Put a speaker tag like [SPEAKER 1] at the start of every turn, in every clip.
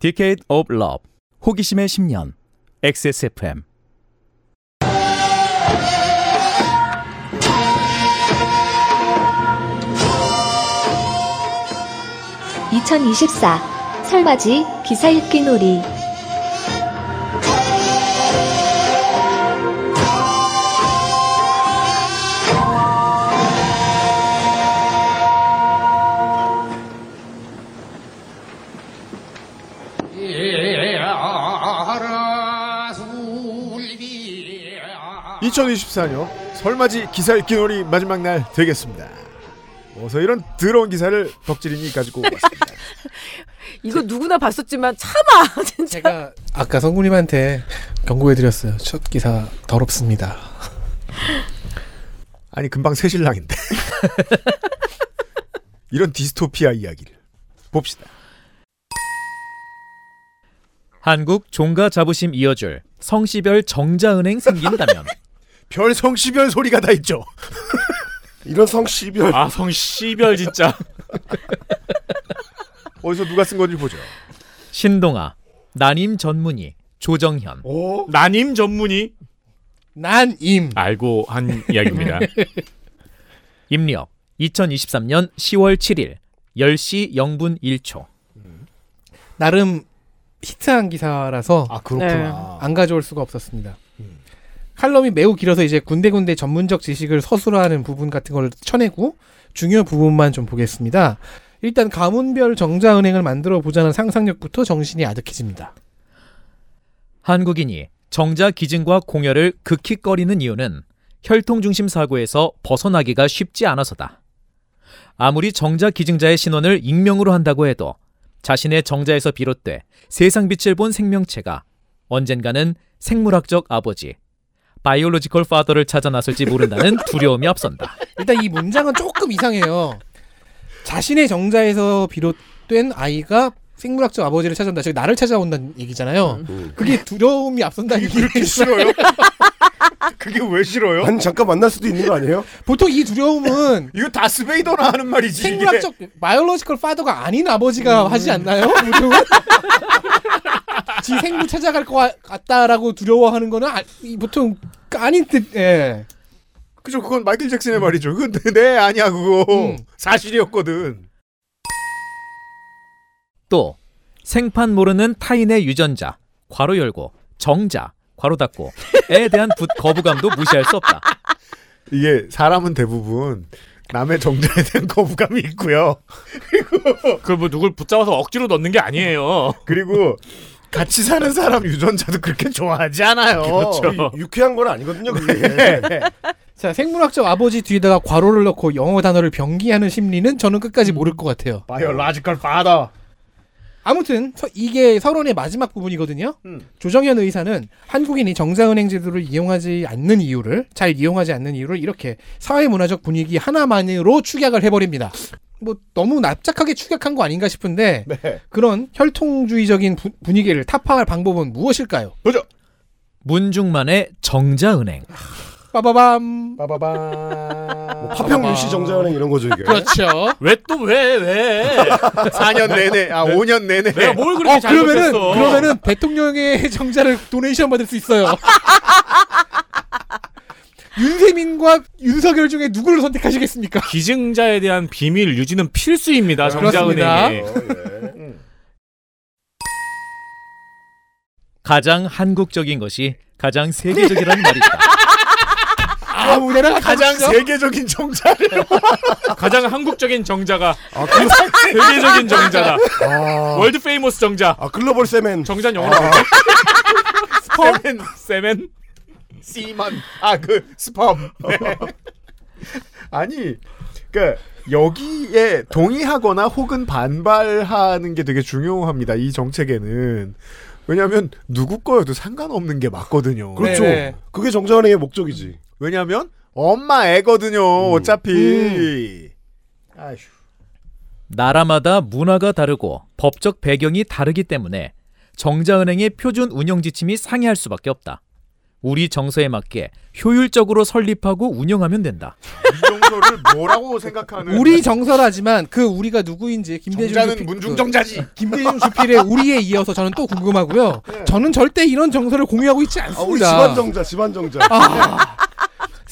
[SPEAKER 1] Decade of Love 호기심의 10년 XSFM
[SPEAKER 2] 2024 설맞이 기사 읽기 놀이
[SPEAKER 3] 예라술비
[SPEAKER 4] 2024년 설맞이 기사 읽기 놀이 마지막 날 되겠습니다. 어서 이런 더러운 기사를 덕질인이 가지고 왔습니다.
[SPEAKER 5] 이거 누구나 봤었지만 참아 진짜
[SPEAKER 6] 제가 아까 성군님한테 경고해드렸어요. 첫 기사 더럽습니다.
[SPEAKER 4] 아니 금방 새신랑인데 이런 디스토피아 이야기를 봅시다.
[SPEAKER 1] 한국 종가 자부심 이어줄 성씨별 정자은행 생긴다면
[SPEAKER 4] 별 성씨별 소리가 다 있죠.
[SPEAKER 7] 이런 성씨별
[SPEAKER 1] 아 성씨별 진짜
[SPEAKER 4] 어디서 누가 쓴 건지 보죠.
[SPEAKER 1] 신동아 난임 전문의 조정현
[SPEAKER 7] 오
[SPEAKER 8] 난임 전문이
[SPEAKER 6] 난임
[SPEAKER 8] 알고 한 이야기입니다.
[SPEAKER 1] 입력 2023년 10월 7일 10시 0분 1초
[SPEAKER 6] 나름 음, 히트한 기사라서 네.
[SPEAKER 4] 아
[SPEAKER 5] 그렇구나.
[SPEAKER 6] 안 가져올 수가 없었습니다. 칼럼이 매우 길어서 이제 군데군데 전문적 지식을 서술하는 부분 같은 걸 쳐내고 중요한 부분만 좀 보겠습니다. 일단 가문별 정자은행을 만들어 보자는 상상력부터 정신이 아득해집니다.
[SPEAKER 1] 한국인이 정자 기증과 공여를 극히꺼리는 이유는 혈통 중심 사고에서 벗어나기가 쉽지 않아서다. 아무리 정자 기증자의 신원을 익명으로 한다고 해도 자신의 정자에서 비롯돼 세상 빛을 본 생명체가 언젠가는 생물학적 아버지, 바이올로지컬 파더를 찾아 나설지 모른다는 두려움이 앞선다.
[SPEAKER 6] 일단 이 문장은 조금 이상해요. 자신의 정자에서 비롯된 아이가 생물학적 아버지를 찾아온다. 즉 나를 찾아온다는
[SPEAKER 7] 음.
[SPEAKER 6] 얘기잖아요. 그게 두려움이 앞선다는 얘기.
[SPEAKER 4] 그렇게 음. 싫어요? 그게 왜 싫어요?
[SPEAKER 7] 아니 잠깐 만날 수도 있는 거 아니에요?
[SPEAKER 6] 보통 이 두려움은
[SPEAKER 4] 이거 다스베이더나 하는 말이지. 이게. 음.
[SPEAKER 6] 생물학적 바이올로지컬 파더가 아닌 아버지가 하지 않나요? 보통은? 지 생물 찾아갈 것 같- 같다라고 두려워하는 거는 아, 이 보통 그 아닌 듯. 예.
[SPEAKER 4] 그죠? 그건 마이클 잭슨의
[SPEAKER 8] 음.
[SPEAKER 4] 말이죠. 근데 네 아니야 그거
[SPEAKER 6] 음.
[SPEAKER 4] 사실이었거든.
[SPEAKER 1] 또 생판 모르는 타인의 유전자 괄호 열고 정자 괄호 닫고 에 대한 부- 거부감도 무시할 수 없다.
[SPEAKER 4] 이게 사람은 대부분 남의 정자에 대한 거부감이 있고요.
[SPEAKER 8] 그걸 뭐 누굴 붙잡아서 억지로 넣는 게 아니에요.
[SPEAKER 4] 그리고 같이 사는 사람 유전자도 그렇게 좋아하지 않아요.
[SPEAKER 8] 그렇죠.
[SPEAKER 7] 유쾌한 건 아니거든요 그게 네.
[SPEAKER 6] 자 생물학적 아버지 뒤에다가 괄호를 넣고 영어 단어를 병기하는 심리는 저는 끝까지 모를 것 같아요.
[SPEAKER 4] 바이올라지컬 파더.
[SPEAKER 6] 아무튼 서- 이게 서론의 마지막 부분이거든요. 조정현 의사는 한국인이 정자은행 제도를 이용하지 않는 이유를 잘 이용하지 않는 이유를 이렇게 사회문화적 분위기 하나만으로 축약을 해버립니다. 뭐 너무 납작하게 축약한 거 아닌가 싶은데 그런 혈통주의적인 부- 분위기를 타파할 방법은 무엇일까요?
[SPEAKER 1] 문중만의 정자은행.
[SPEAKER 6] 빠바밤
[SPEAKER 4] 빠바바.
[SPEAKER 7] 뭐 파평 유씨 정자은행 이런 거죠 이게
[SPEAKER 6] 그렇죠.
[SPEAKER 8] 왜 또 왜 왜? 네.
[SPEAKER 4] 4년 내내, 아 5년 내내.
[SPEAKER 8] 내가 뭘 그렇게
[SPEAKER 6] 어 그러면은
[SPEAKER 8] 잘못했어?
[SPEAKER 6] 그러면은 대통령의 정자를 도네이션 받을 수 있어요. 윤세민과 윤석열 중에 누구를 선택하시겠습니까? 네,
[SPEAKER 8] 기증자에 대한 비밀 유지는 필수입니다.
[SPEAKER 6] 그렇습니다.
[SPEAKER 8] 정자은행에.
[SPEAKER 4] 어, 예.
[SPEAKER 1] 가장 한국적인 것이 가장 세계적이라는 말이 있다.
[SPEAKER 6] 아무데나
[SPEAKER 4] 가장
[SPEAKER 8] 그렇죠?
[SPEAKER 7] 그렇죠.
[SPEAKER 4] 세계적인 정자를.
[SPEAKER 8] 가장 한국적인 정자가
[SPEAKER 4] 아,
[SPEAKER 8] 세계적인 정자다. 아. 월드 페이머스 정자.
[SPEAKER 7] 아 글로벌 세맨
[SPEAKER 8] 정자는 영어로 뭐죠?
[SPEAKER 4] 아. 세멘,
[SPEAKER 8] 세멘.
[SPEAKER 4] 씨만. 아, 그, 스팸. 네. 아니, 그니까, 여기에 동의하거나 혹은 반발하는 게 되게 중요합니다. 이 정책에는. 왜냐면, 누구 거여도 상관없는 게 맞거든요.
[SPEAKER 7] 그렇죠
[SPEAKER 6] 네네.
[SPEAKER 7] 그게 정자은행의 목적이지 음.
[SPEAKER 4] 왜냐면 엄마 애거든요. 어차피.
[SPEAKER 6] 음.
[SPEAKER 4] 아휴.
[SPEAKER 1] 나라마다 문화가 다르고 법적 배경이 다르기 때문에 정자은행의 표준 운영 지침이 상이할 수밖에 없다. 우리 정서에 맞게 효율적으로 설립하고 운영하면 된다.
[SPEAKER 4] 이용서를 뭐라고 생각하는
[SPEAKER 6] 우리 정서라지만 그 우리가 누구인지 김대중
[SPEAKER 4] 정자는
[SPEAKER 6] 주필-
[SPEAKER 4] 문중정자지.
[SPEAKER 6] 그 김대중 주필의 우리에 이어서 저는 또 궁금하고요.
[SPEAKER 4] 네.
[SPEAKER 6] 저는 절대 이런 정서를 공유하고 있지 않습니다.
[SPEAKER 7] 아, 우리 집안 정자, 집안 정자.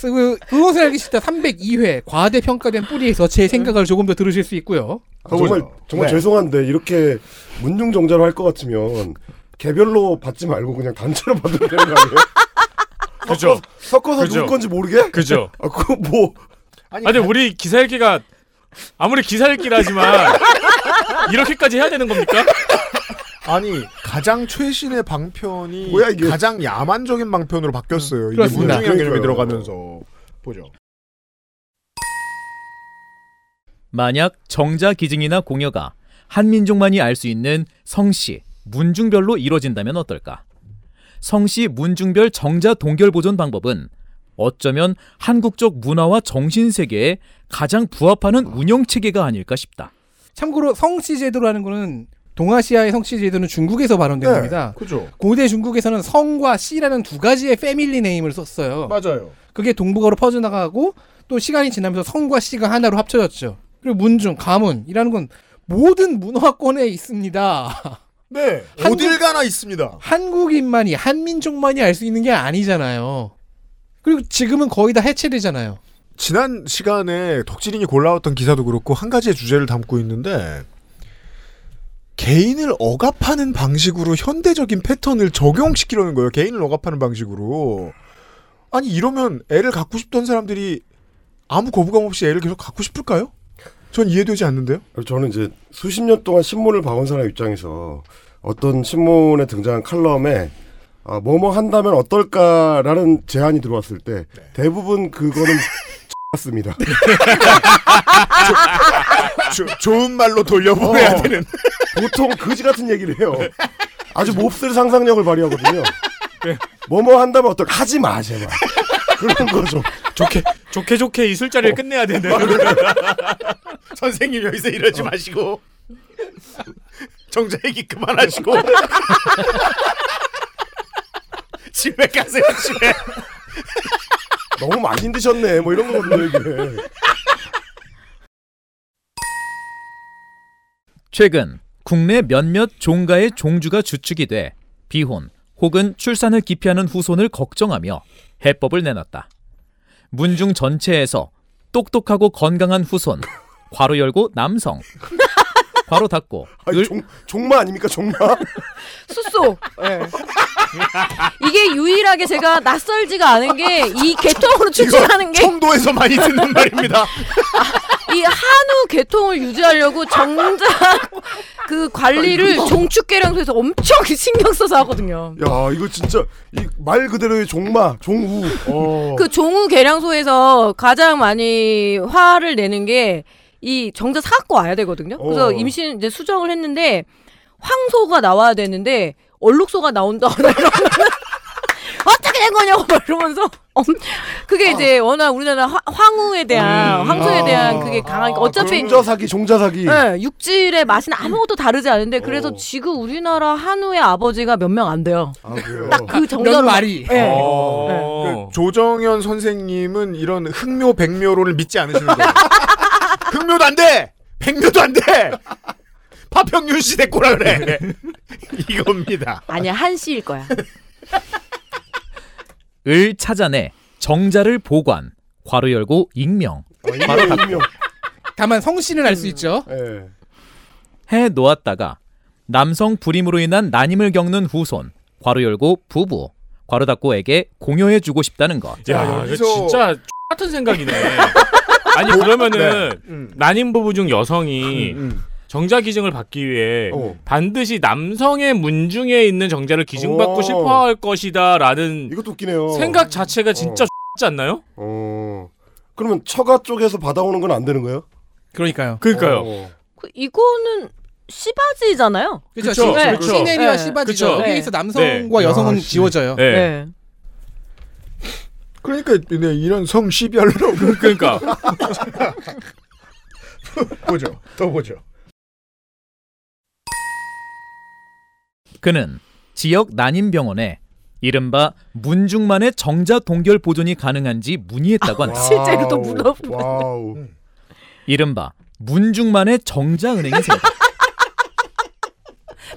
[SPEAKER 6] 그래서 그, 그것을 알기 싫다 302회 과대 평가된 뿌리에서 제 생각을 조금 더 들으실 수 있고요.
[SPEAKER 4] 아,
[SPEAKER 6] 아,
[SPEAKER 7] 정말 정말
[SPEAKER 4] 네.
[SPEAKER 7] 죄송한데 이렇게 문중 정자로 할 것 같으면 개별로 받지 말고 그냥 단체로 받으면 되는 거 아니에요?
[SPEAKER 8] 그죠.
[SPEAKER 7] 섞어서
[SPEAKER 8] 그죠.
[SPEAKER 7] 누구 건지 모르게?
[SPEAKER 8] 그죠.
[SPEAKER 7] 아, 그거 뭐
[SPEAKER 8] 아니 우리 기사 읽기가 아무리 기사 읽기라지만 이렇게까지 해야 되는 겁니까?
[SPEAKER 4] 아니 가장 최신의 방편이
[SPEAKER 7] 뭐야, 이게?
[SPEAKER 4] 가장 야만적인 방편으로 바뀌었어요. 이게
[SPEAKER 6] 그렇습니다.
[SPEAKER 4] 문중이라는 개념이
[SPEAKER 7] 그러니까요.
[SPEAKER 4] 들어가면서 보죠.
[SPEAKER 1] 만약 정자 기증이나 공여가 한민족만이 알 수 있는 성씨, 문중별로 이뤄진다면 어떨까? 성씨 문중별 정자 동결 보존 방법은 어쩌면 한국적 문화와 정신 세계에 가장 부합하는 운영 체계가 아닐까 싶다.
[SPEAKER 6] 참고로 성씨 제도라는 거는 동아시아의 성씨 제도는 중국에서 발원된
[SPEAKER 7] 네.
[SPEAKER 6] 겁니다.
[SPEAKER 4] 그죠?
[SPEAKER 6] 고대 중국에서는 성과 씨라는 두 가지의 패밀리 네임을 썼어요.
[SPEAKER 4] 맞아요.
[SPEAKER 6] 그게 동북아로 퍼져나가고 또 시간이 지나면서 성과 씨가 하나로 합쳐졌죠. 그리고 문중, 가문이라는 건 모든 문화권에 있습니다.
[SPEAKER 4] 네.
[SPEAKER 6] 한국-
[SPEAKER 4] 어딜 가나 있습니다.
[SPEAKER 6] 한국인만이 한민족만이 알 수 있는 게 아니잖아요. 그리고 지금은 거의 다 해체되잖아요.
[SPEAKER 4] 지난 시간에 덕질인이 골라왔던 기사도 그렇고 한 가지의 주제를 담고 있는데 개인을 억압하는 방식으로 현대적인 패턴을 적용시키려는 거예요. 개인을 억압하는 방식으로. 아니 이러면 애를 갖고 싶던 사람들이 아무 거부감 없이 애를 계속 갖고 싶을까요? 전 이해되지 않는데요.
[SPEAKER 7] 저는 이제 수십 년 동안 신문을 봐온 사람 입장에서 어떤 신문에 등장한 칼럼에 아, 뭐뭐 한다면 어떨까라는 제안이 들어왔을 때
[SPEAKER 4] 네.
[SPEAKER 7] 대부분 그거는 맞습니다.
[SPEAKER 4] 조- 좋은 말로 돌려보내야
[SPEAKER 7] 어.
[SPEAKER 4] 되는.
[SPEAKER 7] 보통 거지 같은 얘기를 해요. 아주 몹쓸 상상력을 발휘하거든요.
[SPEAKER 3] 네,
[SPEAKER 7] 뭐뭐 한다면 어떨까 하지 마 제발. 그런 거죠.
[SPEAKER 8] 좋게 좋게 좋게 이 술자리를 끝내야 되는.
[SPEAKER 4] 선생님 여기서 이러지 마시고 정자 얘기 그만하시고 집에 가세요 집에.
[SPEAKER 7] 너무 많이 드셨네. 뭐 이런 거거든요 이게.
[SPEAKER 1] 최근 국내 몇몇 종가의 종주가 주축이 돼 비혼 혹은 출산을 기피하는 후손을 걱정하며 해법을 내놨다. 문중 전체에서 똑똑하고 건강한 후손 괄호 열고 남성 괄호 닫고
[SPEAKER 7] 아니, 종, 종마 아닙니까 종마?
[SPEAKER 5] 숫소. 예. 이게 유일하게 제가 낯설지가 않은 게 이 계통으로 추진하는 게 이
[SPEAKER 4] 청도에서 많이 듣는 말입니다.
[SPEAKER 5] 한우 계통을 유지하려고 정작 그
[SPEAKER 4] 아,
[SPEAKER 5] 관리를 종축계량소에서 엄청 신경 써서 하거든요.
[SPEAKER 7] 야 이거 진짜 이 말 그대로의 종마 종우. 어.
[SPEAKER 5] 그 종우 계량소에서 가장 많이 화를 내는 게 이 정자 사갖고 와야 되거든요. 그래서
[SPEAKER 7] 어.
[SPEAKER 5] 임신 이제 수정을 했는데 황소가 나와야 되는데 얼룩소가 나온다거나 이러면 어떻게 된 거냐고 막 이러면서 엄-
[SPEAKER 7] 아.
[SPEAKER 5] 그게 이제 워낙 우리나라 화- 황후에 대한 황소에 대한 그게 강하니까 어차피
[SPEAKER 7] 음. 아. 종자사기 종자사기. 어.
[SPEAKER 5] 예, 육질의 맛은 아무것도 다르지 않은데 그래서 지금 우리나라 한우의 아버지가 몇 명 안 돼요.
[SPEAKER 7] 아 그래요.
[SPEAKER 5] 그
[SPEAKER 6] 몇
[SPEAKER 5] 정도로
[SPEAKER 6] 말이
[SPEAKER 4] 어.
[SPEAKER 5] 예.
[SPEAKER 4] 그
[SPEAKER 8] 어.
[SPEAKER 4] 네. 조정현 선생님은 이런 흑묘 백묘로를 믿지 않으시는 거예요. 흑묘도 안 돼. 백묘도 안 돼. 파평윤 씨 데꼬라 그래. 이겁니다.
[SPEAKER 5] 아니야 네, 한씨일 거야.
[SPEAKER 1] 을 찾아내 정자를 보관 괄호 열고 익명 괄호 닫고
[SPEAKER 7] 익명.
[SPEAKER 6] 다만 성씨는 알 수 있죠.
[SPEAKER 7] 예.
[SPEAKER 1] 해 놓았다가 남성 불임으로 인한 난임을 겪는 후손 괄호 열고 부부 괄호 닫고에게 공여해 주고 싶다는 것
[SPEAKER 8] 야, 이거
[SPEAKER 4] 여기서-
[SPEAKER 8] 진짜 X 같은 생각이네. 아니 그러면은 음. 난임 네. 부부 중 여성이 정자 기증을 받기 위해
[SPEAKER 7] 어.
[SPEAKER 8] 반드시 남성의 문중에 있는 정자를 기증받고
[SPEAKER 7] 오.
[SPEAKER 8] 싶어할 어. 것이다라는
[SPEAKER 7] 이것도 웃기네요.
[SPEAKER 8] 생각 자체가 진짜 X같지 않나요?
[SPEAKER 7] 어. 그러면 처가 쪽에서 받아오는 건 안 되는 거예요?
[SPEAKER 6] 그러니까요.
[SPEAKER 8] 그러니까요.
[SPEAKER 7] 어.
[SPEAKER 5] 그, 이거는 씨바지잖아요.
[SPEAKER 6] 그렇죠.
[SPEAKER 8] 그쵸,
[SPEAKER 5] 네.
[SPEAKER 8] 그쵸.
[SPEAKER 6] 시네리와
[SPEAKER 5] 네.
[SPEAKER 6] 시바지죠.
[SPEAKER 8] 그쵸.
[SPEAKER 6] 여기에서
[SPEAKER 5] 네.
[SPEAKER 6] 남성과
[SPEAKER 7] 네.
[SPEAKER 6] 여성은
[SPEAKER 7] 아, 씨.
[SPEAKER 6] 지워져요.
[SPEAKER 8] 네.
[SPEAKER 5] 네.
[SPEAKER 4] 그러니까 네, 이런 성시별로
[SPEAKER 8] 그러니까
[SPEAKER 4] 보죠. 더 보죠.
[SPEAKER 1] 그는 지역 난임병원에 이른바 문중만의 정자 동결 보존이 가능한지 문의했다고 한다.
[SPEAKER 5] 실제로 또
[SPEAKER 7] 와우,
[SPEAKER 5] 불러보네.
[SPEAKER 7] 와우.
[SPEAKER 1] 음. 이른바 문중만의 정자은행이 세다.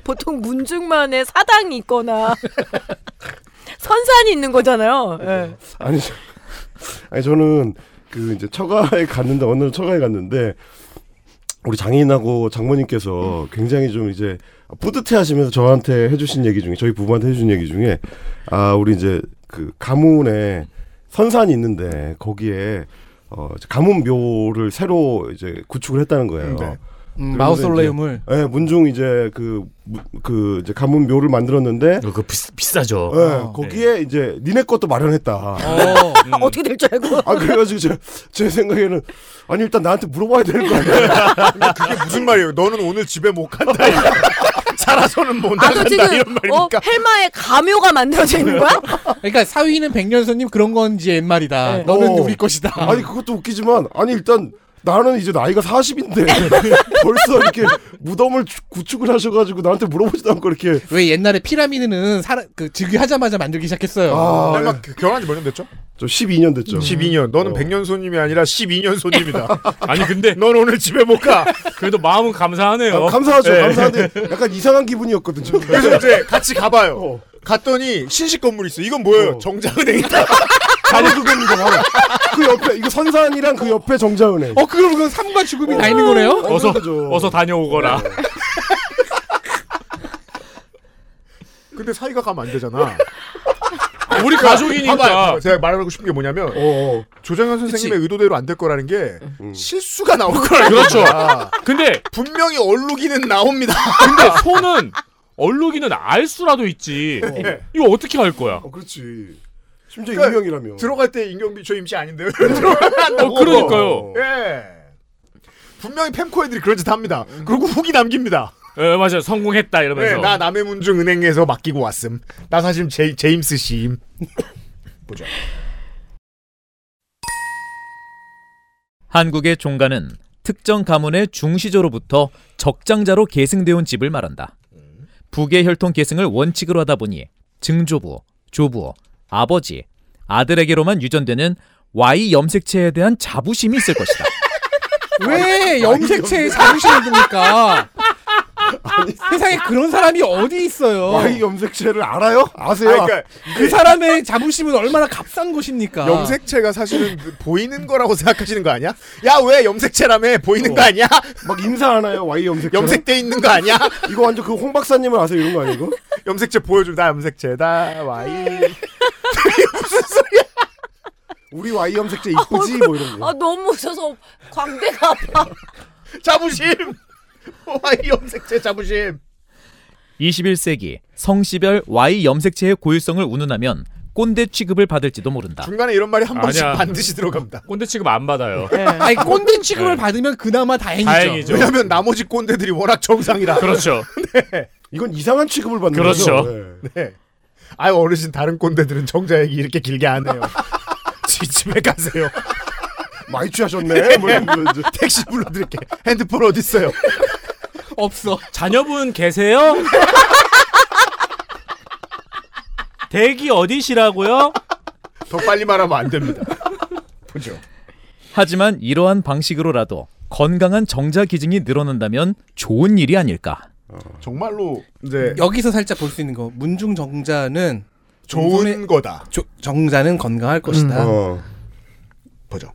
[SPEAKER 5] 보통 문중만에 사당이 있거나 선산이 있는 거잖아요. 예.
[SPEAKER 7] 아니, 저, 아니 저는 그 이제 처가에 갔는데 어느 날 처가에 갔는데 우리 장인하고 장모님께서 굉장히 좀 이제 뿌듯해하시면서 저한테 해주신 얘기 중에 저희 부부한테 해주신 얘기 중에 아 우리 이제 그 가문에 선산이 있는데 거기에 어 이제 가문묘를 새로 이제 구축을 했다는 거예요.
[SPEAKER 4] 네.
[SPEAKER 6] 음,
[SPEAKER 7] 그러면서
[SPEAKER 6] 마우솔레움을
[SPEAKER 7] 예, 문중 이제 그, 무- 그 이제 가문묘를
[SPEAKER 6] 어,
[SPEAKER 7] 만들었는데
[SPEAKER 8] 그거 비, 비싸죠.
[SPEAKER 7] 예,
[SPEAKER 4] 아, 네.
[SPEAKER 7] 거기에 이제 니네 것도 마련했다.
[SPEAKER 6] 어,
[SPEAKER 8] 음.
[SPEAKER 5] 어떻게 될 줄 알고
[SPEAKER 7] 아 그래가지고 제, 제 생각에는 아니 일단 나한테 물어봐야 되는 거 아니야?
[SPEAKER 4] 그게 무슨 말이에요? 너는 오늘 집에 못 간다. 살아서는 못
[SPEAKER 5] 나도
[SPEAKER 4] 나간다
[SPEAKER 5] 지금
[SPEAKER 4] 이런
[SPEAKER 5] 어,
[SPEAKER 4] 말입니까?
[SPEAKER 5] 헬마에 가묘가 만들어져 있는 거야?
[SPEAKER 6] 그러니까 사위는 백년손님 그런 건 이제 옛말이다.
[SPEAKER 5] 네.
[SPEAKER 6] 너는
[SPEAKER 7] 어.
[SPEAKER 6] 우리 것이다.
[SPEAKER 7] 아니 그것도 웃기지만 아니 일단 나는 이제 나이가 40인데 벌써 이렇게 무덤을 주- 구축을 하셔가지고 나한테 물어보지도 않고 이렇게
[SPEAKER 6] 왜 옛날에 피라미드는 사라, 그 즉위하자마자 만들기 시작했어요.
[SPEAKER 7] 아,
[SPEAKER 8] 네.
[SPEAKER 4] 얼마 결혼한 지 몇 년 됐죠?
[SPEAKER 7] 저 12년 됐죠.
[SPEAKER 4] 12년. 너는
[SPEAKER 7] 어.
[SPEAKER 4] 100년 손님이 아니라 12년 손님이다.
[SPEAKER 8] 음. 아니 근데
[SPEAKER 4] 넌 오늘 집에 못 가.
[SPEAKER 8] 그래도 마음은 감사하네요.
[SPEAKER 7] 아, 감사하죠,
[SPEAKER 4] 네.
[SPEAKER 7] 감사한데 약간 이상한 기분이었거든요.
[SPEAKER 4] 그래서 이제 같이 가봐요.
[SPEAKER 7] 어.
[SPEAKER 4] 갔더니 신식 건물 있어. 이건 뭐예요?
[SPEAKER 7] 어.
[SPEAKER 4] 정자은행이다.
[SPEAKER 7] 바로 그겁니다. 바로. 그 옆에 이거 선산이랑 그 옆에
[SPEAKER 4] 네.
[SPEAKER 7] 정자은행.
[SPEAKER 6] 어, 그럼 그건 삶과 죽음이 다 있는 거네요?
[SPEAKER 8] 어서 네.
[SPEAKER 7] 그거죠.
[SPEAKER 8] 어서 다녀오거라.
[SPEAKER 4] 근데 사이가 가면 안 되잖아. 그러니까
[SPEAKER 8] 우리 가족이니까.
[SPEAKER 4] 봐봐요. 제가 말하고 싶은 게 뭐냐면
[SPEAKER 7] 어.
[SPEAKER 4] 조정현 선생님의 의도대로 안 될 거라는 게
[SPEAKER 7] 음.
[SPEAKER 4] 실수가 나올 아. 거라는
[SPEAKER 8] 그렇죠.
[SPEAKER 4] 거야.
[SPEAKER 8] 근데
[SPEAKER 4] 분명히 얼룩이는 나옵니다.
[SPEAKER 8] 근데 손은 얼룩이는 알 수라도 있지.
[SPEAKER 7] 어.
[SPEAKER 8] 이거 네. 어떻게 할 거야?
[SPEAKER 7] 어, 그렇지. 심지어
[SPEAKER 4] 그러니까
[SPEAKER 7] 인명이라며.
[SPEAKER 4] 들어갈 때 임경비 저 임시 아닌데요. 들어가면
[SPEAKER 8] 어, 그러니까요.
[SPEAKER 4] 예. 분명히 펜코 애들이 그런 짓 합니다.
[SPEAKER 7] 음.
[SPEAKER 4] 그리고 후기 남깁니다.
[SPEAKER 8] 예, 맞아요. 성공했다
[SPEAKER 4] 네,
[SPEAKER 8] 이러면서.
[SPEAKER 4] 나 남해문중 은행에서 맡기고 왔음. 나 사실 제, 제임스 씨임. 보죠.
[SPEAKER 1] 한국의 종가는 특정 가문의 중시조로부터 적장자로 계승되어 온 집을 말한다. 부계 혈통 계승을 원칙으로 하다 보니 증조부, 조부, 아버지, 아들에게로만 유전되는 Y 염색체에 대한 자부심이 있을 것이다.
[SPEAKER 6] 왜 염색체에 자부심을 둡니까? 세상에 그런 사람이 어디 있어요?
[SPEAKER 7] 와이 염색체를 알아요? 아세요?
[SPEAKER 4] 아니, 그러니까
[SPEAKER 6] 그 사람의 자부심은 얼마나 값싼 것입니까?
[SPEAKER 4] 염색체가 사실은 그 보이는 거라고 생각하시는 거 아니야? 야 왜 염색체라며 보이는 거 아니야?
[SPEAKER 7] 어. 막 인사하나요? 와이 염색체.
[SPEAKER 4] 염색돼 있는 거 아니야?
[SPEAKER 7] 이거 완전 그 홍 박사님은 아세요 이런 거 아니고?
[SPEAKER 4] 염색체 보여줘. 나 염색체다. 와이.
[SPEAKER 7] 우리 와이 염색체 이쁘지 뭐 이런
[SPEAKER 5] 아
[SPEAKER 7] 거.
[SPEAKER 5] 너무 웃어서 광대가 아파.
[SPEAKER 4] 자부심. 와이 염색체 자부심.
[SPEAKER 1] 21세기 성씨별 Y 염색체의 고유성을 운운하면 꼰대 취급을 받을지도 모른다.
[SPEAKER 4] 중간에 이런 말이 한 번씩
[SPEAKER 8] 아니야.
[SPEAKER 4] 반드시 들어갑니다.
[SPEAKER 8] 꼰대 취급 안 받아요.
[SPEAKER 6] 아니 꼰대 취급을
[SPEAKER 8] 네.
[SPEAKER 6] 받으면 그나마 다행이죠.
[SPEAKER 8] 다행이죠.
[SPEAKER 4] 예. 왜냐면 나머지 꼰대들이 워낙 정상이라.
[SPEAKER 8] 그렇죠.
[SPEAKER 7] 이건 이상한 취급을 받는
[SPEAKER 8] 그렇죠.
[SPEAKER 7] 거죠. 네.
[SPEAKER 4] 네. 아유 어르신 다른 꼰대들은 정자 얘기 이렇게 길게 안 해요. 지- 집에 가세요.
[SPEAKER 7] 많이 취하셨네. 뭐 이런 거 이제.
[SPEAKER 4] 택시 불러드릴게. 핸드폰 어디 있어요?
[SPEAKER 6] 없어.
[SPEAKER 8] 자녀분 계세요? 대기 어디시라고요? 어,
[SPEAKER 4] 더 빨리 말하면 안 됩니다. 보죠.
[SPEAKER 1] 하지만 이러한 방식으로라도 건강한 정자 기증이 늘어난다면 좋은 일이 아닐까.
[SPEAKER 4] 어, 정말로 이제
[SPEAKER 6] 여기서 살짝 볼 수 있는 거 문중 정자는
[SPEAKER 4] 좋은 거다.
[SPEAKER 6] 조- 정자는 건강할
[SPEAKER 4] 음.
[SPEAKER 6] 것이다.
[SPEAKER 7] 어.
[SPEAKER 4] 보죠.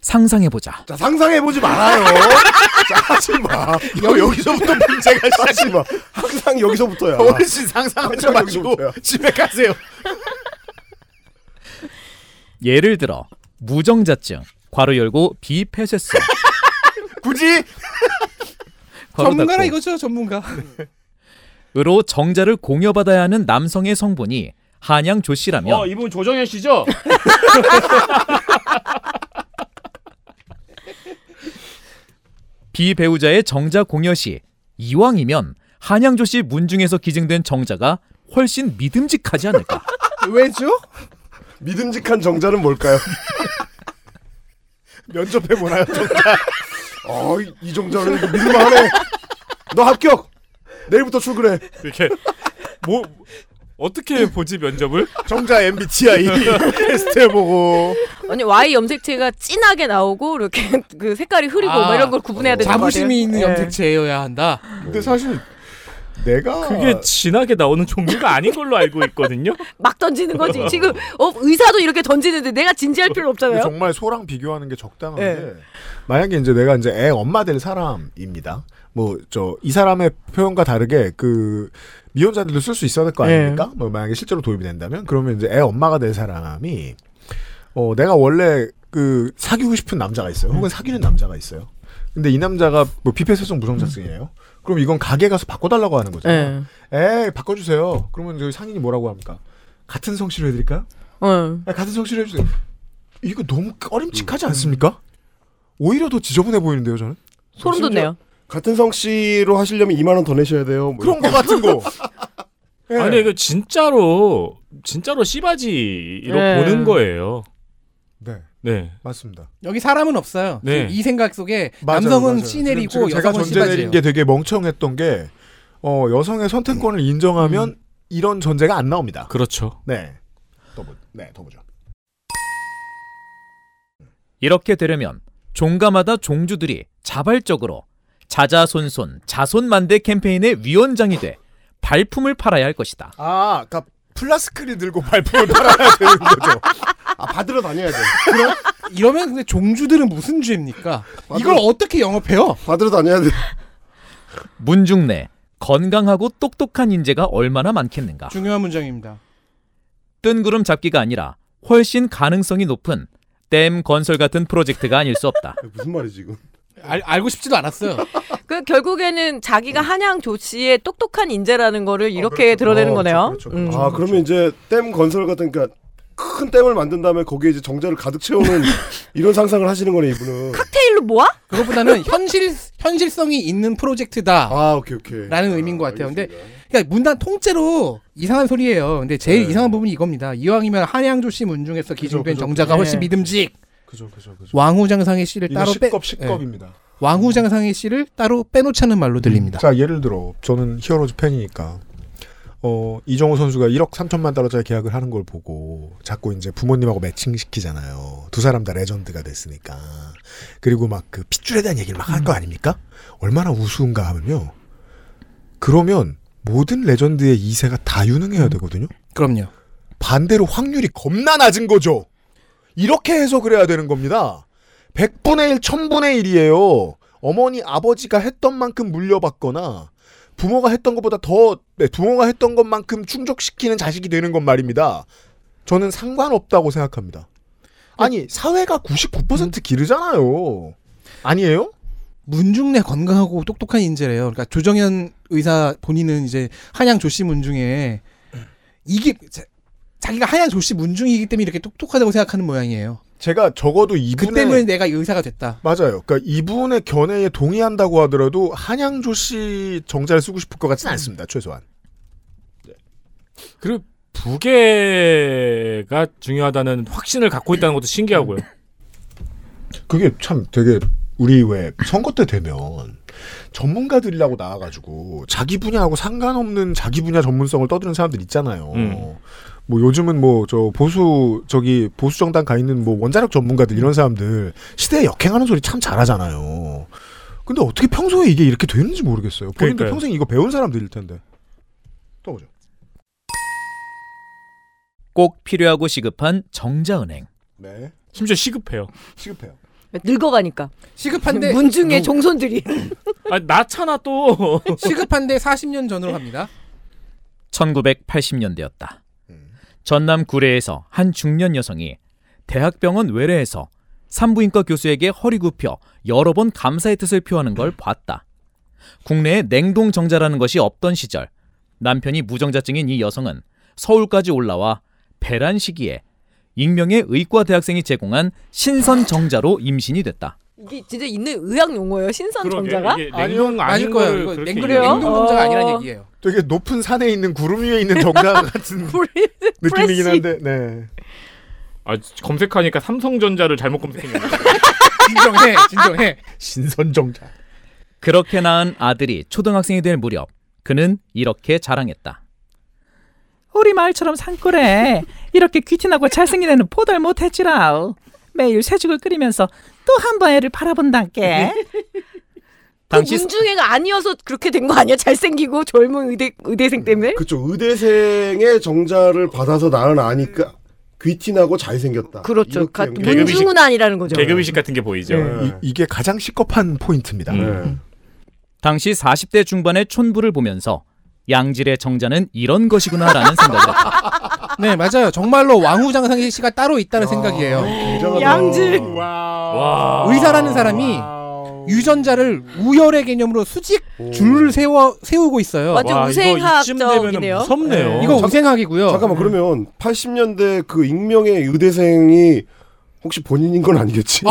[SPEAKER 1] 상상해보자.
[SPEAKER 7] 자 상상해 보지 말아요. 자, 하지 마.
[SPEAKER 4] 여, 여기서부터 문제가
[SPEAKER 7] 하지
[SPEAKER 4] 시작이
[SPEAKER 7] 마. 항상 여기서부터야.
[SPEAKER 4] 어르신 상상하지 마시고
[SPEAKER 7] 여기서부터야.
[SPEAKER 4] 집에 가세요.
[SPEAKER 1] 예를 들어 무정자증, 괄호 열고 비폐쇄성,
[SPEAKER 4] 굳이
[SPEAKER 1] 괄호
[SPEAKER 6] 전문가라
[SPEAKER 1] 닫고
[SPEAKER 6] 이거죠 전문가.
[SPEAKER 1] 으로 정자를 공여받아야 하는 남성의 성분이 한양 조씨라면
[SPEAKER 8] 어, 이분 조정현 씨죠?
[SPEAKER 1] 비배우자의 정자 공여 시 이왕이면 한양 조씨 문중에서 기증된 정자가 훨씬 믿음직하지 않을까.
[SPEAKER 6] 왜죠?
[SPEAKER 7] 믿음직한 정자는 뭘까요?
[SPEAKER 4] 면접해 보나요?
[SPEAKER 7] 아, 어, 이, 이 정자는 믿을만하네. 너 합격. 내일부터 출근해.
[SPEAKER 8] 이렇게 뭐 어떻게 보지 면접을?
[SPEAKER 4] 정자 MBTI 테스트 해보고
[SPEAKER 5] 아니 Y 염색체가 진하게 나오고 이렇게 그 색깔이 흐리고
[SPEAKER 6] 아,
[SPEAKER 5] 막 이런 걸 구분해야 되는 거 같아요.
[SPEAKER 6] 자부심이 있는
[SPEAKER 5] 예.
[SPEAKER 6] 염색체여야 한다.
[SPEAKER 4] 근데 사실 내가
[SPEAKER 8] 그게 진하게 나오는 종류가 아닌 걸로 알고 있거든요.
[SPEAKER 5] 막 던지는 거지. 지금 어, 의사도 이렇게 던지는데 내가 진지할
[SPEAKER 4] 근데
[SPEAKER 5] 필요 없잖아요.
[SPEAKER 4] 정말 소랑 비교하는 게 적당한
[SPEAKER 5] 예.
[SPEAKER 4] 게 만약에 이제 내가 이제 애 엄마 될 사람입니다. 뭐 저 이 사람의 표현과 다르게 그 미혼자들도 쓸 수 있어야 될
[SPEAKER 5] 예.
[SPEAKER 4] 거 아닙니까? 뭐 만약에 실제로 도입이 된다면 그러면 이제 애 엄마가 될 사람이 어 내가 원래 그 사귀고 싶은 남자가 있어요. 혹은 사귀는 남자가 있어요. 근데 이 남자가 뭐 비폐쇄성 무성자증이에요. 그럼 이건 가게 가서 바꿔달라고 하는 거잖아요.
[SPEAKER 5] 예.
[SPEAKER 4] 에이 바꿔주세요. 그러면 저희 상인이 뭐라고 합니까? 같은 성씨로 해드릴까요?
[SPEAKER 5] 어.
[SPEAKER 4] 야, 같은 성실을 해주세요. 이거 너무 꺼림칙하지 않습니까? 오히려 더 지저분해 보이는데요, 저는.
[SPEAKER 5] 소름 돋네요.
[SPEAKER 7] 아, 같은 성씨로 하시려면 2만 원 더 내셔야 돼요. 뭐
[SPEAKER 4] 그런 거 같은 거. 예.
[SPEAKER 8] 아니 이거 진짜로 진짜로 씨바지로
[SPEAKER 5] 네.
[SPEAKER 8] 보는 거예요.
[SPEAKER 4] 네,
[SPEAKER 8] 네.
[SPEAKER 4] 맞습니다.
[SPEAKER 6] 여기 사람은 없어요.
[SPEAKER 8] 네.
[SPEAKER 6] 이 생각 속에
[SPEAKER 4] 맞아요,
[SPEAKER 6] 남성은
[SPEAKER 4] 맞아요. 지금-
[SPEAKER 6] 시내리고
[SPEAKER 4] 지금 제가
[SPEAKER 6] 여성은
[SPEAKER 4] 전제 내린
[SPEAKER 6] 시바지예요.
[SPEAKER 4] 게 되게 멍청했던 게 어, 여성의 선택권을 인정하면 이런 전제가 안 나옵니다.
[SPEAKER 8] 그렇죠.
[SPEAKER 4] 네, 더 보, 네, 더 보죠.
[SPEAKER 1] 이렇게 되려면 종가마다 종주들이 자발적으로 자자손손 자손만대 캠페인의 위원장이 돼 발품을 팔아야 할 것이다.
[SPEAKER 4] 아, 그러니까 플라스크를 들고 발품을 팔아야 되는 거죠.
[SPEAKER 7] 아, 받으러 다녀야 돼.
[SPEAKER 6] 이러면 근데 종주들은 무슨 죄입니까?
[SPEAKER 7] 맞아요.
[SPEAKER 6] 이걸 어떻게 영업해요?
[SPEAKER 7] 받으러 다녀야 돼.
[SPEAKER 1] 문중내 건강하고 똑똑한 인재가 얼마나 많겠는가.
[SPEAKER 6] 중요한 문장입니다.
[SPEAKER 1] 뜬구름 잡기가 아니라 훨씬 가능성이 높은 댐 건설 같은 프로젝트가 아닐 수 없다.
[SPEAKER 7] 무슨 말이지 이거?
[SPEAKER 6] 알, 알고 싶지도 않았어요.
[SPEAKER 5] 그 결국에는 자기가 한양 조씨의 똑똑한 인재라는 거를 이렇게 드러내는
[SPEAKER 4] 어,
[SPEAKER 5] 거네요.
[SPEAKER 4] 그렇죠,
[SPEAKER 5] 음.
[SPEAKER 4] 그렇죠.
[SPEAKER 7] 아 그러면 이제 댐 건설 같은 그러니까 큰 댐을 만든 다음에 거기에 이제 정자를 가득 채우는 이런 상상을 하시는 거네 이분은.
[SPEAKER 5] 칵테일로 모아?
[SPEAKER 6] 그것보다는 현실 현실성이 있는 프로젝트다.
[SPEAKER 7] 아 오케이 오케이.
[SPEAKER 6] 라는
[SPEAKER 7] 아,
[SPEAKER 6] 의미인 것 같아요. 근데-
[SPEAKER 7] 알겠습니다.
[SPEAKER 6] 그러니까 문단 통째로 이상한 소리예요. 근데 제일
[SPEAKER 7] 네.
[SPEAKER 6] 이상한 부분이 이겁니다. 이왕이면 한양조 씨 문중에서 기증된
[SPEAKER 4] 그죠,
[SPEAKER 6] 정자가
[SPEAKER 5] 네.
[SPEAKER 6] 훨씬 믿음직.
[SPEAKER 4] 그죠, 그죠, 그죠.
[SPEAKER 6] 왕후장상의 씨를
[SPEAKER 4] 이거
[SPEAKER 6] 따로 빼 네.
[SPEAKER 4] 십겁 십겁입니다.
[SPEAKER 6] 왕후장상의 씨를 따로 빼놓자는 말로 들립니다.
[SPEAKER 4] 자, 예를 들어 저는 히어로즈 팬이니까 어, 이정우 선수가 1억 3천만 달러짜리 계약을 하는 걸 보고 자꾸 이제 부모님하고 매칭시키잖아요. 두 사람 다 레전드가 됐으니까. 그리고 막 그 핏줄에 대한 얘기를 막 할
[SPEAKER 6] 음.
[SPEAKER 4] 거 아닙니까? 얼마나 우스운가 하면요. 그러면 모든 레전드의 2세가 다 유능해야 되거든요.
[SPEAKER 6] 음. 그럼요.
[SPEAKER 4] 반대로 확률이 겁나 낮은 거죠. 이렇게 해서 그래야 되는 겁니다. 100분의 1, 1000분의 1이에요. 어머니, 아버지가 했던 만큼 물려받거나 부모가 했던 것보다 더 네, 부모가 했던 것만큼 충족시키는 자식이 되는 건 말입니다. 저는 상관없다고 생각합니다.
[SPEAKER 6] 어.
[SPEAKER 4] 아니, 사회가
[SPEAKER 6] 음.
[SPEAKER 4] 99% 기르잖아요. 아니에요?
[SPEAKER 6] 문중내 건강하고 똑똑한 인재래요. 그러니까 조정현 의사 본인은 이제 한양 조씨 문중에 이게 자, 자기가 한양 조씨 문중이기 때문에 이렇게 똑똑하다고 생각하는 모양이에요.
[SPEAKER 4] 제가 적어도
[SPEAKER 6] 그
[SPEAKER 4] 이분의
[SPEAKER 6] 때문에 내가 의사가 됐다.
[SPEAKER 4] 맞아요. 그러니까 이분의 견해에 동의한다고 하더라도 한양조 씨 정자를 쓰고 싶을 것
[SPEAKER 6] 음.
[SPEAKER 4] 같진 않습니다. 최소한.
[SPEAKER 8] 그리고 부계가 중요하다는 확신을 갖고 있다는 것도 신기하고요.
[SPEAKER 4] 그게 참 되게 우리 왜 선거 때 되면 전문가들이라고 나와가지고 자기 분야하고 상관없는 자기 분야 전문성을 떠드는 사람들 있잖아요.
[SPEAKER 8] 음.
[SPEAKER 4] 뭐 요즘은 뭐 저 보수 저기 보수 정당 가 있는 뭐 원자력 전문가들 이런 사람들 시대에 역행하는 소리 참 잘하잖아요. 근데 어떻게 평소에 이게 이렇게 되는지 모르겠어요. 본인도
[SPEAKER 8] 그러니까요.
[SPEAKER 4] 평생 이거 배운 사람들일 텐데. 떠보죠.
[SPEAKER 1] 꼭 필요하고 시급한 정자은행.
[SPEAKER 4] 네.
[SPEAKER 8] 심지어 시급해요.
[SPEAKER 4] 시급해요.
[SPEAKER 5] 늙어가니까.
[SPEAKER 6] 시급한데
[SPEAKER 5] 그러니까.
[SPEAKER 6] 음.
[SPEAKER 5] 문중의 종손들이.
[SPEAKER 8] 아 나차나 또
[SPEAKER 6] 시급한데 40년 전으로 갑니다.
[SPEAKER 1] 1980년대였다.
[SPEAKER 4] 음.
[SPEAKER 1] 전남 구례에서 한 중년 여성이 대학병원 외래에서 산부인과 교수에게 허리 굽혀 여러 번 감사의 뜻을 표하는 걸 봤다. 국내에 냉동 정자라는 것이 없던 시절 남편이 무정자증인 이 여성은 서울까지 올라와 배란 시기에 익명의 의과 대학생이 제공한 신선 정자로 임신이 됐다.
[SPEAKER 5] 이게 진짜 있는 의학 용어예요. 신선
[SPEAKER 8] 그러게,
[SPEAKER 5] 정자가?
[SPEAKER 8] 이게 냉동 아닌
[SPEAKER 6] 아닐
[SPEAKER 8] 거를
[SPEAKER 6] 거예요. 이거
[SPEAKER 8] 그렇게
[SPEAKER 6] 냉동,
[SPEAKER 5] 그래요?
[SPEAKER 8] 얘기해요.
[SPEAKER 6] 냉동 공자가
[SPEAKER 5] 어.
[SPEAKER 6] 아니라는 얘기예요.
[SPEAKER 4] 되게 높은 산에 있는 구름 위에 있는 정자 같은
[SPEAKER 5] 우리
[SPEAKER 4] 느낌이긴
[SPEAKER 5] 프레시.
[SPEAKER 4] 한데. 네.
[SPEAKER 8] 아 검색하니까 삼성전자를 잘못 검색했는데.
[SPEAKER 6] 네, 진정해, 진정해.
[SPEAKER 4] 신선 정자.
[SPEAKER 1] 그렇게 낳은 아들이 초등학생이 될 무렵 그는 이렇게 자랑했다. 우리 마을처럼 산골에 이렇게 귀티나고 잘생긴 애는 보달 못했지라. 매일 새죽을 끓이면서 또 한 번 애를 바라본단께.
[SPEAKER 5] 네? 그
[SPEAKER 1] 음. 당시
[SPEAKER 5] 문중애가 아니어서 그렇게 된 거 아니야? 잘생기고 젊은 의대 의대생 때문에?
[SPEAKER 7] 그쵸. 그렇죠. 의대생의 정자를 받아서 나는 아니까 귀티나고 잘생겼다.
[SPEAKER 5] 그렇죠.
[SPEAKER 7] 이렇게
[SPEAKER 5] 가,
[SPEAKER 7] 연결-
[SPEAKER 8] 개그맨. 문중-
[SPEAKER 5] 문중은 아니라는 거죠.
[SPEAKER 8] 계급의식 같은 게 보이죠.
[SPEAKER 6] 네.
[SPEAKER 4] 이, 이게 가장 시겁한 포인트입니다.
[SPEAKER 8] 음.
[SPEAKER 7] 네.
[SPEAKER 1] 당시 40대 중반의 촌부를 보면서 양질의 정자는 이런 것이구나라는 생각을 했다.
[SPEAKER 6] 네, 맞아요. 정말로 왕후장상의 씨가 따로 있다는 생각이에요.
[SPEAKER 7] 굉장하다.
[SPEAKER 5] 양질.
[SPEAKER 8] 아. 와.
[SPEAKER 6] 의사라는 사람이 유전자를 우열의 개념으로 수직
[SPEAKER 7] 오.
[SPEAKER 6] 줄을 세워 세우고 있어요.
[SPEAKER 5] 완전
[SPEAKER 8] 와, 이거 이쯤 되면
[SPEAKER 5] 우생학적이네요.
[SPEAKER 8] 무섭네요.
[SPEAKER 6] 이거
[SPEAKER 7] 잠-
[SPEAKER 6] 우생학이고요.
[SPEAKER 7] 잠깐만 그러면 80년대 그 익명의 의대생이 혹시 본인인 건
[SPEAKER 5] 어?
[SPEAKER 7] 아니겠지?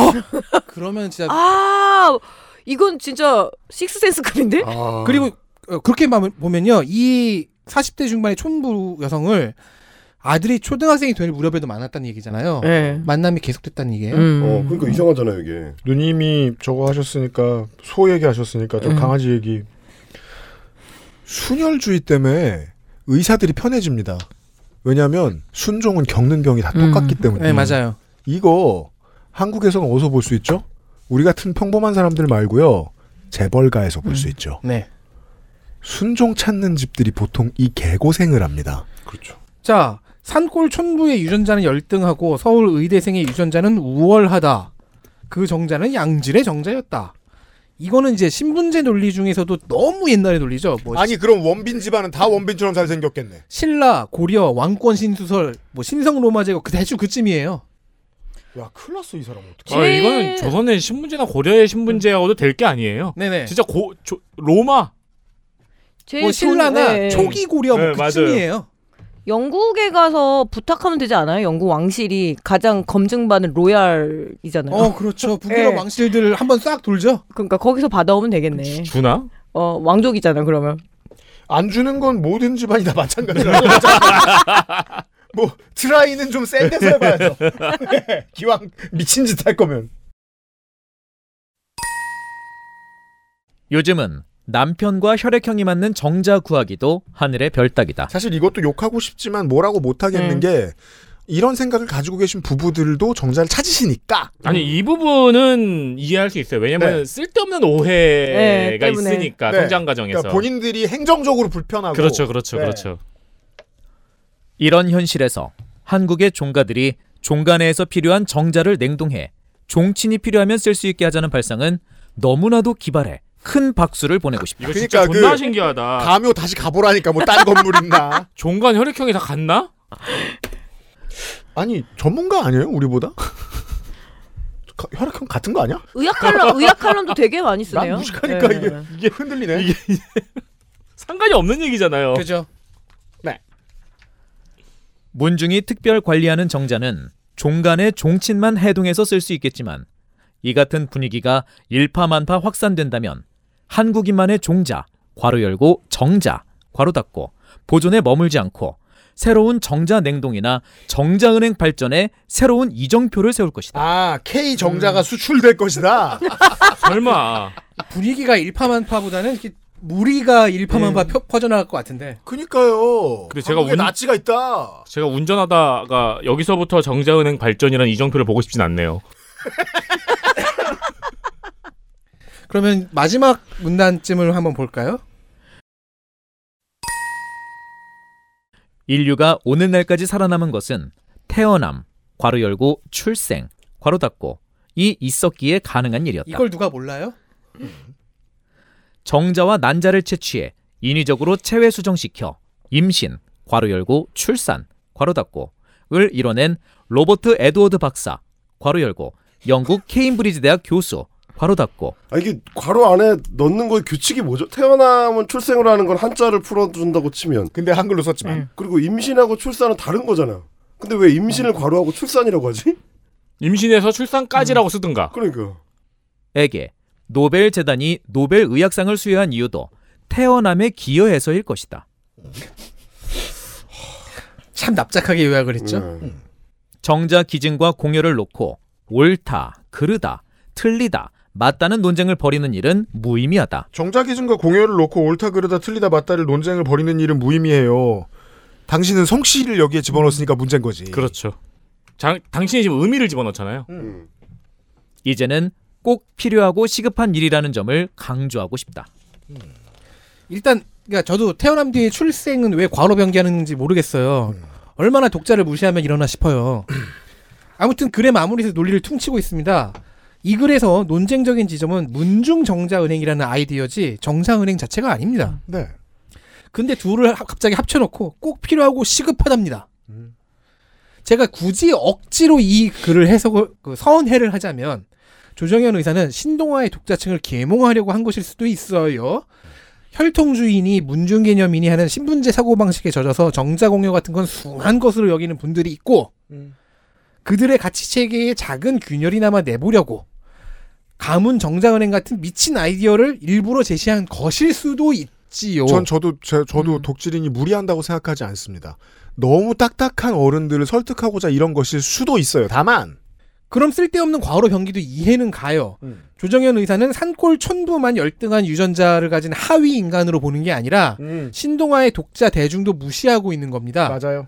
[SPEAKER 6] 그러면 진짜
[SPEAKER 5] 아 이건 진짜 식스센스급인데?
[SPEAKER 7] 아.
[SPEAKER 6] 그리고 어, 그렇게 마- 보면요, 이 40대 중반의 촌부 여성을 아들이 초등학생이 될 무렵에도 만났다는 얘기잖아요.
[SPEAKER 5] 네.
[SPEAKER 6] 만남이 계속됐다는 얘기예요.
[SPEAKER 7] 어,
[SPEAKER 5] 음.
[SPEAKER 7] 그러니까 이상하잖아요 이게.
[SPEAKER 4] 누님이 저거 하셨으니까 소 얘기하셨으니까 저
[SPEAKER 5] 음.
[SPEAKER 4] 강아지 얘기 순혈주의 때문에 의사들이 편해집니다. 왜냐하면 순종은 겪는 병이 다
[SPEAKER 5] 음.
[SPEAKER 4] 똑같기 때문에
[SPEAKER 6] 네, 맞아요.
[SPEAKER 4] 이거 한국에서는 어디서 볼 수 있죠? 우리 같은 평범한 사람들 말고요 재벌가에서 볼
[SPEAKER 7] 음.
[SPEAKER 4] 수 있죠.
[SPEAKER 6] 네.
[SPEAKER 4] 순종 찾는 집들이 보통 이 개고생을 합니다.
[SPEAKER 7] 그렇죠.
[SPEAKER 6] 자, 산골 촌부의 유전자는 열등하고 서울 의대생의 유전자는 우월하다. 그 정자는 양질의 정자였다. 이거는 이제 신분제 논리 중에서도 너무 옛날의 논리죠. 뭐
[SPEAKER 4] 그럼 원빈 집안은 다 원빈처럼 잘생겼겠네.
[SPEAKER 6] 신라, 고려, 왕권 신수설, 뭐 신성 로마 제국 그 대충 그쯤이에요.
[SPEAKER 4] 야 큰일 났어 이 사람 어떡해.
[SPEAKER 8] 아, 이거는 조선의 신분제나 고려의 신분제하고도 될 게 아니에요.
[SPEAKER 6] 네네.
[SPEAKER 8] 진짜 고 조, 로마
[SPEAKER 5] 제일
[SPEAKER 6] 뭐 신라나
[SPEAKER 5] 좋은- 네.
[SPEAKER 6] 초기 고려
[SPEAKER 8] 네,
[SPEAKER 6] 뭐
[SPEAKER 8] 맞아요.
[SPEAKER 6] 그쯤이에요.
[SPEAKER 5] 영국에 가서 부탁하면 되지 않아요? 영국 왕실이 가장 검증받은 로얄이잖아요.
[SPEAKER 6] 어, 그렇죠. 북유럽
[SPEAKER 5] 네.
[SPEAKER 6] 왕실들 한번 싹 돌죠. 그렇죠.
[SPEAKER 5] 그러니까 거기서 받아오면 되겠네.
[SPEAKER 8] 주나?
[SPEAKER 5] 어 왕족이잖아 그러면.
[SPEAKER 4] 안 주는 건 모든 집안이 다 마찬가지라. 뭐 트라이는 좀 센 데서 해봐야죠. 예, 기왕 미친 짓 할 거면.
[SPEAKER 1] 요즘은 남편과 혈액형이 맞는 정자 구하기도 하늘의 별따기다.
[SPEAKER 4] 사실 이것도 욕하고 싶지만 뭐라고 못 하겠는
[SPEAKER 5] 음.
[SPEAKER 4] 게 이런 생각을 가지고 계신 부부들도 정자를 찾으시니까.
[SPEAKER 8] 아니 이 부분은 이해할 수 있어요. 왜냐면
[SPEAKER 4] 음. 네.
[SPEAKER 8] 쓸데없는 오해가
[SPEAKER 5] 네, 때문에.
[SPEAKER 8] 있으니까
[SPEAKER 4] 네.
[SPEAKER 8] 성장 과정에서.
[SPEAKER 4] 그러니까 본인들이 행정적으로 불편하고.
[SPEAKER 8] 그렇죠, 그렇죠,
[SPEAKER 4] 네.
[SPEAKER 8] 그렇죠.
[SPEAKER 1] 이런 현실에서 한국의 종가들이 종가내에서 필요한 정자를 냉동해 종친이 필요하면 쓸 수 있게 하자는 발상은 너무나도 기발해 큰 박수를 보내고 싶다.
[SPEAKER 8] 이거 진짜
[SPEAKER 4] 그러니까
[SPEAKER 8] 존나
[SPEAKER 4] 그-
[SPEAKER 8] 신기하다.
[SPEAKER 4] 가묘 다시 가보라니까 뭐 딴 건물 있나.
[SPEAKER 8] 종간 혈액형이 다 같나?
[SPEAKER 4] 아니 전문가 아니에요 우리보다? 가- 혈액형 같은 거 아니야?
[SPEAKER 5] 의학 칼럼 의학 칼럼도 되게 많이 쓰네요.
[SPEAKER 4] 난 무식하니까
[SPEAKER 5] 네.
[SPEAKER 4] 그러니까 이게 이게 흔들리네.
[SPEAKER 8] 상관이 없는 얘기잖아요.
[SPEAKER 6] 그죠.
[SPEAKER 1] 문중이 특별 관리하는 정자는 종간의 종친만 해동해서 쓸 수 있겠지만 이 같은 분위기가 일파만파 확산된다면 한국인만의 종자 괄호 열고 정자 괄호 닫고 보존에 머물지 않고 새로운 정자 냉동이나 정자은행 발전에 새로운 이정표를 세울 것이다.
[SPEAKER 4] 아 K 정자가 수출될 것이다.
[SPEAKER 8] 음. 설마.
[SPEAKER 6] 분위기가 일파만파보다는 이렇게 무리가 일파만파 펴- 퍼져나갈 것 같은데.
[SPEAKER 4] 네. 그니까요.
[SPEAKER 8] 근데 제가
[SPEAKER 4] 한국에
[SPEAKER 8] 운-
[SPEAKER 4] 나치가 있다.
[SPEAKER 8] 제가 운전하다가 여기서부터 정자은행 발전이라는 이정표를 보고 싶진 않네요.
[SPEAKER 6] 그러면 마지막 문단쯤을 한번 볼까요?
[SPEAKER 1] 인류가 오늘날까지 살아남은 것은 태어남, 괄호 열고 출생, 괄호 닫고 이 있었기에 가능한 일이었다.
[SPEAKER 6] 이걸 누가 몰라요?
[SPEAKER 1] 정자와 난자를 채취해 인위적으로 체외 수정시켜 임신, 괄호 열고 출산, 괄호 닫고 을 이뤄낸 로버트 에드워드 박사, 괄호 열고 영국 케임브리지 대학 교수, 괄호 닫고
[SPEAKER 7] 아 이게 괄호 안에 넣는 거의 규칙이 뭐죠? 태어남은 출생을 하는 건 한자를 풀어준다고 치면
[SPEAKER 4] 근데 한글로 썼지만
[SPEAKER 6] 음.
[SPEAKER 7] 그리고 임신하고 출산은 다른 거잖아요. 근데 왜 임신을
[SPEAKER 4] 음.
[SPEAKER 7] 괄호하고 출산이라고 하지?
[SPEAKER 8] 임신에서 출산까지라고 쓰든가.
[SPEAKER 7] 그러니까
[SPEAKER 1] 에게 노벨 재단이 노벨 의학상을 수여한 이유도 태어남에 기여해서일 것이다.
[SPEAKER 6] 참 납작하게 요약을 했죠. 음.
[SPEAKER 7] 네.
[SPEAKER 1] 정자 기증과 공여를 놓고 옳다, 그르다, 틀리다, 맞다는 논쟁을 벌이는 일은 무의미하다.
[SPEAKER 4] 정자 기준과 공여를 놓고 옳다 그르다 틀리다 맞다를 논쟁을 벌이는 일은 무의미해요. 당신은 성씨를 여기에 집어넣었으니까 문제인 거지.
[SPEAKER 8] 그렇죠. 장, 당신이 지금 의미를 집어넣잖아요.
[SPEAKER 7] 음.
[SPEAKER 1] 이제는 꼭 필요하고 시급한 일이라는 점을 강조하고 싶다.
[SPEAKER 6] 일단 그러니까 저도 태어남 뒤에 출생은 왜 과로 변기하는지 모르겠어요. 얼마나 독자를 무시하면 이러나 싶어요. 아무튼 글의 마무리에서 논리를 퉁치고 있습니다. 이 글에서 논쟁적인 지점은 문중정자은행이라는 아이디어지 정자은행 자체가 아닙니다.
[SPEAKER 4] 네.
[SPEAKER 6] 근데 둘을 합- 갑자기 합쳐놓고 꼭 필요하고 시급하답니다.
[SPEAKER 4] 음.
[SPEAKER 6] 제가 굳이 억지로 이 글을 해석을 그 서운해를 하자면 조정현 의사는 신동아의 독자층을 계몽하려고 한 것일 수도 있어요. 혈통주의니 문중개념이니 하는 신분제 사고방식에 젖어서 정자공여 같은 건 숭한 것으로 여기는 분들이 있고 그들의 가치체계에 작은 균열이나마 내보려고 가문 정자은행 같은 미친 아이디어를 일부러 제시한 것일 수도 있지요. 음.
[SPEAKER 4] 전 저도 제, 저도 독질인이 무리한다고 생각하지 않습니다. 너무 딱딱한 어른들을 설득하고자 이런 것일 수도 있어요. 다만
[SPEAKER 6] 그럼 쓸데없는 과로 변기도 이해는 가요.
[SPEAKER 4] 음.
[SPEAKER 6] 조정현 의사는 산골 촌부만 열등한 유전자를 가진 하위 인간으로 보는 게 아니라 신동아의 독자 대중도 무시하고 있는 겁니다.
[SPEAKER 4] 음. 맞아요.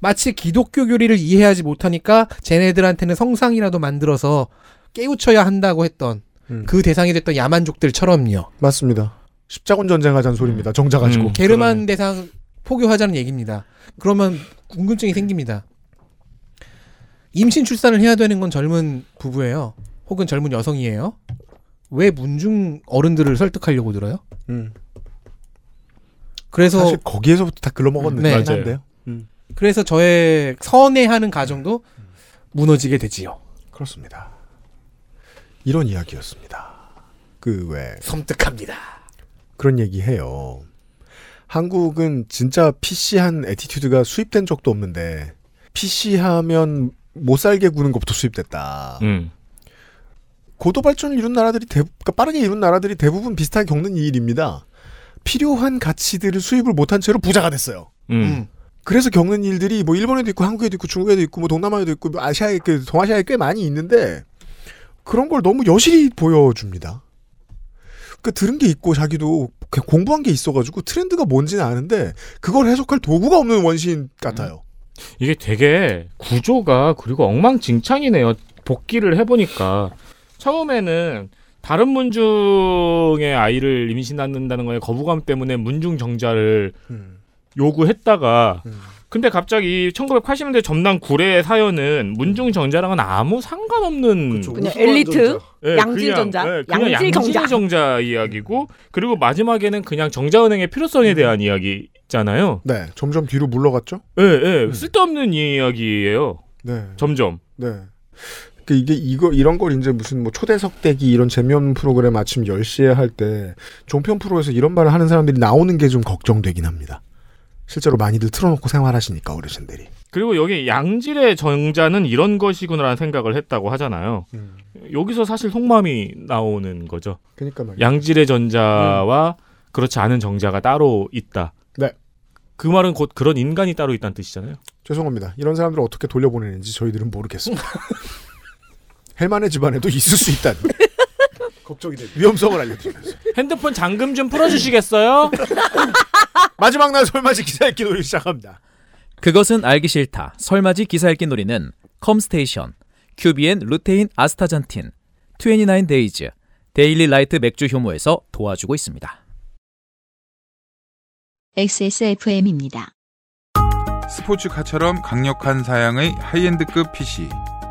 [SPEAKER 6] 마치 기독교 교리를 이해하지 못하니까 쟤네들한테는 성상이라도 만들어서 깨우쳐야 한다고 했던
[SPEAKER 4] 음.
[SPEAKER 6] 그 대상이 됐던 야만족들처럼요.
[SPEAKER 4] 맞습니다. 십자군 전쟁하자는 소리입니다. 정자 가지고.
[SPEAKER 8] 음.
[SPEAKER 6] 게르만 대상 포교하자는 얘기입니다. 그러면 궁금증이 생깁니다. 임신 출산을 해야 되는 건 젊은 부부예요. 혹은 젊은 여성이에요. 왜 문중 어른들을 설득하려고 들어요?
[SPEAKER 4] 음.
[SPEAKER 6] 그래서
[SPEAKER 4] 사실 거기에서부터 다 글러먹었는데
[SPEAKER 6] 네.
[SPEAKER 4] 맞아요. 한데요.
[SPEAKER 6] 그래서 저의 선애하는 가정도 무너지게 되지요.
[SPEAKER 4] 그렇습니다. 이런 이야기였습니다. 그 왜
[SPEAKER 6] 섬뜩합니다.
[SPEAKER 4] 그런 얘기 해요. 한국은 진짜 PC한 에티튜드가 수입된 적도 없는데 PC 하면 못 살게 구는 것부터 수입됐다.
[SPEAKER 8] 음.
[SPEAKER 4] 고도 발전을 이룬 나라들이 대부, 그러니까 빠르게 이룬 나라들이 대부분 비슷하게 겪는 이 일입니다. 필요한 가치들을 수입을 못한 채로 부자가 됐어요.
[SPEAKER 8] 음.
[SPEAKER 4] 그래서 겪는 일들이 뭐 일본에도 있고 한국에도 있고 중국에도 있고 뭐 동남아에도 있고 뭐 아시아에 그 동아시아에 꽤 많이 있는데 그런 걸 너무 여실히 보여줍니다. 그 들은 게 있고 자기도 그냥 공부한 게 있어가지고 트렌드가 뭔지는 아는데 그걸 해석할 도구가 없는 원시인 같아요.
[SPEAKER 8] 이게 되게 구조가 그리고 엉망진창이네요. 복귀를 해보니까 처음에는 다른 문중의 아이를 임신 낳는다는 거에 거부감 때문에 문중 정자를 요구했다가
[SPEAKER 4] 음.
[SPEAKER 8] 근데 갑자기 1980년대 점남 구례의 사연은 문중 정자랑은 아무 상관없는
[SPEAKER 5] 그냥 엘리트?
[SPEAKER 8] 예,
[SPEAKER 5] 양질
[SPEAKER 8] 그냥,
[SPEAKER 5] 정자?
[SPEAKER 8] 예, 그냥
[SPEAKER 5] 양질
[SPEAKER 8] 양질
[SPEAKER 5] 정자.
[SPEAKER 8] 정자. 이야기고 그리고 마지막에는 그냥 정자은행의 필요성에 대한 이야기잖아요.
[SPEAKER 4] 네, 점점 뒤로 물러갔죠.
[SPEAKER 8] 예, 예. 쓸데없는 이야기예요.
[SPEAKER 4] 음. 네,
[SPEAKER 8] 점점.
[SPEAKER 4] 네. 그 이게 이거 이런 걸 이제 무슨 뭐 초대석 대기 이런 재미없는 프로그램 아침 10시에 할 때 종편 프로에서 이런 말을 하는 사람들이 나오는 게 좀 걱정되긴 합니다. 실제로 많이들 틀어놓고 생활하시니까 어르신들이.
[SPEAKER 8] 그리고 여기 양질의 정자는 이런 것이구나라는 생각을 했다고 하잖아요.
[SPEAKER 4] 음.
[SPEAKER 8] 여기서 사실 속마음이 나오는 거죠.
[SPEAKER 4] 그러니까 말이야.
[SPEAKER 8] 양질의 전자와
[SPEAKER 4] 음.
[SPEAKER 8] 그렇지 않은 정자가 따로 있다.
[SPEAKER 4] 네.
[SPEAKER 8] 그 말은 곧 그런 인간이 따로 있다는 뜻이잖아요.
[SPEAKER 4] 죄송합니다. 이런 사람들을 어떻게 돌려보내는지 저희들은 모르겠습니다. 헬만의 집안에도 있을 수 있다는
[SPEAKER 7] 걱정이 됩니다.
[SPEAKER 4] 위험성을 알려드리면서
[SPEAKER 8] 핸드폰 잠금 좀 풀어주시겠어요?
[SPEAKER 4] 마지막 날 설마지 기사 읽기 놀이 시작합니다.
[SPEAKER 1] 그것은 알기 싫다. 설맞이 기사 읽기 놀이는 컴스테이션, 큐비엔 루테인 아스타잔틴, 29 데이즈, 데일리 라이트 맥주 효모에서 도와주고 있습니다.
[SPEAKER 2] XSFM입니다.
[SPEAKER 3] 스포츠카처럼 강력한 사양의 하이엔드급 PC.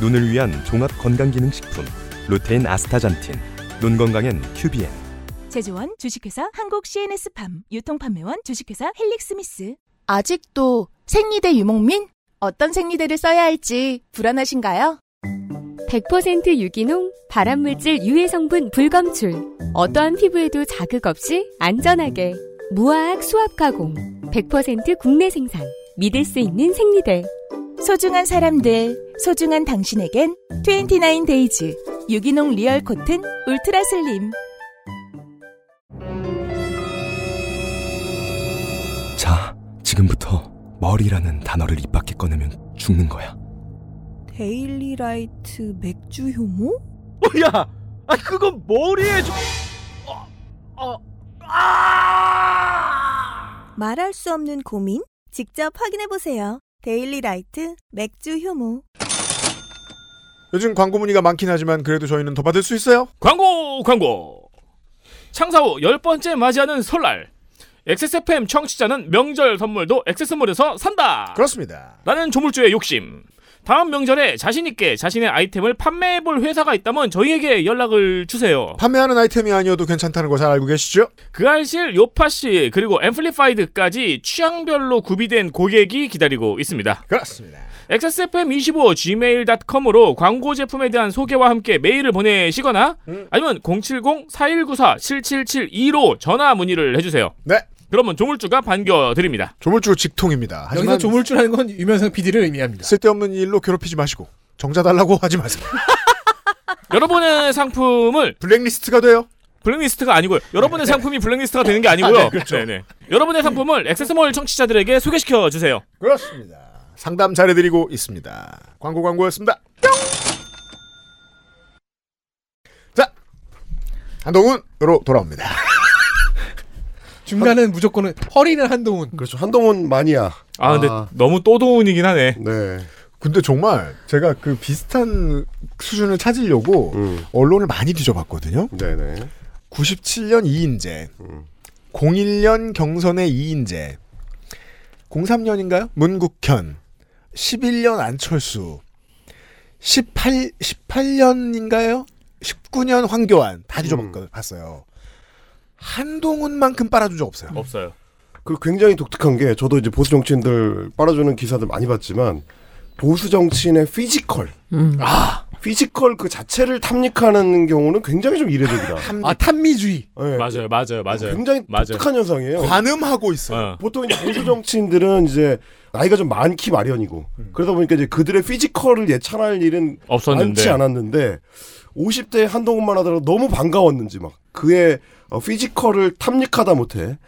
[SPEAKER 9] 눈을 위한 종합 건강기능식품 루테인 아스타잔틴 눈 건강엔 큐비엔
[SPEAKER 10] 제조원 주식회사 한국 CNS팜 유통판매원 주식회사 헬릭스미스
[SPEAKER 11] 아직도 생리대 유목민? 어떤 생리대를 써야 할지 불안하신가요? 100% 유기농, 발암물질 유해 성분 불검출. 어떠한 피부에도 자극 없이 안전하게. 무화학 수압 가공. 100% 국내 생산. 믿을 수 있는 생리대.
[SPEAKER 10] 소중한 사람들, 소중한 당신에겐 29 데이즈 유기농 리얼 코튼 울트라 슬림.
[SPEAKER 9] 자, 지금부터 머리라는 단어를 입 밖에 꺼내면 죽는 거야.
[SPEAKER 12] 데일리 라이트 맥주 효모?
[SPEAKER 1] 뭐야? 아 그건 머리에 좀 어, 아!
[SPEAKER 12] 말할 수 없는 고민? 직접 확인해 보세요. 데일리 라이트 맥주 효모.
[SPEAKER 4] 요즘 광고 문의가 많긴 하지만 그래도 저희는 더 받을 수 있어요.
[SPEAKER 8] 광고 광고 창사 후 열번째 맞이하는 설날 XSFM 청취자는 명절 선물도 XS몰에서 산다
[SPEAKER 4] 그렇습니다
[SPEAKER 8] 라는 조물주의 욕심 다음 명절에 자신있게 자신의 아이템을 판매해볼 회사가 있다면 저희에게 연락을 주세요
[SPEAKER 4] 판매하는 아이템이 아니어도 괜찮다는 거 잘 알고 계시죠?
[SPEAKER 8] 그 알실 요파씨 그리고 앰플리파이드까지 취향별로 구비된 고객이 기다리고 있습니다
[SPEAKER 4] 그렇습니다
[SPEAKER 8] xsfm25gmail.com으로 광고 제품에 대한 소개와 함께 메일을 보내시거나
[SPEAKER 4] 음.
[SPEAKER 8] 아니면 070-4194-7772로 전화 문의를 해주세요.
[SPEAKER 4] 네.
[SPEAKER 8] 그러면 조물주가 반겨드립니다.
[SPEAKER 4] 조물주 직통입니다. 하지만
[SPEAKER 6] 여기서 조물주라는 건 유면상 PD를 의미합니다.
[SPEAKER 4] 쓸데없는 일로 괴롭히지 마시고 정자 달라고 하지 마세요.
[SPEAKER 8] 여러분의 상품을
[SPEAKER 4] 블랙리스트가 돼요? 네.
[SPEAKER 8] 블랙리스트가 아니고요. 여러분의 상품이 블랙리스트가 되는 게 아니고요.
[SPEAKER 4] 그렇죠.
[SPEAKER 8] 네네. 여러분의 상품을 액세스몰 청취자들에게 소개시켜 주세요.
[SPEAKER 4] 그렇습니다. 상담 잘해드리고 있습니다. 광고 광고였습니다. 자, 한동훈으로 돌아옵니다.
[SPEAKER 6] 중간은 무조건은 허리는 한동훈.
[SPEAKER 7] 그렇죠. 한동훈 마니아.
[SPEAKER 8] 아 근데 너무 또도훈이긴 하네.
[SPEAKER 7] 네.
[SPEAKER 4] 근데 정말 제가 그 비슷한 수준을 찾으려고 언론을 많이 뒤져봤거든요.
[SPEAKER 7] 음. 네네. 음.
[SPEAKER 4] 97년 이인재, 01년 경선의 이인재, 03년인가요? 문국현, 11년 안철수, 18 18년인가요? 19년 황교안 다 뒤져봤어요. 한동훈만큼 빨아준 적 없어요.
[SPEAKER 8] 없어요.
[SPEAKER 7] 그리고 굉장히 독특한 게 저도 이제 보수 정치인들 빨아주는 기사들 많이 봤지만 보수 정치인의 피지컬,
[SPEAKER 6] 음.
[SPEAKER 7] 아 피지컬 그 자체를 탐닉하는 경우는 굉장히 좀 이례적이다.
[SPEAKER 6] 아 탐미주의.
[SPEAKER 8] 맞아요, 맞아요, 맞아요.
[SPEAKER 7] 예. 굉장히
[SPEAKER 8] 네.
[SPEAKER 7] 독특한 현상이에요.
[SPEAKER 4] 관음하고 있어요.
[SPEAKER 7] 보통 이제 보수 정치인들은 이제 나이가 좀 많기 마련이고
[SPEAKER 4] 음.
[SPEAKER 7] 그러다 보니까 이제 그들의 피지컬을 예찬할 일은
[SPEAKER 8] 없었는데.
[SPEAKER 7] 많지 않았는데 50대 한동훈만 하더라도 너무 반가웠는지 막 그의 어, 피지컬을 탐닉하다 못해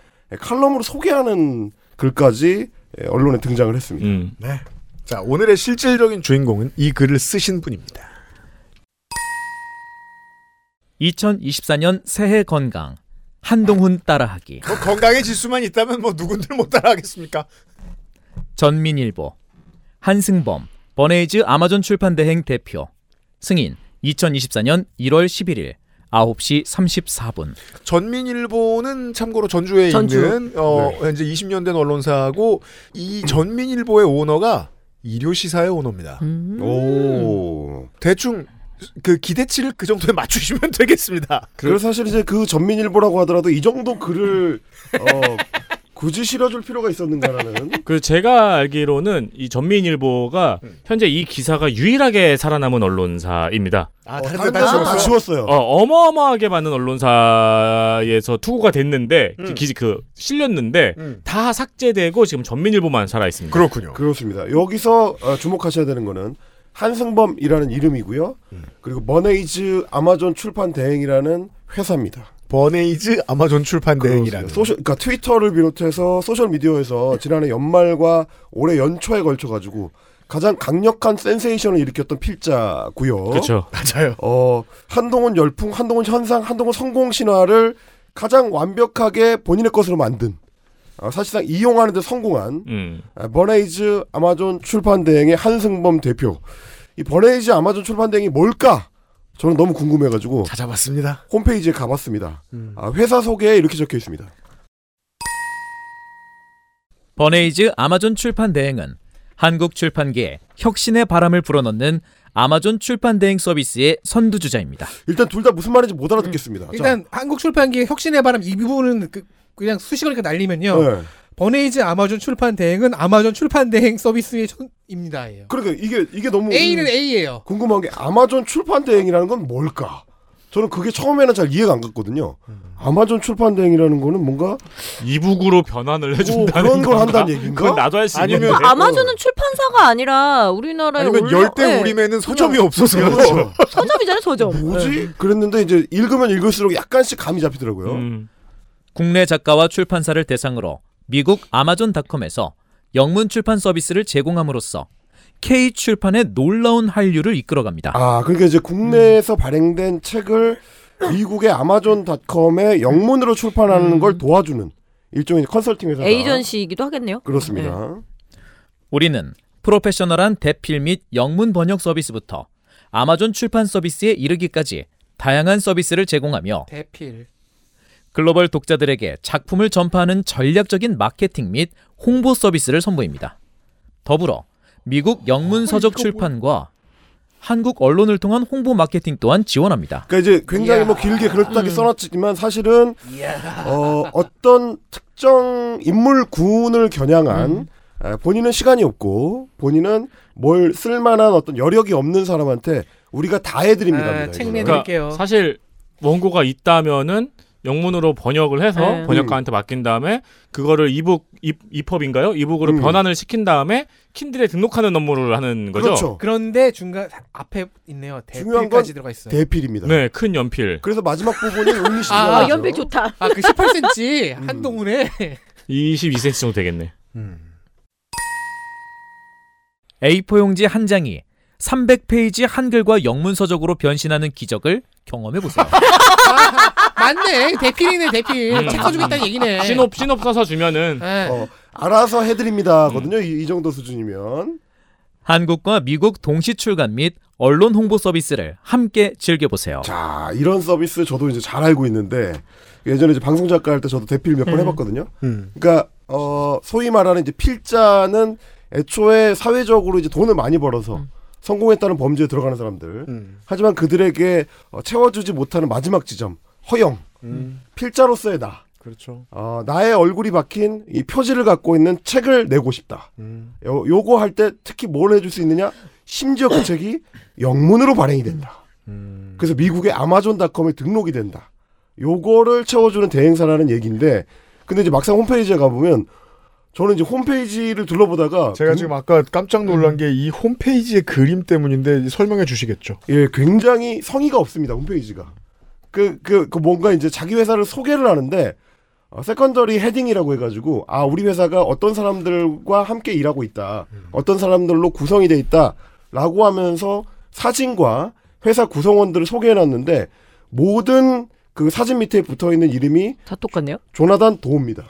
[SPEAKER 7] 칼럼으로 소개하는 글까지 예, 언론에 등장을 했습니다.
[SPEAKER 8] 음.
[SPEAKER 4] 네. 자, 오늘의 실질적인 주인공은 이 글을 쓰신 분입니다.
[SPEAKER 1] 2024년 새해 건강 한동훈 따라하기
[SPEAKER 4] 뭐 건강의 지수만 있다면 뭐 누군들 못 따라하겠습니까?
[SPEAKER 1] 전민일보 한승범 버네이즈 아마존 출판 대행 대표 승인 2024년 1월 11일 9시 34분
[SPEAKER 4] 전민일보는 참고로 전주에
[SPEAKER 1] 전주.
[SPEAKER 4] 있는 어, 현재 20년 된 언론사고 이 전민일보의 오너가 일요시사의 오너입니다.
[SPEAKER 7] 오.
[SPEAKER 4] 대충 그 기대치를 그 정도에 맞추시면 되겠습니다.
[SPEAKER 7] 그래서 사실 이제 그 전민일보라고 하더라도 이 정도 글을 어, 굳이 실어줄 필요가 있었는가라는
[SPEAKER 8] 그 제가 알기로는 이 전민일보가
[SPEAKER 7] 음.
[SPEAKER 8] 현재 이 기사가 유일하게 살아남은 언론사입니다.
[SPEAKER 4] 아,
[SPEAKER 7] 어, 다른 데다 다 지웠어요.
[SPEAKER 8] 어, 어마어마하게 많은 언론사에서 투고가 됐는데
[SPEAKER 7] 음.
[SPEAKER 8] 기- 기, 그 실렸는데 다 삭제되고 지금 전민일보만 살아 있습니다.
[SPEAKER 4] 그렇군요.
[SPEAKER 7] 그렇습니다. 여기서 어, 주목하셔야 되는 거는 한승범이라는 이름이고요.
[SPEAKER 4] 음.
[SPEAKER 7] 그리고 머네이즈 아마존 출판 대행이라는 회사입니다.
[SPEAKER 4] 버네이즈 아마존 출판 대행이라는
[SPEAKER 7] 소셜, 그러니까 트위터를 비롯해서 소셜 미디어에서 지난해 연말과 올해 연초에 걸쳐 가지고 가장 강력한 센세이션을 일으켰던 필자고요.
[SPEAKER 8] 그쵸.
[SPEAKER 4] 그렇죠. 맞아요.
[SPEAKER 7] 어, 한동훈 열풍, 한동훈 현상, 한동훈 성공 신화를 가장 완벽하게 본인의 것으로 만든 어, 사실상 이용하는 데 성공한
[SPEAKER 8] 음.
[SPEAKER 7] 아, 버네이즈 아마존 출판 대행의 한승범 대표. 이 버네이즈 아마존 출판 대행이 뭘까? 저는 너무 궁금해가지고
[SPEAKER 4] 찾아봤습니다. 음.
[SPEAKER 7] 홈페이지에 가봤습니다. 아, 회사 소개에 이렇게 적혀 있습니다.
[SPEAKER 1] 버네이즈 아마존 출판 대행은 한국 출판계에 혁신의 바람을 불어넣는 아마존 출판 대행 서비스의 선두주자입니다.
[SPEAKER 7] 일단 둘 다 무슨 말인지 못
[SPEAKER 6] 음,
[SPEAKER 7] 알아듣겠습니다.
[SPEAKER 6] 일단 한국 출판계의 혁신의 바람 이 부분은 그, 냥 수식어니까 날리면요.
[SPEAKER 7] 네.
[SPEAKER 6] 버네이즈 아마존 출판 대행은 아마존 출판 대행 서비스의 전입니다. 예.
[SPEAKER 7] 그러니까 이게 이게 너무
[SPEAKER 6] A는 A예요.
[SPEAKER 7] 궁금한 게 아마존 출판 대행이라는 건 뭘까? 저는 그게 처음에는 잘 이해가 안 갔거든요.
[SPEAKER 4] 음.
[SPEAKER 7] 아마존 출판 대행이라는 거는 뭔가
[SPEAKER 8] 이북으로 변환을 해준다는
[SPEAKER 7] 그런 걸
[SPEAKER 8] 건가?
[SPEAKER 7] 한다는 얘기인가?
[SPEAKER 8] 그건 나도 할수 아니면-
[SPEAKER 7] 있는데.
[SPEAKER 8] 네.
[SPEAKER 5] 뭐 아마존은 출판사가 아니라 우리나라에
[SPEAKER 7] 아니면
[SPEAKER 5] 올라-
[SPEAKER 7] 열대
[SPEAKER 5] 네.
[SPEAKER 7] 우림에는
[SPEAKER 4] 서점이
[SPEAKER 7] 그냥-
[SPEAKER 4] 없어서
[SPEAKER 7] 그렇죠. 네.
[SPEAKER 5] 서점이잖아요, 서점.
[SPEAKER 7] 뭐지? 그랬는데 이제 읽으면 읽을수록 약간씩 감이 잡히더라고요.
[SPEAKER 1] 국내 작가와 출판사를 대상으로 미국 아마존닷컴에서 영문 출판 서비스를 제공함으로써 K 출판의 놀라운 한류를 이끌어갑니다.
[SPEAKER 7] 아, 그러니까 이제 국내에서 발행된 책을 미국의 아마존닷컴에 영문으로 출판하는 걸 도와주는 일종의 컨설팅 회사다.
[SPEAKER 5] 네. 에이전시이기도 하겠네요.
[SPEAKER 7] 아. 그렇습니다.
[SPEAKER 1] 우리는 프로페셔널한 대필 및 영문 번역 서비스부터 아마존 출판 서비스에 이르기까지 다양한 서비스를 제공하며
[SPEAKER 6] 대필.
[SPEAKER 1] 글로벌 독자들에게 작품을 전파하는 전략적인 마케팅 및 홍보 서비스를 선보입니다. 더불어 미국 영문 서적 출판과 한국 언론을 통한 홍보 마케팅 또한 지원합니다.
[SPEAKER 7] 그러니까 이제 굉장히 뭐 길게 그럴듯하게
[SPEAKER 1] 음.
[SPEAKER 7] 써놨지만 사실은 어, 어떤 특정 인물군을 겨냥한 아, 본인은 시간이 없고 본인은 뭘 쓸만한 어떤 여력이 없는 사람한테 우리가 다
[SPEAKER 6] 예,
[SPEAKER 8] 아,
[SPEAKER 7] 해드립니다.
[SPEAKER 8] 그러니까 사실 원고가 있다면은 영문으로 번역을 해서
[SPEAKER 6] 예.
[SPEAKER 7] 네.
[SPEAKER 8] 번역가한테 맡긴 다음에 그거를 이북 이, 이펍인가요? 이북으로
[SPEAKER 7] 음.
[SPEAKER 8] 변환을 시킨 다음에 킨들에 등록하는 업무를 하는 거죠.
[SPEAKER 6] 그렇죠. 그런데 중간 앞에 있네요.
[SPEAKER 7] 중요한 건
[SPEAKER 6] 대필까지 들어가 있어요.
[SPEAKER 7] 대필입니다.
[SPEAKER 8] 네, 큰 연필.
[SPEAKER 7] 그래서 마지막 부분이 음미시죠.
[SPEAKER 6] 아,
[SPEAKER 5] 연필 좋다.
[SPEAKER 6] 아, 그 18cm 한동훈의
[SPEAKER 8] 22cm 정도 되겠네.
[SPEAKER 7] 음.
[SPEAKER 1] A4용지 한 장이 300페이지 한글과 영문 서적으로 변신하는 기적을 경험해 보세요.
[SPEAKER 6] 맞네. 대필이네, 대필.
[SPEAKER 8] 음.
[SPEAKER 6] 책 써주겠다는 얘기네.
[SPEAKER 8] 신업 신업 써서 주면은
[SPEAKER 7] 어, 알아서 해드립니다거든요. 이, 이 정도 수준이면.
[SPEAKER 1] 한국과 미국 동시 출간 및 언론 홍보 서비스를 함께 즐겨 보세요.
[SPEAKER 7] 자, 아, 이런 서비스 저도 이제 잘 알고 있는데 예전에 이제 방송 작가 할 때 저도 대필 몇 번
[SPEAKER 4] 음.
[SPEAKER 7] 해봤거든요.
[SPEAKER 4] 음.
[SPEAKER 7] 그러니까 어, 소위 말하는 이제 필자는 애초에 사회적으로 이제 돈을 많이 벌어서 성공했다는 범죄에 들어가는 사람들. 하지만 그들에게 어, 채워주지 못하는 마지막 지점, 허영,
[SPEAKER 4] 음.
[SPEAKER 7] 필자로서의 나.
[SPEAKER 4] 그렇죠.
[SPEAKER 7] 어, 나의 얼굴이 박힌 이 표지를 갖고 있는 책을 내고 싶다.
[SPEAKER 4] 음.
[SPEAKER 7] 요, 요거 할 때 특히 뭘 해줄 수 있느냐? 심지어 그 책이 영문으로 발행이 된다. 그래서 미국의 아마존닷컴에 등록이 된다. 요거를 채워주는 대행사라는 얘기인데, 근데 이제 막상 홈페이지에 가보면, 저는 이제 홈페이지를 둘러보다가. 그
[SPEAKER 4] 제가 지금 아까 깜짝 놀란 게 이 홈페이지의 그림 때문인데 설명해 주시겠죠.
[SPEAKER 7] 예, 굉장히 성의가 없습니다. 홈페이지가. 그, 그, 그 뭔가 이제 자기 회사를 소개를 하는데, 어, 세컨더리 헤딩이라고 해가지고, 아, 우리 회사가 어떤 사람들과 함께 일하고 있다. 어떤 사람들로 구성이 돼 있다. 라고 하면서 사진과 회사 구성원들을 소개해놨는데, 모든 그 사진 밑에 붙어 있는 이름이
[SPEAKER 5] 다 똑같네요.
[SPEAKER 7] 조나단 도우입니다.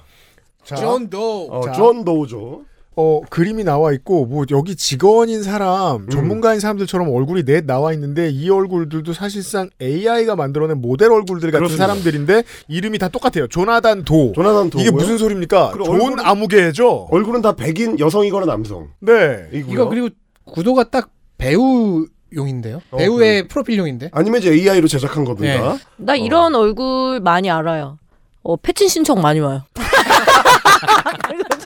[SPEAKER 6] 존 도우.
[SPEAKER 7] 어, 존 도우죠.
[SPEAKER 4] 어, 그림이 나와 있고, 뭐, 여기 직원인 사람,
[SPEAKER 7] 음.
[SPEAKER 4] 전문가인 사람들처럼 얼굴이 넷 나와 있는데, 이 얼굴들도 사실상 AI가 만들어낸 모델 얼굴들 같은
[SPEAKER 7] 그렇습니다.
[SPEAKER 4] 사람들인데, 이름이 다 똑같아요. 조나단 도.
[SPEAKER 7] 조나단 도우.
[SPEAKER 4] 이게 무슨 소리입니까? 존 아무개죠?
[SPEAKER 7] 얼굴은 다 백인 여성이거나 남성.
[SPEAKER 4] 네.
[SPEAKER 6] 이거 그리고 구도가 딱 배우용인데요.
[SPEAKER 7] 어,
[SPEAKER 6] 배우의 프로필용인데. 네.
[SPEAKER 7] 아니면 이제 AI로 제작한 거든가.
[SPEAKER 5] 나 이런 얼굴 많이 알아요. 어, 패친 신청 많이 와요.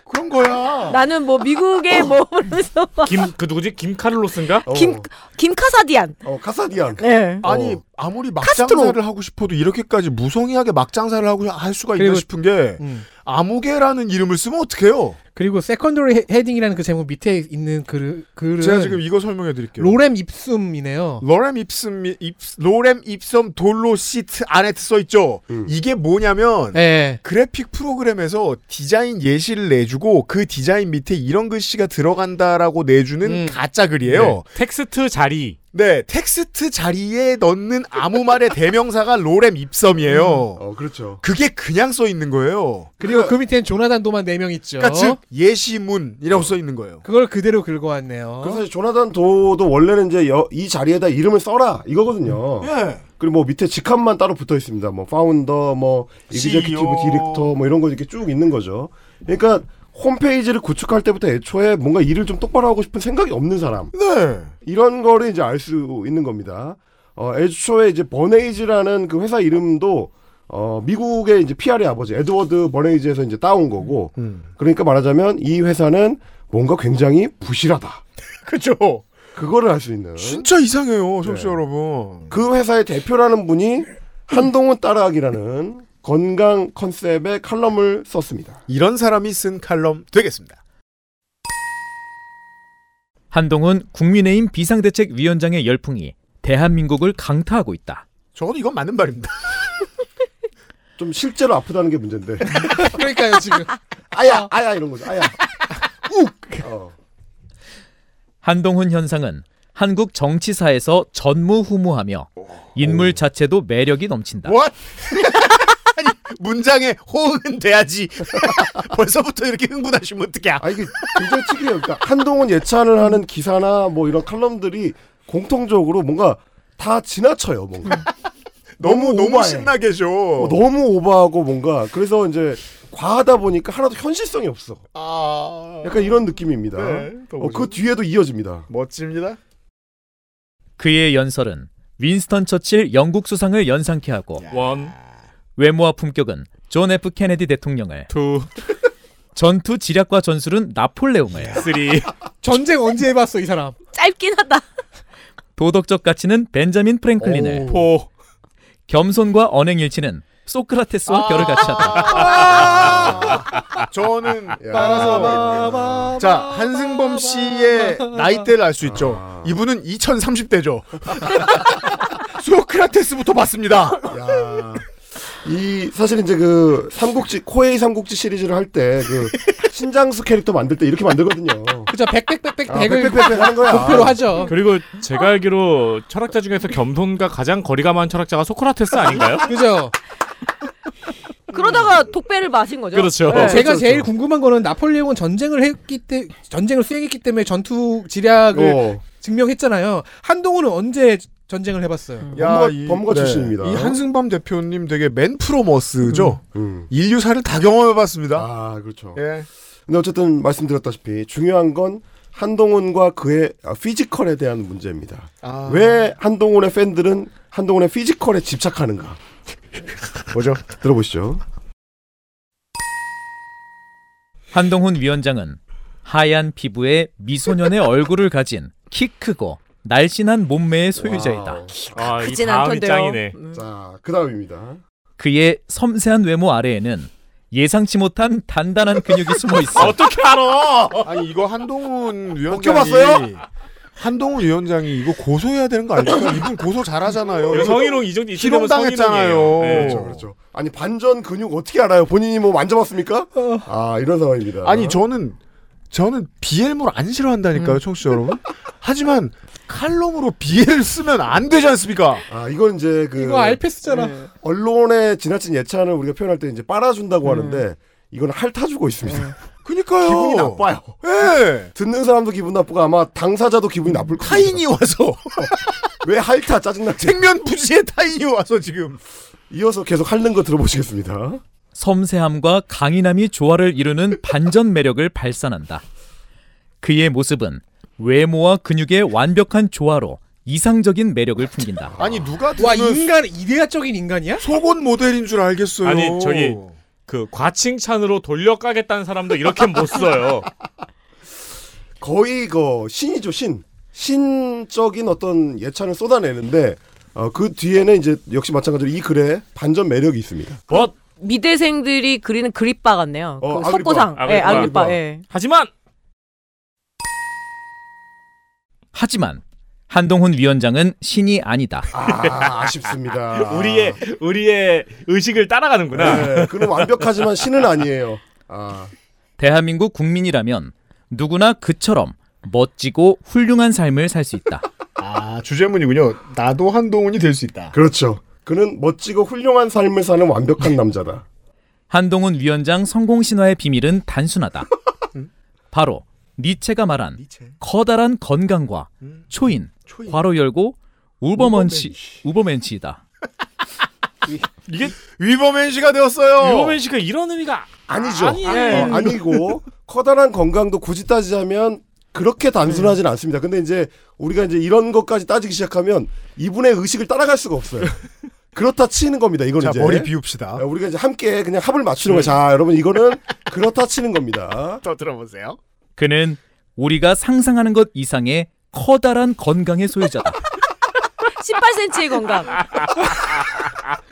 [SPEAKER 4] 그런 거야.
[SPEAKER 5] 나는 뭐 미국에 뭐 그래서
[SPEAKER 8] 김 그 누구지? 김카를로스인가?
[SPEAKER 5] 김 김카사디안.
[SPEAKER 7] 어, 카사디안.
[SPEAKER 5] 네.
[SPEAKER 4] 아니, 아무리 막장사를 하고 싶어도 이렇게까지 무성의하게 막장사를 하고 할 수가 있나
[SPEAKER 6] 그리고-
[SPEAKER 4] 싶은
[SPEAKER 6] 네.
[SPEAKER 4] 게, 아무개라는 이름을 쓰면 어떡해요?
[SPEAKER 6] 그리고 세컨더리 헤- 헤딩이라는 그 제목 밑에 있는 글 글은
[SPEAKER 4] 제가 지금 이거 설명해 드릴게요.
[SPEAKER 6] 로렘 입숨이네요.
[SPEAKER 4] 로렘 입숨 입 로렘 입섬 돌로 시트 아네트 써 있죠.
[SPEAKER 8] 음.
[SPEAKER 4] 이게 뭐냐면
[SPEAKER 6] 예.
[SPEAKER 4] 그래픽 프로그램에서 디자인 예시를 내주고 그 디자인 밑에 이런 글씨가 들어간다라고 내주는
[SPEAKER 6] 음.
[SPEAKER 4] 가짜
[SPEAKER 8] 네.
[SPEAKER 4] 글이에요.
[SPEAKER 8] 텍스트 자리.
[SPEAKER 4] 네, 텍스트 자리에 넣는 아무 말의 대명사가 로렘 입섬이에요.
[SPEAKER 7] 어, 그렇죠.
[SPEAKER 4] 그게 그냥 써 있는 거예요.
[SPEAKER 6] 음. 그리고 그 밑에는 조나단 도만 4명 있죠.
[SPEAKER 4] 그러니까 즉 예시문이라고 써 있는 거예요.
[SPEAKER 6] 그걸 그대로 긁어왔네요.
[SPEAKER 7] 그래서 사실 조나단 도도 원래는 이제 여- 이 자리에다 이름을 써라 이거거든요.
[SPEAKER 4] 예.
[SPEAKER 7] 그리고 뭐 밑에 직함만 따로 붙어 있습니다. 뭐 파운더, 뭐 이그제큐티브
[SPEAKER 4] CEO.
[SPEAKER 7] 디렉터, 뭐 이런 거 이렇게 쭉 있는 거죠. 그러니까 홈페이지를 구축할 때부터 애초에 뭔가 일을 좀 똑바로 하고 싶은 생각이 없는 사람.
[SPEAKER 4] 네.
[SPEAKER 7] 이런 거를 이제 알 수 있는 겁니다. 어, 애초에 이제 버네이즈라는 그 회사 이름도 어, 미국의 이제 PR의 아버지 에드워드 버네이즈에서 이제 따온 거고
[SPEAKER 4] 음.
[SPEAKER 7] 그러니까 말하자면 이 회사는 뭔가 굉장히 부실하다.
[SPEAKER 4] 그죠.
[SPEAKER 7] 그거를 알 수 있는. 네.
[SPEAKER 4] 진짜 이상해요, 솔씨 여러분.
[SPEAKER 7] 그 회사의 대표라는 분이 한동훈 따라하기라는 건강 컨셉의 칼럼을 썼습니다.
[SPEAKER 4] 이런 사람이 쓴 칼럼 되겠습니다.
[SPEAKER 1] 한동훈 국민의힘 비상대책위원장의 열풍이 대한민국을 강타하고 있다.
[SPEAKER 4] 저도 이건 맞는 말입니다.
[SPEAKER 7] 좀 실제로 아프다는 게 문제인데.
[SPEAKER 6] 그러니까요 지금. 어.
[SPEAKER 7] 아야 아야 이런 거죠. 아야. 욱. 어.
[SPEAKER 1] 한동훈 현상은 한국 정치사에서 전무후무하며 인물 자체도 매력이 넘친다.
[SPEAKER 4] 문장에 호응은 돼야지. 벌써부터 이렇게 흥분하시면 어떡해.
[SPEAKER 7] 아, 이게 굉장히 특이해요. 그러니까 한동훈 예찬을 하는 기사나 뭐 이런 칼럼들이 공통적으로 뭔가 다 지나쳐요, 뭔가.
[SPEAKER 4] 너무 너무
[SPEAKER 7] 오버해.
[SPEAKER 4] 신나게 줘.
[SPEAKER 7] 어, 너무 오버하고 뭔가. 그래서 이제 과하다 보니까 하나도 현실성이 없어.
[SPEAKER 4] 아.
[SPEAKER 7] 약간 이런 느낌입니다.
[SPEAKER 4] 네, 더
[SPEAKER 7] 어,
[SPEAKER 4] 보죠.
[SPEAKER 7] 그 뒤에도 이어집니다.
[SPEAKER 4] 멋집니다.
[SPEAKER 1] 그의 연설은 윈스턴 처칠 영국 수상을 연상케 하고
[SPEAKER 8] 원,
[SPEAKER 1] 외모와 품격은 존 F 케네디 대통령을
[SPEAKER 8] 투,
[SPEAKER 1] 전투 지략과 전술은 나폴레옹을
[SPEAKER 8] 쓰리,
[SPEAKER 6] 전쟁 언제 해봤어 이 사람?
[SPEAKER 5] 짧긴 하다.
[SPEAKER 1] 도덕적 가치는 벤자민 프랭클린을
[SPEAKER 8] 포,
[SPEAKER 1] 겸손과 언행일치는
[SPEAKER 6] 아.
[SPEAKER 1] 소크라테스와 결을 같이 한다.
[SPEAKER 4] 저는 아, 따라서 자 한승범 씨의 나이대를 알 수 있죠. 이분은 2030대죠. 소크라테스부터 봤습니다.
[SPEAKER 7] 야. 이 사실 이제 그 삼국지 코에이 삼국지 시리즈를 할 때 그 신장수 캐릭터 만들 때 이렇게 만들거든요.
[SPEAKER 6] 그죠 백백백백
[SPEAKER 7] 아,
[SPEAKER 6] 백을
[SPEAKER 7] 백백백백 하는 거야.
[SPEAKER 6] 목표로 하죠.
[SPEAKER 8] 그리고 제가 알기로 철학자 중에서 겸손과 가장 거리가 먼 철학자가 소크라테스 아닌가요?
[SPEAKER 6] 그죠.
[SPEAKER 5] 그러다가 독배를 마신 거죠. 네.
[SPEAKER 8] 그렇죠.
[SPEAKER 6] 제가 그러니까 제일 궁금한 거는 나폴레옹은 전쟁을 했기 때 전쟁을 수행했기 때문에 전투 지략을
[SPEAKER 7] 어.
[SPEAKER 6] 증명했잖아요. 한동훈은 언제 전쟁을 해봤어요?
[SPEAKER 7] 범과- 범과 출신입니다.
[SPEAKER 4] 네. 이 한승범 대표님 되게 맨프로머스죠.
[SPEAKER 7] 음.
[SPEAKER 4] 인류사를 다 경험해봤습니다.
[SPEAKER 7] 아 그렇죠.
[SPEAKER 4] 예.
[SPEAKER 7] 근데 어쨌든 말씀드렸다시피 중요한 건 한동훈과 그의 아, 피지컬에 대한 문제입니다.
[SPEAKER 4] 아.
[SPEAKER 7] 왜 한동훈의 팬들은 한동훈의 피지컬에 집착하는가?
[SPEAKER 4] 뭐죠?
[SPEAKER 7] 들어보시죠.
[SPEAKER 1] 한동훈 위원장은 하얀 피부에 미소년의 얼굴을 가진 키 크고 날씬한 몸매의 소유자이다.
[SPEAKER 7] 와우.
[SPEAKER 8] 아, 이
[SPEAKER 5] 크진
[SPEAKER 8] 다음이
[SPEAKER 5] 않던데요.
[SPEAKER 8] 짱이네.
[SPEAKER 5] 음.
[SPEAKER 7] 자, 그다음입니다.
[SPEAKER 1] 그의 섬세한 외모 아래에는 예상치 못한 단단한 근육이 숨어
[SPEAKER 7] 아,
[SPEAKER 1] 있어.
[SPEAKER 8] 어떻게 알아?
[SPEAKER 4] 아니 이거 한동훈 위원장이
[SPEAKER 7] 벗겨봤어요?
[SPEAKER 4] 한동훈 위원장이 이거 고소해야 되는 거 아닙니까? 이분 고소 잘하잖아요.
[SPEAKER 8] 성희롱 이 정도 이쯤 되면
[SPEAKER 4] 희롱당했잖아요.
[SPEAKER 8] 성희롱이에요. 네.
[SPEAKER 7] 그렇죠, 그렇죠. 아니 반전 근육 어떻게 알아요? 본인이 뭐 만져봤습니까? 아 이런 상황입니다.
[SPEAKER 4] 아니 저는 저는 BL물 안
[SPEAKER 8] 음.
[SPEAKER 4] 싫어한다니까요, 청취자 여러분. 하지만 칼럼으로 BL을 쓰면 안 되지 않습니까?
[SPEAKER 7] 아 이건 이제 그
[SPEAKER 6] 이거 알패스잖아.
[SPEAKER 7] 언론의 지나친 예찬을 우리가 표현할 때 이제 빨아준다고 하는데 이건 핥아주고 있습니다.
[SPEAKER 4] 음. 네. 그니까요.
[SPEAKER 7] 기분이 나빠요.
[SPEAKER 4] 예.
[SPEAKER 7] 듣는 사람도 기분 나쁘고 아마 당사자도 기분이 나쁠 겁니다.
[SPEAKER 4] 타인이 와서
[SPEAKER 7] 왜 핥아 짜증나지?
[SPEAKER 4] 생면 부지의 타인이 와서 지금
[SPEAKER 7] 이어서 계속 핥는 거 들어보시겠습니다.
[SPEAKER 1] 섬세함과 강인함이 조화를 이루는 반전 매력을 발산한다. 그의 모습은 외모와 근육의 완벽한 조화로 이상적인 매력을 풍긴다.
[SPEAKER 4] 아니 누가
[SPEAKER 6] 와
[SPEAKER 4] 들으면
[SPEAKER 6] 인간 이데아적인 인간이야?
[SPEAKER 4] 속옷 모델인 줄 알겠어요.
[SPEAKER 8] 아니, 저기. 그 과칭찬으로 돌려까겠다는 사람도 이렇게 못 써요.
[SPEAKER 7] 거의 그 신이죠 신 신적인 어떤 예찬을 쏟아내는데 어, 그 뒤에는 이제 역시 마찬가지로 이 글에 반전 매력이 있습니다.
[SPEAKER 8] 벗
[SPEAKER 5] 미대생들이 그리는 그립바 같네요.
[SPEAKER 7] 어,
[SPEAKER 5] 그
[SPEAKER 7] 아그리바.
[SPEAKER 5] 석고상,
[SPEAKER 8] 아그리바.
[SPEAKER 5] 예, 아그리바,
[SPEAKER 7] 아그리바.
[SPEAKER 5] 예.
[SPEAKER 8] 하지만
[SPEAKER 1] 하지만 한동훈 위원장은 신이 아니다.
[SPEAKER 7] 아 아쉽습니다.
[SPEAKER 8] 우리의 우리의 의식을 따라가는구나.
[SPEAKER 7] 네, 그는 완벽하지만 신은 아니에요. 아,
[SPEAKER 1] 대한민국 국민이라면 누구나 그처럼 멋지고 훌륭한 삶을 살 수 있다.
[SPEAKER 4] 아 주제문이군요. 나도 한동훈이 될 수 있다.
[SPEAKER 7] 그렇죠. 그는 멋지고 훌륭한 삶을 사는 완벽한 남자다.
[SPEAKER 1] 한동훈 위원장 성공 신화의 비밀은 단순하다. 바로 음. 니체가 말한 커다란 건강과 초인, 괄호 열고 우버먼치 우버맨치이다.
[SPEAKER 8] 이게
[SPEAKER 4] 위버맨 씨가 되었어요.
[SPEAKER 8] 유호맨 씨가 이런 의미가
[SPEAKER 7] 아니죠.
[SPEAKER 8] 아니에요.
[SPEAKER 4] 예.
[SPEAKER 7] 어, 아니고 커다란 건강도 굳이 따지자면 그렇게 단순하진 않습니다. 근데 이제 우리가 이제 이런 것까지 따지기 시작하면 이분의 의식을 따라갈 수가 없어요. 그렇다 치는 겁니다. 이거는
[SPEAKER 4] 자,
[SPEAKER 7] 이제
[SPEAKER 4] 머리 비웁시다.
[SPEAKER 7] 아, 우리가 이제 함께 그냥 합을 맞추는
[SPEAKER 1] 네.
[SPEAKER 7] 거예요. 자, 여러분 이거는 그렇다 치는 겁니다.
[SPEAKER 4] 또 들어보세요.
[SPEAKER 1] 그는 우리가 상상하는 것 이상의 커다란 건강의 소유자다.
[SPEAKER 5] 18cm의 건강.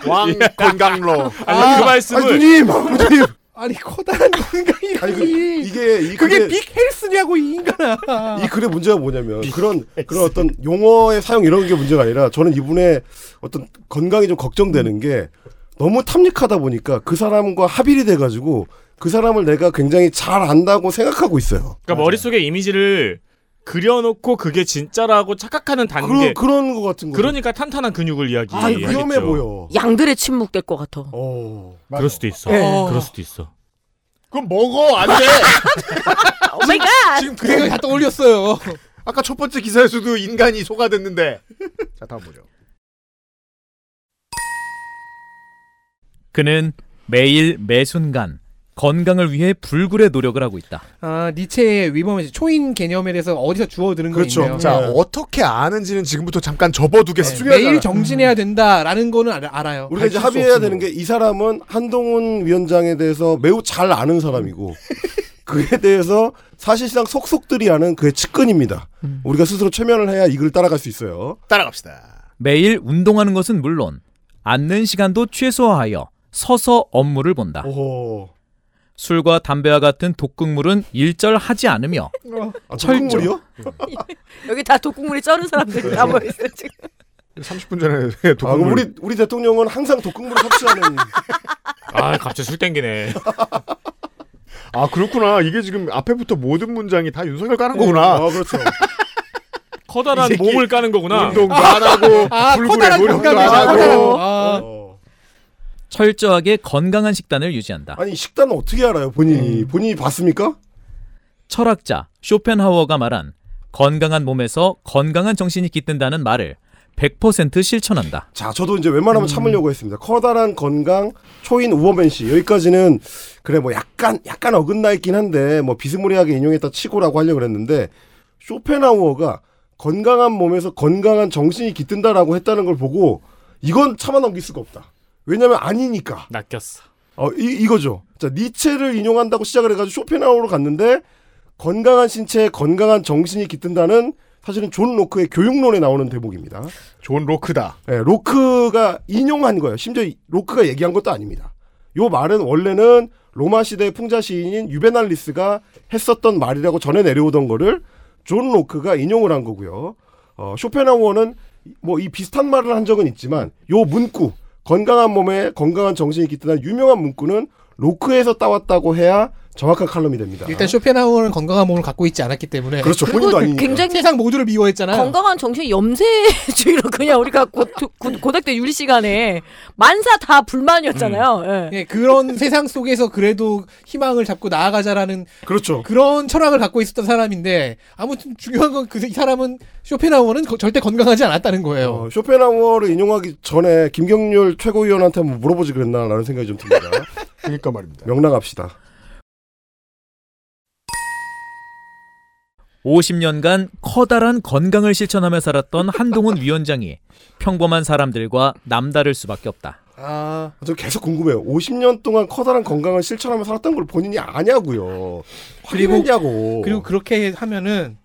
[SPEAKER 4] 왕 건강로.
[SPEAKER 8] 아니 그 말씀을
[SPEAKER 7] 아니, 누님, 누님.
[SPEAKER 6] 아니 커다란 건강이
[SPEAKER 7] 아니, 그, 이게 이
[SPEAKER 6] 그게
[SPEAKER 7] 그게-
[SPEAKER 6] 빅 헬스냐고 이 인간아.
[SPEAKER 7] 이 글의 문제가 뭐냐면 그런 그런 어떤 용어의 사용 이런 게 문제가 아니라 저는 이분의 어떤 건강이 좀 걱정되는 게 너무 탐닉하다 보니까 그 사람과 합일이 돼가지고 그 사람을 내가 굉장히 잘 안다고 생각하고 있어요.
[SPEAKER 8] 그러니까 머릿속에 이미지를 그려놓고 그게 진짜라고 착각하는 단계.
[SPEAKER 7] 그런 그런 것 같은 거.
[SPEAKER 8] 그러니까 탄탄한 근육을 이야기.
[SPEAKER 7] 아, 이거 위험해 보여.
[SPEAKER 5] 양들의 침묵 될 것 같아.
[SPEAKER 8] 그럴 수도 있어.
[SPEAKER 5] 예.
[SPEAKER 4] 네.
[SPEAKER 8] 그럴 수도 있어.
[SPEAKER 4] 그럼 먹어 안 돼.
[SPEAKER 5] 오 마이 갓.
[SPEAKER 4] 지금
[SPEAKER 6] 그 생각이 갖다 올렸어요.
[SPEAKER 4] 아까 첫 번째 기사에서도 인간이 소가됐는데. 자 다음 보죠.
[SPEAKER 1] 그는 매일 매 순간 건강을 위해 불굴의 노력을 하고 있다.
[SPEAKER 6] 아 니체의 위범의 초인 개념에 대해서 어디서 주워드는 거 있네요.
[SPEAKER 4] 자
[SPEAKER 6] 네.
[SPEAKER 4] 어떻게 아는지는 지금부터 잠깐 접어두겠습니다.
[SPEAKER 6] 매일 정진해야 된다라는 거는 알- 알아요.
[SPEAKER 7] 우리가 이제
[SPEAKER 6] 밝힐 수
[SPEAKER 7] 합의해야
[SPEAKER 6] 없는
[SPEAKER 7] 되는 게 이 사람은 한동훈 위원장에 대해서 매우 잘 아는 사람이고 그에 대해서 사실상 속속들이 아는 그의 측근입니다.
[SPEAKER 5] 음.
[SPEAKER 7] 우리가 스스로 최면을 해야 이 글을 따라갈 수 있어요.
[SPEAKER 4] 따라갑시다.
[SPEAKER 1] 매일 운동하는 것은 물론 앉는 시간도 최소화하여 서서 업무를 본다. 술과 담배와 같은 독극물은 일절 하지 않으며 철저
[SPEAKER 5] 여기 다 독국물이 쩔은 사람들이 다 모여있어 지금.
[SPEAKER 4] 30분 전에
[SPEAKER 7] 아, 그럼 우리 우리 대통령은 항상 독극물을 섭취하는
[SPEAKER 8] 아 갑자기 술 땡기네.
[SPEAKER 4] 아 그렇구나. 이게 지금 앞에부터 모든 문장이 다 윤석열 까는 거구나.
[SPEAKER 7] 아 그렇죠.
[SPEAKER 8] 커다란
[SPEAKER 4] 네. 어, 이 새끼.
[SPEAKER 8] 몸을 까는 거구나.
[SPEAKER 4] 운동도 안 하고
[SPEAKER 6] 아,
[SPEAKER 4] 불굴의
[SPEAKER 6] 커다란
[SPEAKER 4] 노력도
[SPEAKER 6] 공감이야,
[SPEAKER 4] 안
[SPEAKER 6] 커다란
[SPEAKER 4] 하고.
[SPEAKER 6] 거.
[SPEAKER 5] 어.
[SPEAKER 7] 어,
[SPEAKER 6] 아.
[SPEAKER 1] 어, 철저하게 건강한 식단을 유지한다.
[SPEAKER 7] 아니 식단은 어떻게 알아요?
[SPEAKER 1] 음.
[SPEAKER 7] 본인이 본인이 봤습니까?
[SPEAKER 1] 철학자 쇼펜하우어가 말한 건강한 몸에서 건강한 정신이 깃든다는 말을 100% 실천한다.
[SPEAKER 7] 자, 저도 이제 웬만하면 참으려고 했습니다. 커다란 건강 초인 우버맨 씨 여기까지는 그래 뭐 약간 약간 어긋나 있긴 한데 뭐 비스무리하게 인용했다 치고라고 하려고 그랬는데 쇼펜하우어가 건강한 몸에서 건강한 정신이 깃든다라고 했다는 걸 보고 이건 참아 넘길 수가 없다. 왜냐면 아니니까.
[SPEAKER 8] 낚였어.
[SPEAKER 7] 어, 이, 이거죠. 자, 니체를 인용한다고 시작을 해가지고 쇼펜하우어로 갔는데 건강한 신체에 건강한 정신이 깃든다는 사실은 존 로크의 교육론에 나오는 대목입니다.
[SPEAKER 4] 존 로크다.
[SPEAKER 7] 예, 로크가 인용한 거예요. 심지어 이- 로크가 얘기한 것도 아닙니다. 요 말은 원래는 로마 시대 풍자 시인인 유베날리스가 했었던 말이라고 전해 내려오던 거를 존 로크가 인용을 한 거고요. 어, 쇼펜하우어는 뭐 이 비슷한 말을 한 적은 있지만 요 문구 건강한 몸에 건강한 정신이 깃든다는 유명한 문구는 로크에서 따왔다고 해야 정확한 칼럼이 됩니다.
[SPEAKER 6] 일단 쇼펜하우어는 건강한 몸을 갖고 있지 않았기 때문에
[SPEAKER 7] 그렇죠. 본인도 아니니까.
[SPEAKER 5] 굉장히
[SPEAKER 6] 세상 모두를 미워했잖아요.
[SPEAKER 5] 건강한 정신 염세주의로 그냥 우리가 고, 고, 고등학교 윤리 시간에 만사 다 불만이었잖아요. 예.
[SPEAKER 6] 예, 그런 세상 속에서 그래도 희망을 잡고 나아가자라는
[SPEAKER 7] 그렇죠.
[SPEAKER 6] 그런 철학을 갖고 있었던 사람인데 아무튼 중요한 건 그 이 사람은 쇼펜하우어는 거- 절대 건강하지 않았다는 거예요.
[SPEAKER 7] 어, 쇼펜하우어를 인용하기 전에 김경률 최고위원한테 한번 물어보지 그랬나라는 생각이 좀 듭니다.
[SPEAKER 4] 그러니까 말입니다.
[SPEAKER 7] 명랑합시다.
[SPEAKER 1] 50년간 커다란 건강을 실천하며 살았던 한동훈 위원장이 평범한 사람들과 남다를 수밖에 없다.
[SPEAKER 6] 아,
[SPEAKER 7] 저 계속 궁금해요. 50년 동안 커다란 건강을 실천하며 살았던 걸 본인이 아냐고요.
[SPEAKER 6] 그리고-
[SPEAKER 7] 확인했냐고.
[SPEAKER 6] 그리고 그렇게 하면은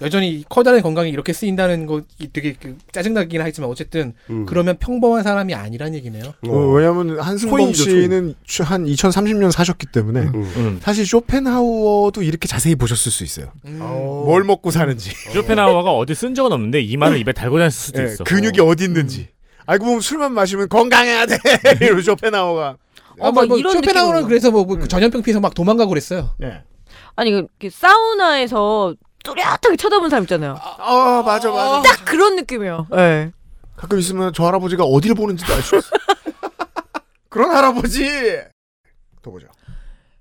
[SPEAKER 6] 여전히 커다란 건강이 이렇게 쓰인다는 거 이- 되게 그 짜증나긴 하지만 어쨌든
[SPEAKER 7] 음.
[SPEAKER 6] 그러면 평범한 사람이 아니란 얘기네요.
[SPEAKER 7] 어,
[SPEAKER 4] 어, 왜냐하면 한승범
[SPEAKER 7] 초인이죠, 초인.
[SPEAKER 4] 씨는 추- 한 2030년 사셨기 때문에
[SPEAKER 8] 음.
[SPEAKER 4] 사실 쇼펜하우어도 이렇게 자세히 보셨을 수 있어요.
[SPEAKER 8] 음.
[SPEAKER 7] 아오.
[SPEAKER 4] 뭘 먹고 사는지,
[SPEAKER 8] 쇼펜하우어가 어디 쓴 적은 없는데 이 말을 입에 달고 다녔을 음. 수도
[SPEAKER 4] 예,
[SPEAKER 7] 네,
[SPEAKER 8] 있어.
[SPEAKER 4] 근육이 어디 있는지. 알고 보면 술만 마시면 건강해야 돼. 이런 쇼펜하우어가.
[SPEAKER 5] 어, 막 이런
[SPEAKER 6] 아, 뭐, 쇼펜하우어는
[SPEAKER 5] 느낌으로.
[SPEAKER 6] 그래서 뭐,
[SPEAKER 7] 음.
[SPEAKER 6] 뭐 전염병 피해서 막 도망가고 그랬어요.
[SPEAKER 7] 네.
[SPEAKER 4] 예.
[SPEAKER 5] 아니 그 이렇게 사우나에서 뚜렷하게 쳐다본 사람 있잖아요.
[SPEAKER 4] 아 맞아 맞아.
[SPEAKER 5] 딱 그런 느낌이에요. 예.
[SPEAKER 4] 가끔 있으면 저 할아버지가 어디를 보는지도 알 수 있어. 그런 할아버지. 또 보죠.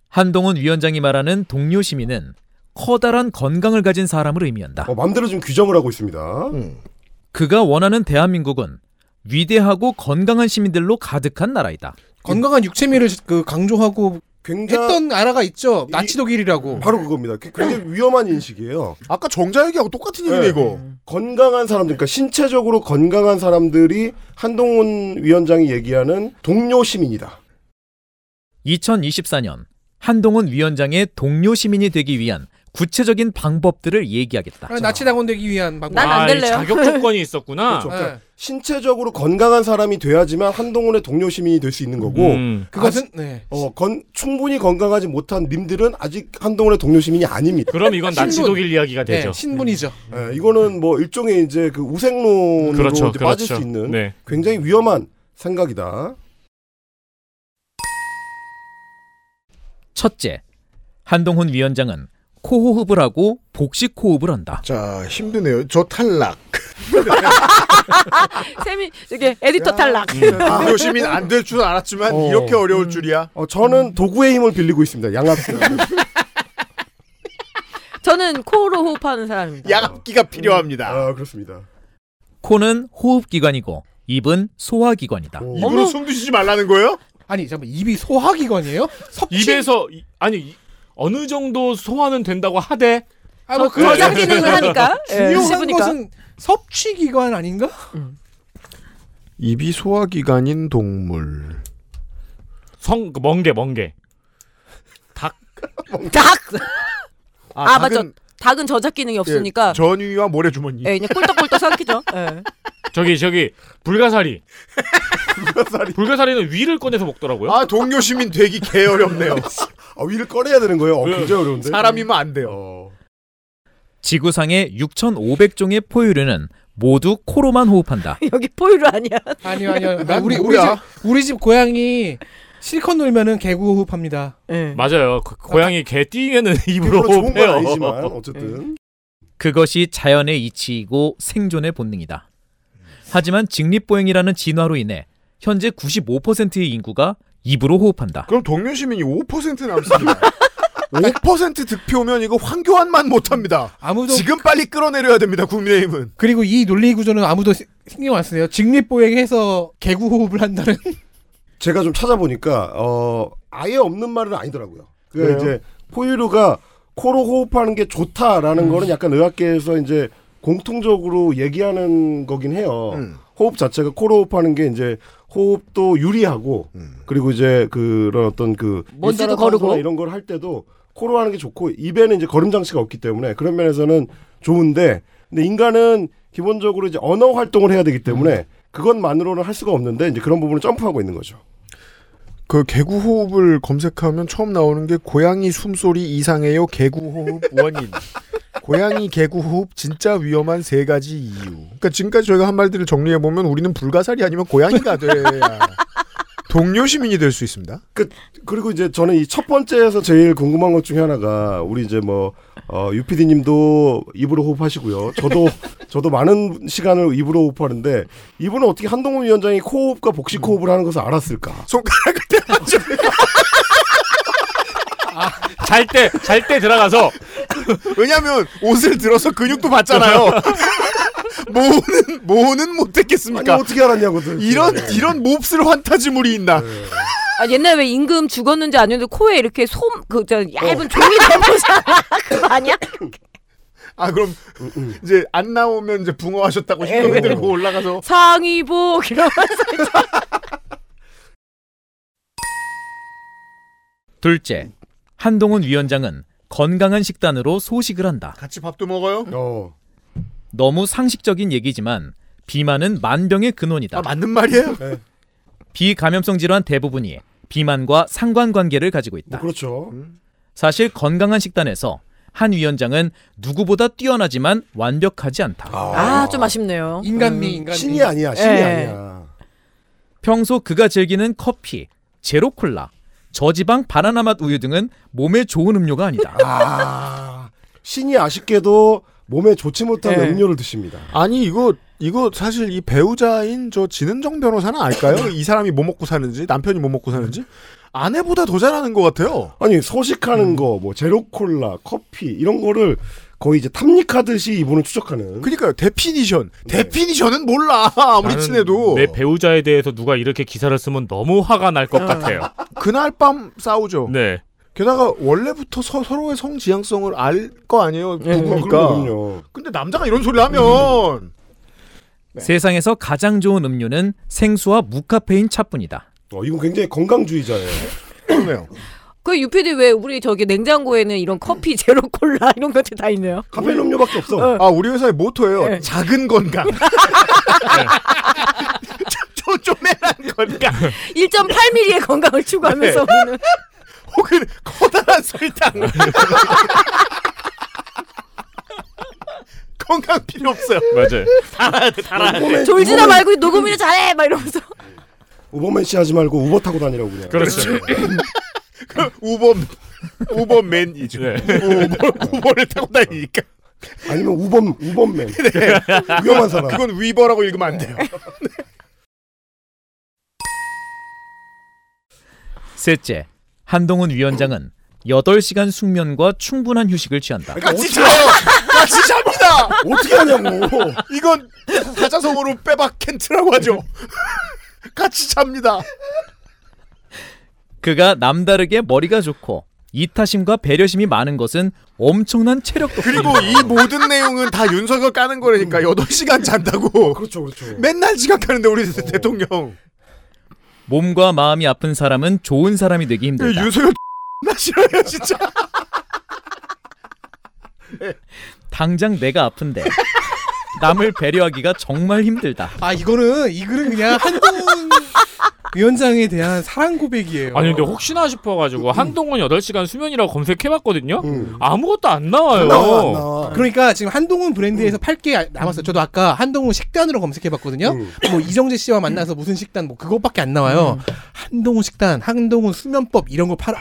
[SPEAKER 1] 한동훈 위원장이 말하는 동료 시민은 커다란 건강을 가진 사람을 의미한다.
[SPEAKER 7] 어, 맘대로 좀 규정을 하고 있습니다.
[SPEAKER 1] 그가 원하는 대한민국은 위대하고 건강한 시민들로 가득한 나라이다.
[SPEAKER 6] 건강한 육체미를 그 강조하고
[SPEAKER 7] 굉장히
[SPEAKER 6] 했던 나라가 있죠. 나치 독일이라고. 아.
[SPEAKER 7] 바로 그겁니다. 굉장히 위험한 인식이에요.
[SPEAKER 4] 아까 정자 얘기하고 똑같은 얘기네 이거.
[SPEAKER 7] 건강한 사람들, 그러니까 신체적으로 건강한 사람들이 한동훈 위원장이 얘기하는 동료 시민이다.
[SPEAKER 1] 2024년 한동훈 위원장의 동료 시민이 되기 위한 구체적인 방법들을 얘기하겠다.
[SPEAKER 6] 아, 나치당원 되기 위한 뭐 방법.
[SPEAKER 7] 난안 아, 이 될래요. 자격 조건이
[SPEAKER 8] 있었구나.
[SPEAKER 7] 그렇죠.
[SPEAKER 5] 네.
[SPEAKER 7] 그러니까 신체적으로 건강한 사람이 돼야지만 한동훈의 동료 시민이 될 수 있는 거고
[SPEAKER 6] 음.
[SPEAKER 7] 그것은
[SPEAKER 6] 아직- 네.
[SPEAKER 7] 어, 건- 충분히 건강하지 못한 님들은 아직 한동훈의 동료 시민이 아닙니다.
[SPEAKER 8] 그럼 이건 나치 신분. 독일 이야기가 되죠. 네,
[SPEAKER 6] 신분이죠.
[SPEAKER 7] 이거는 뭐 일종의 이제 그 우생론으로
[SPEAKER 8] 그렇죠,
[SPEAKER 7] 이제 빠질
[SPEAKER 8] 그렇죠.
[SPEAKER 7] 수 있는
[SPEAKER 8] 네.
[SPEAKER 7] 굉장히 위험한 생각이다.
[SPEAKER 1] 첫째, 한동훈 위원장은 코호흡을 하고 복식 호흡을 한다.
[SPEAKER 4] 자, 힘드네요. 저 탈락.
[SPEAKER 5] 쌤이 저게 에디터 탈락.
[SPEAKER 4] 동료 시민 안 될 줄 알았지만
[SPEAKER 7] 어.
[SPEAKER 4] 이렇게 어려울 줄이야.
[SPEAKER 7] 어, 저는 도구의 힘을 빌리고 있습니다. 양압기.
[SPEAKER 5] 저는 코로 호흡하는 사람입니다.
[SPEAKER 4] 양압기가 필요합니다.
[SPEAKER 7] 아 그렇습니다.
[SPEAKER 1] 코는 호흡 기관이고 입은 소화 기관이다.
[SPEAKER 4] 입으로 숨 드시지 말라는 거예요?
[SPEAKER 6] 아니 잠깐 입이 소화기관이에요?
[SPEAKER 8] 입에서 이- 아니 이- 어느 정도 소화는 된다고 하되 네.
[SPEAKER 6] 아, 뭐 그런 예,
[SPEAKER 5] 예,
[SPEAKER 6] 중요한
[SPEAKER 8] 씹으니까.
[SPEAKER 6] 것은 섭취 기관 아닌가?
[SPEAKER 5] 음.
[SPEAKER 4] 입이 소화기관인 동물.
[SPEAKER 8] 성그 멍게 멍게 닭
[SPEAKER 5] 닭. 아,
[SPEAKER 4] 닭은-
[SPEAKER 5] 맞죠. 닭은 저작 기능이 없으니까.
[SPEAKER 4] 예, 전위와 모래주머니.
[SPEAKER 5] 예, 그냥 꿀떡꿀떡 삼키죠. 예.
[SPEAKER 8] 저기 저기 불가사리 불가사리 는 위를 꺼내서 먹더라고요.
[SPEAKER 4] 아 동료 시민 되기 개 어렵네요.
[SPEAKER 7] 아, 위를 꺼내야 되는 거예요.
[SPEAKER 8] 어,
[SPEAKER 7] 굉장히 어려운데.
[SPEAKER 4] 사람이면 안 돼요.
[SPEAKER 1] 지구상의 6,500종의 포유류는 모두 코로만 호흡한다.
[SPEAKER 5] 여기 포유류 아니야?
[SPEAKER 6] 아니요 아니요.
[SPEAKER 8] 난
[SPEAKER 6] 우리 우리 집
[SPEAKER 8] 뭐야?
[SPEAKER 6] 우리 집 고양이 실컷 놀면은 개구 호흡합니다.
[SPEAKER 5] 예.
[SPEAKER 8] 맞아요. 그 고양이 개 뛰면은 입으로
[SPEAKER 6] 좋은 건
[SPEAKER 8] 호흡해요.
[SPEAKER 6] 아니지만
[SPEAKER 8] 예.
[SPEAKER 7] 어쨌든
[SPEAKER 1] 그것이 자연의 이치이고 생존의 본능이다. 하지만 직립보행이라는 진화로 인해 현재 95%의 인구가 입으로 호흡한다.
[SPEAKER 4] 그럼 동료 시민이 5% 남습니다. 5% 득표면 이거 황교안만 못합니다.
[SPEAKER 6] 아무도
[SPEAKER 4] 지금 빨리 끌어내려야 됩니다. 국민의힘은.
[SPEAKER 6] 그리고 이 논리 구조는 아무도 시- 신경 안 쓰네요. 직립보행해서 개구 호흡을 한다는.
[SPEAKER 7] 제가 좀 찾아보니까 어 아예 없는 말은 아니더라고요. 그
[SPEAKER 6] 그래요?
[SPEAKER 7] 이제 포유류가 코로 호흡하는 게
[SPEAKER 6] 음.
[SPEAKER 7] 좋다라는 거는 약간 의학계에서 이제 공통적으로 얘기하는 거긴 해요.
[SPEAKER 6] 음.
[SPEAKER 7] 호흡 자체가 코로 호흡하는 게 이제 호흡도 유리하고
[SPEAKER 6] 음.
[SPEAKER 7] 그리고 이제 그런 어떤 그
[SPEAKER 5] 먼지도
[SPEAKER 7] 일산화탄소나
[SPEAKER 5] 거르고.
[SPEAKER 7] 이런 걸 할 때도 코로 하는 게 좋고 입에는 이제 거름 장치가 없기 때문에 그런 면에서는 좋은데 근데 인간은 기본적으로 이제 언어 활동을 해야 되기
[SPEAKER 6] 음.
[SPEAKER 7] 때문에 그것만으로는 할 수가 없는데 이제 그런 부분을 점프하고 있는 거죠.
[SPEAKER 4] 그 개구 호흡을 검색하면 처음 나오는 게 고양이 숨소리 이상해요. 개구 호흡 원인. 고양이 개구 호흡 진짜 위험한 세 가지 이유. 그러니까 지금까지 저희가 한 말들을 정리해 보면 우리는 불가사리 아니면 고양이가 돼야 동료 시민이 될 수 있습니다.
[SPEAKER 7] 그 그리고 이제 저는 이 첫 번째에서 제일 궁금한 것 중에 하나가 우리 이제 뭐 어, 유피디님도 입으로 호흡하시고요. 저도 저도 많은 시간을 입으로 호흡하는데 이분은 어떻게 한동훈 위원장이 코호흡과 복식 호흡을 하는 것을 알았을까?
[SPEAKER 4] 손가락을
[SPEAKER 8] 잘 때 잘 때 들어가서
[SPEAKER 4] 왜냐하면 옷을 들어서 근육도 봤잖아요. 모으는 모으는 못했겠습니까?
[SPEAKER 7] 어떻게 네. 알았냐고
[SPEAKER 4] 이런 이런 몹쓸 환타지물이 있나?
[SPEAKER 5] 아, 옛날에 왜 임금 죽었는지 아니는데 코에 이렇게 솜그
[SPEAKER 4] 어.
[SPEAKER 5] 얇은 종이 담으잖아. 그거 아니야?
[SPEAKER 4] 아 그럼
[SPEAKER 7] 음,
[SPEAKER 4] 이제 안 나오면 이제 붕어하셨다고 신경 들고 올라가서
[SPEAKER 5] 상의복 이러면서
[SPEAKER 1] 둘째, 한동훈 위원장은 건강한 식단으로 소식을 한다.
[SPEAKER 4] 같이 밥도 먹어요?
[SPEAKER 1] 너무 상식적인 얘기지만 비만은 만병의 근원이다.
[SPEAKER 4] 아, 맞는 말이에요.
[SPEAKER 7] 네.
[SPEAKER 1] 비감염성 질환 대부분이 비만과 상관관계를 가지고 있다.
[SPEAKER 7] 그렇죠.
[SPEAKER 4] 음.
[SPEAKER 1] 사실 건강한 식단에서 한 위원장은 누구보다 뛰어나지만 완벽하지 않다.
[SPEAKER 5] 아, 좀 아쉽네요. 음, 예.
[SPEAKER 6] 인간미, 예. 인간미. 신이 아니야, 신이 아니야.
[SPEAKER 1] 평소 그가 즐기는 커피, 제로 콜라, 저지방 바나나 맛 우유 등은 몸에 좋은 음료가 아니다.
[SPEAKER 7] 아 신이 아쉽게도 몸에 좋지 못한
[SPEAKER 4] 네.
[SPEAKER 7] 음료를 드십니다.
[SPEAKER 4] 아니 이거 이거 사실 이 배우자인 저 진은정 변호사는 알까요? 이 사람이 뭐 먹고 사는지 남편이 뭐 먹고 사는지 아내보다 더 잘하는 것 같아요. 음.
[SPEAKER 7] 아니 소식하는 거 뭐 제로콜라, 커피 이런 거를 거의 이제 탐닉하듯이 이분을 추적하는. 네.
[SPEAKER 4] 그러니까요. 데피니션. 데피니션은 몰라. 아무리
[SPEAKER 8] 나는
[SPEAKER 4] 친해도.
[SPEAKER 8] 내 배우자에 대해서 누가 이렇게 기사를 쓰면 너무 화가 날 것 같아요.
[SPEAKER 4] 그날 밤 싸우죠.
[SPEAKER 8] 네.
[SPEAKER 4] 게다가 원래부터 서, 로의 성지향성을 알 거 아니에요. 부부니까.
[SPEAKER 7] 네, 그럼요, 그럼요.
[SPEAKER 4] 근데 남자가 이런 소리를
[SPEAKER 7] 음.
[SPEAKER 4] 하면
[SPEAKER 1] 세상에서 가장 좋은 음료는 생수와 무카페인 차뿐이다.
[SPEAKER 7] 어, 이건 굉장히 건강주의자예요.
[SPEAKER 4] 그러네요.
[SPEAKER 5] 그 유피디 왜 우리 저기 냉장고에는 이런
[SPEAKER 4] 음.
[SPEAKER 5] 커피 제로 콜라 이런 것들 다 있네요.
[SPEAKER 7] 카페인 음료밖에 없어. 네.
[SPEAKER 4] 아 우리 회사의 모토예요. 작은 건강. 조조매란 건강.
[SPEAKER 7] 네.
[SPEAKER 5] 1.8mm의 건강을 추구하면서
[SPEAKER 4] 네.
[SPEAKER 5] 우리는
[SPEAKER 4] 혹은 커다란 설탕. 건강 필요 없어요.
[SPEAKER 8] 맞아요.
[SPEAKER 4] 달아야 돼, 달아야 돼.
[SPEAKER 5] 졸지나 말고 녹음이나 잘해 막 이러면서
[SPEAKER 7] 우버맨씨 하지 말고 우버 타고 다니라고 그냥.
[SPEAKER 8] 그렇죠.
[SPEAKER 4] 그 우버 우버맨이죠.
[SPEAKER 8] 네.
[SPEAKER 4] 우버, 우버를 타고 다니니까.
[SPEAKER 7] 아니면 우범 우범맨.
[SPEAKER 4] 네.
[SPEAKER 7] 위험한 사람.
[SPEAKER 4] 그건 위버라고 읽으면 안 돼요.
[SPEAKER 1] 셋째, 한동훈 위원장은 8시간 숙면과 충분한 휴식을 취한다.
[SPEAKER 4] 나 진짜요. 나 진짜입니다.
[SPEAKER 7] 어떻게 하냐고.
[SPEAKER 4] 이건 사자성어로 빼박 켄트라고 하죠. 같이 잡니다.
[SPEAKER 1] 그가 남다르게 머리가 좋고 이타심과 배려심이 많은 것은 엄청난 체력도 음.
[SPEAKER 4] 그리고 이 모든 내용은 다 윤석열 까는 거라니까 8시간 잔다고.
[SPEAKER 7] 그렇죠, 그렇죠.
[SPEAKER 4] 맨날 지각하는데 우리 대통령.
[SPEAKER 1] 몸과 마음이 아픈 사람은 좋은 사람이 되기 힘들다.
[SPEAKER 4] 예, 윤석열 나 싫어요 진짜.
[SPEAKER 1] 당장 내가 아픈데 남을 배려하기가 정말 힘들다.
[SPEAKER 6] 아 이거는 이 글은 그냥 한동훈 위원장에 대한 사랑 고백이에요. 음.
[SPEAKER 8] 아니 근데 혹시나 싶어가지고 한동훈 8시간 수면이라고 검색해봤거든요. 아무것도 어. 안 나와요.
[SPEAKER 6] 그러니까 지금 한동훈 브랜드에서 팔 8개 남았어요. 저도 아까 한동훈 식단으로 검색해봤거든요.
[SPEAKER 8] 음.
[SPEAKER 6] 뭐 이정재 씨와 만나서 무슨 식단 뭐 그것밖에 안 나와요.
[SPEAKER 8] 음.
[SPEAKER 6] 한동훈 식단, 한동훈 수면법 이런 거 팔아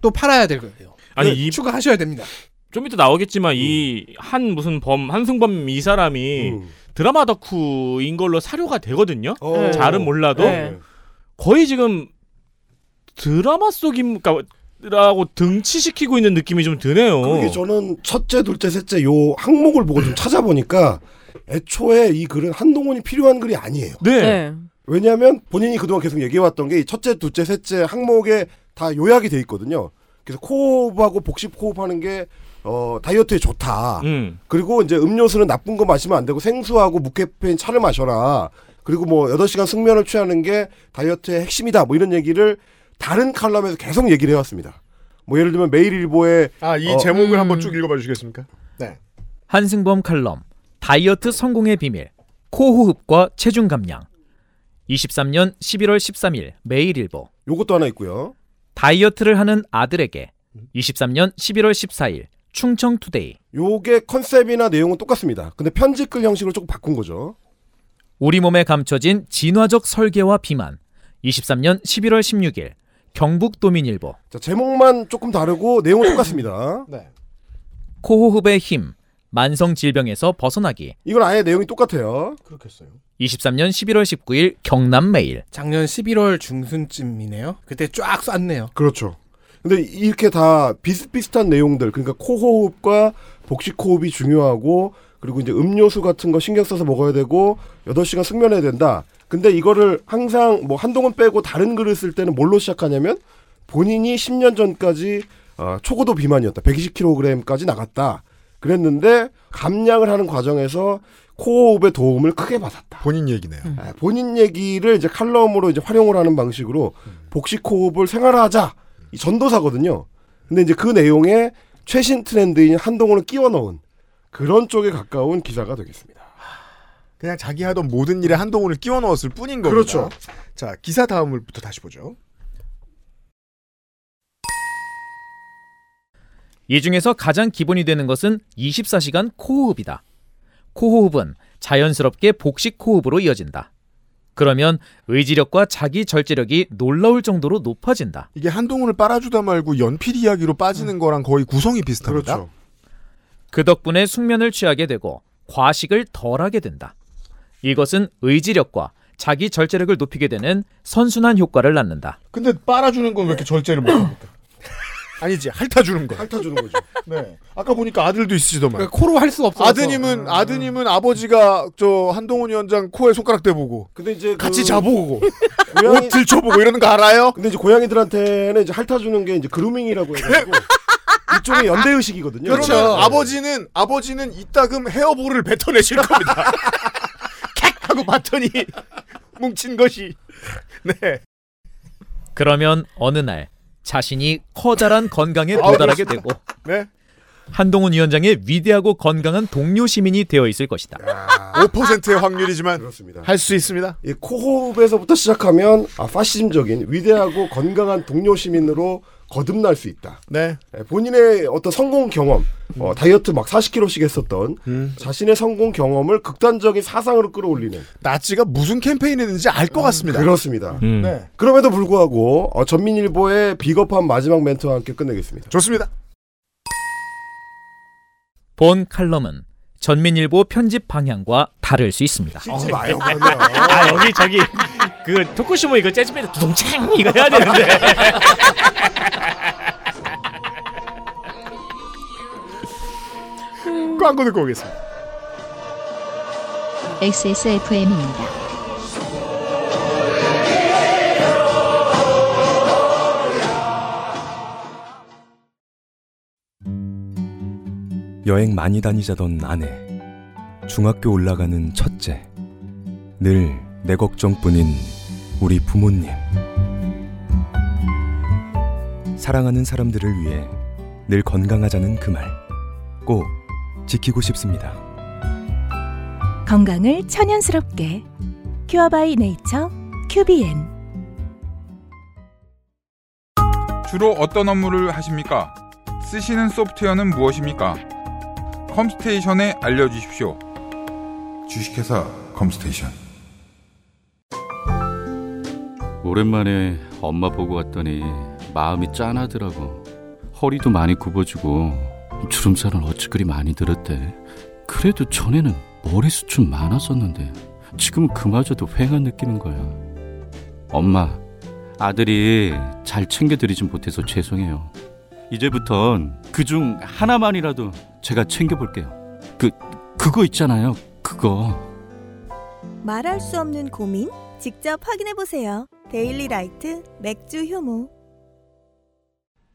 [SPEAKER 6] 또 팔아야 될 거예요.
[SPEAKER 8] 아니,
[SPEAKER 6] 네,
[SPEAKER 8] 이-
[SPEAKER 6] 추가하셔야 됩니다. 음.
[SPEAKER 8] 좀 이따 나오겠지만 이 한 무슨 범 한승범 이 사람이 드라마 덕후인 걸로 사료가 되거든요.
[SPEAKER 7] 어.
[SPEAKER 8] 잘은 몰라도
[SPEAKER 7] 네.
[SPEAKER 8] 거의 지금 드라마 속임라고 등치시키고 있는 느낌이 좀 드네요.
[SPEAKER 7] 그게 저는 첫째, 둘째, 셋째 요 항목을 보고 좀 찾아보니까 애초에 이 글은 한동훈이 필요한 글이 아니에요.
[SPEAKER 8] 네. 네.
[SPEAKER 7] 왜냐하면 본인이 그동안 계속 얘기해왔던 게이 첫째, 둘째, 셋째 항목에 다 요약이 돼 있거든요. 그래서 코호흡하고 복식 호흡하는 게 어, 다이어트에 좋다.
[SPEAKER 8] 음.
[SPEAKER 7] 그리고 이제 음료수는 나쁜 거 마시면 안 되고 생수하고 무캐페인 차를 마셔라. 그리고 뭐 8시간 숙면을 취하는 게 다이어트의 핵심이다. 뭐 이런 얘기를 다른 칼럼에서 계속 얘기를 해왔습니다. 뭐 예를 들면 매일일보에
[SPEAKER 4] 아이
[SPEAKER 7] 어,
[SPEAKER 4] 제목을 한번 쭉 읽어봐 주시겠습니까? 네.
[SPEAKER 1] 한승범 칼럼 다이어트 성공의 비밀 코호흡과 체중 감량 23년 11월 13일 매일일보
[SPEAKER 7] 요것도 하나 있고요 음.
[SPEAKER 1] 다이어트를 하는 아들에게 23년 11월 14일 충청투데이
[SPEAKER 7] 요게 컨셉이나 내용은 똑같습니다. 근데 편집글 형식으로 조금 바꾼 거죠.
[SPEAKER 1] 우리 몸에 감춰진 진화적 설계와 비만 23년 11월 16일 경북도민일보
[SPEAKER 7] 자, 제목만 조금 다르고 내용은 똑같습니다.
[SPEAKER 1] 코호흡의 힘 만성 질병에서 벗어나기
[SPEAKER 7] 이건 아예 내용이 똑같아요.
[SPEAKER 1] 23년 11월 19일 경남매일
[SPEAKER 6] 작년 11월 중순쯤이네요. 그때 쫙 쐈네요.
[SPEAKER 7] 그렇죠. 근데 이렇게 다 비슷비슷한 내용들, 그러니까 코호흡과 복식호흡이 중요하고, 그리고 이제 음료수 같은 거 신경 써서 먹어야 되고, 8시간 숙면해야 된다. 근데 이거를 항상 뭐 한동훈 빼고 다른 글을 쓸 때는 뭘로 시작하냐면, 본인이 10년 전까지 어, 초고도 비만이었다. 120kg까지 나갔다. 그랬는데, 감량을 하는 과정에서 코호흡의 도움을 크게 받았다.
[SPEAKER 4] 본인 얘기네요.
[SPEAKER 7] 아, 본인 얘기를 이제 칼럼으로 이제 활용을 하는 방식으로 복식 호흡을 생활하자 이 전도사거든요. 근데 이제 그 내용에 최신 트렌드인 한동훈을 끼워 넣은 그런 쪽에 가까운 기사가 되겠습니다.
[SPEAKER 4] 그냥 자기 하던 모든 일에 한동훈을 끼워 넣었을 뿐인 겁니다.
[SPEAKER 7] 그렇죠.
[SPEAKER 4] 자 기사 다음을부터 다시 보죠.
[SPEAKER 1] 이 중에서 가장 기본이 되는 것은 24시간 코호흡이다. 코호흡은 자연스럽게 복식 호흡으로 이어진다. 그러면 의지력과 자기 절제력이 놀라울 정도로 높아진다.
[SPEAKER 4] 이게 한동훈을 빨아주다 말고 연필 이야기로 빠지는 거랑 거의 구성이 비슷합니다.
[SPEAKER 7] 그렇죠.
[SPEAKER 1] 그 덕분에 숙면을 취하게 되고 과식을 덜하게 된다. 이것은 의지력과 자기 절제력을 높이게 되는 선순환 효과를 낳는다.
[SPEAKER 4] 근데 빨아주는 건 왜 이렇게 절제를 못합니까? 아니지 핥아 주는 거.
[SPEAKER 7] 핥아 주는 거죠.
[SPEAKER 4] 네. 아까 보니까 아들도 있으시더만.
[SPEAKER 6] 그러니까 코로 할 수가 없어서. 음.
[SPEAKER 4] 아드님은 아드님은 아버지가 저 한동훈 위원장 코에 손가락 대보고.
[SPEAKER 7] 근데 이제
[SPEAKER 4] 같이
[SPEAKER 7] 그-
[SPEAKER 4] 자보고.
[SPEAKER 7] 고양이-
[SPEAKER 4] 옷 들춰보고 이러는 거 알아요?
[SPEAKER 7] 근데 이제 고양이들한테는 이제 핥아주는 게 이제 그루밍이라고 해가지고 일종의 연대 의식이거든요. 네.
[SPEAKER 4] 그러면 그렇죠. 아버지는 아버지는 이따금 헤어볼을 뱉어내실 겁니다. 캑 하고 봤더니 뭉친 것이 네.
[SPEAKER 1] 그러면 어느 날 자신이 커다란 건강에
[SPEAKER 4] 아우,
[SPEAKER 1] 도달하게
[SPEAKER 4] 그렇습니다.
[SPEAKER 1] 되고
[SPEAKER 4] 네.
[SPEAKER 1] 한동훈 위원장의 위대하고 건강한 동료 시민이 되어 있을 것이다.
[SPEAKER 4] 5%의 확률이지만 할 수 있습니다.
[SPEAKER 7] 예. 이 코호흡에서부터 시작하면 아, 파시즘적인 위대하고 건강한 동료 시민으로 거듭날 수 있다.
[SPEAKER 4] 네.
[SPEAKER 7] 예, 본인의 어떤 성공 경험, 어, 다이어트 막 40kg씩 했었던
[SPEAKER 4] 음.
[SPEAKER 7] 자신의 성공 경험을 극단적인 사상으로 끌어올리는
[SPEAKER 4] 나치가 무슨 캠페인 했는지 알 것 같습니다.
[SPEAKER 7] 그렇습니다.
[SPEAKER 4] 음. 네.
[SPEAKER 7] 그럼에도 불구하고 어, 전민일보의 비겁한 마지막 멘트와 함께 끝내겠습니다.
[SPEAKER 4] 좋습니다.
[SPEAKER 1] 본 칼럼은 전민일보 편집 방향과 다를 수 있습니다.
[SPEAKER 7] 어,
[SPEAKER 8] 마요. 아 여기 저기 그 토크쇼 이거 재즈밴드 두동창 이거 해야 되는데.
[SPEAKER 4] 광고 듣고 오겠습니다.
[SPEAKER 2] XSFM입니다.
[SPEAKER 9] 여행 많이 다니자던 아내, 중학교 올라가는 첫째, 늘 내 걱정뿐인 우리 부모님. 사랑하는 사람들을 위해 늘 건강하자는 그 말, 꼭 지키고 싶습니다.
[SPEAKER 10] 건강을 천연스럽게 큐어바이 네이처 큐비엔
[SPEAKER 3] 주로 어떤 업무를 하십니까? 쓰시는 소프트웨어는 무엇입니까? 컴스테이션에 알려주십시오. 주식회사 컴스테이션.
[SPEAKER 13] 오랜만에 엄마 보고 왔더니 마음이 짠하더라고. 허리도 많이 굽어지고 주름살은 어찌 그리 많이 들었대. 그래도 전에는 머리숱은 많았었는데 지금 은 그마저도 휑한 느끼는 거야. 엄마, 아들이 잘 챙겨드리진 못해서 죄송해요. 이제부턴 그 중 하나만이라도 제가 챙겨볼게요. 그 그거 있잖아요. 그거.
[SPEAKER 12] 말할 수 없는 고민 직접 확인해 보세요. 데일리 라이트 맥주 효모.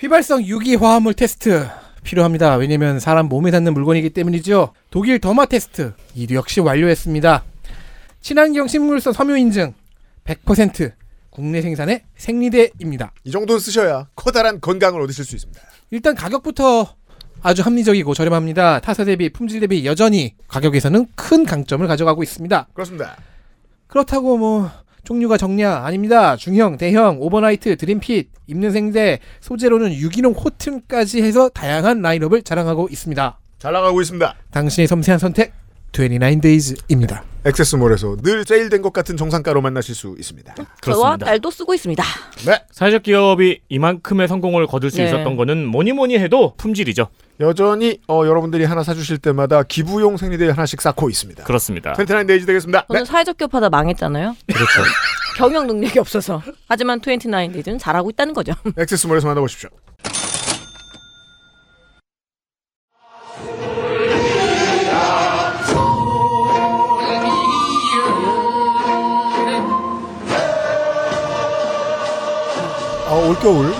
[SPEAKER 6] 휘발성 유기 화합물 테스트 필요합니다. 왜냐면 사람 몸에 닿는 물건이기 때문이죠. 독일 더마 테스트 이도 역시 완료했습니다. 친환경 식물성 섬유 인증 100% 국내 생산의 생리대입니다.
[SPEAKER 4] 이 정도는 쓰셔야 커다란 건강을 얻으실 수 있습니다.
[SPEAKER 6] 일단 가격부터 아주 합리적이고 저렴합니다. 타사 대비 품질 대비 여전히 가격에서는 큰 강점을 가져가고 있습니다.
[SPEAKER 4] 그렇습니다.
[SPEAKER 6] 그렇다고 뭐 종류가 적냐? 아닙니다. 중형, 대형, 오버나이트, 드림핏, 입는 생대, 소재로는 유기농 코튼까지 해서 다양한 라인업을 자랑하고 있습니다.
[SPEAKER 4] 잘 나가고 있습니다.
[SPEAKER 6] 당신의 섬세한 선택 29데이즈입니다.
[SPEAKER 4] 액세스몰에서 늘 세일된 것 같은 정상가로 만나실 수 있습니다.
[SPEAKER 5] 저와 딸도 쓰고 있습니다.
[SPEAKER 4] 네.
[SPEAKER 8] 사회적 기업이 이만큼의 성공을 거둘 수
[SPEAKER 5] 네.
[SPEAKER 8] 있었던 거는 뭐니 뭐니 해도 품질이죠.
[SPEAKER 4] 여전히 어, 여러분들이 하나 사주실 때마다 기부용 생리대 하나씩 쌓고 있습니다.
[SPEAKER 8] 그렇습니다.
[SPEAKER 4] 29 아. 데이즈 되겠습니다. 네.
[SPEAKER 5] 저는 사회적 기업하다 망했잖아요.
[SPEAKER 8] 그렇죠.
[SPEAKER 5] 경영 능력이 없어서. 하지만 29 데이즈는 잘하고 있다는 거죠.
[SPEAKER 4] 액세스몰에서 만나보십시오. 아, 올겨울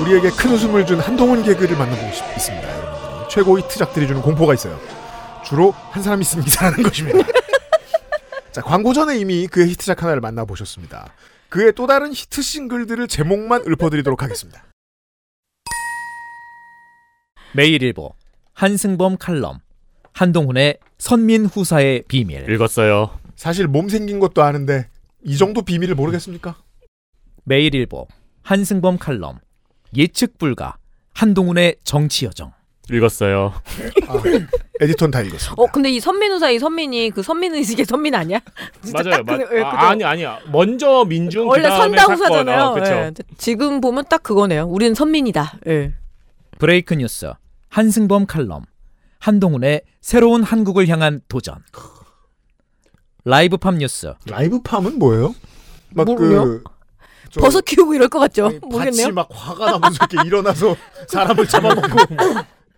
[SPEAKER 4] 우리에게 큰 웃음을 준 한동훈 개그를 만나보고 싶, 있습니다. 여러분들. 최고의 트작들이 주는 공포가 있어요. 주로 한 사람이 쓰는 기사라는 것입니다. 자, 광고 전에 이미 그의 히트작 하나를 만나보셨습니다. 그의 또 다른 히트 싱글들을 제목만 읊어드리도록 하겠습니다.
[SPEAKER 1] 매일일보 한승범 칼럼 한동훈의 선민 후사의 비밀
[SPEAKER 8] 읽었어요.
[SPEAKER 4] 사실 몸 생긴 것도 아는데 이 정도 비밀을 모르겠습니까?
[SPEAKER 1] 매일일보 한승범 칼럼 예측 불가 한동훈의 정치 여정
[SPEAKER 8] 읽었어요.
[SPEAKER 4] 아, 에디터는 다 읽었어.
[SPEAKER 5] 어 근데 이 선민 우사 이 선민이 그 선민 의식의 선민 아니야? 진짜
[SPEAKER 8] 맞아요.
[SPEAKER 5] 딱
[SPEAKER 8] 맞-
[SPEAKER 5] 그, 왜 그대로-
[SPEAKER 8] 아, 아니 아니야. 먼저 민중
[SPEAKER 5] 원래
[SPEAKER 8] 그다음에
[SPEAKER 5] 선당
[SPEAKER 8] 사건.
[SPEAKER 5] 우사잖아요.
[SPEAKER 8] 어, 그쵸.
[SPEAKER 5] 예. 지금 보면 딱 그거네요. 우리는 선민이다. 예.
[SPEAKER 1] 브레이크 뉴스 한승범 칼럼 한동훈의 새로운 한국을 향한 도전 라이브팜 뉴스
[SPEAKER 4] 라이브팜은 뭐예요? 그
[SPEAKER 5] 모르요? 버섯 키우고 이럴 것 같죠? 모르겠네요.
[SPEAKER 4] 밭이 막 화가 나면서 이렇게 일어나서 사람을 잡아먹고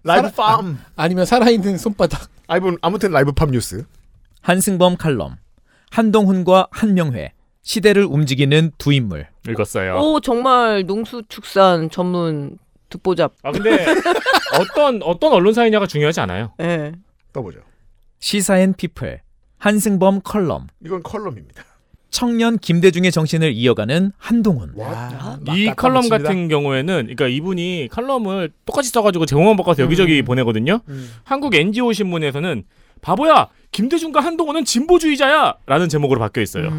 [SPEAKER 4] 라이브 팜
[SPEAKER 6] 아니면 살아있는 손바닥
[SPEAKER 4] 아이분 아무튼 라이브 팝 뉴스
[SPEAKER 1] 한승범 칼럼 한동훈과 한명회 시대를 움직이는 두 인물
[SPEAKER 8] 읽었어요.
[SPEAKER 5] 오 정말 농수축산 전문 듣보잡.
[SPEAKER 8] 아 근데 어떤 어떤 언론사이냐가 중요하지 않아요.
[SPEAKER 5] 예.
[SPEAKER 4] 떠보죠.
[SPEAKER 1] 시사엔 피플 한승범 컬럼
[SPEAKER 4] 이건 컬럼입니다.
[SPEAKER 1] 청년 김대중의 정신을 이어가는 한동훈
[SPEAKER 4] 아.
[SPEAKER 8] 이 칼럼 같은 경우에는 그러니까 이분이 칼럼을 똑같이 써가지고 제목만 바꿔서 여기저기 보내거든요. 한국 NGO 신문에서는 바보야 김대중과 한동훈은 진보주의자야라는 제목으로 바뀌어 있어요.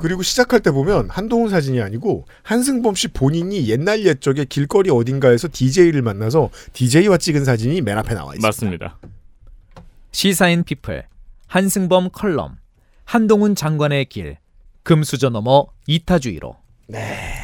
[SPEAKER 4] 그리고 시작할 때 보면 한동훈 사진이 아니고 한승범 씨 본인이 옛날 옛적에 길거리 어딘가에서 DJ를 만나서 DJ와 찍은 사진이 맨 앞에 나와 있어요.
[SPEAKER 8] 맞습니다.
[SPEAKER 1] 시사인 피플 한승범 컬럼 한동훈 장관의 길 금수저 넘어 이타주의로
[SPEAKER 4] 네.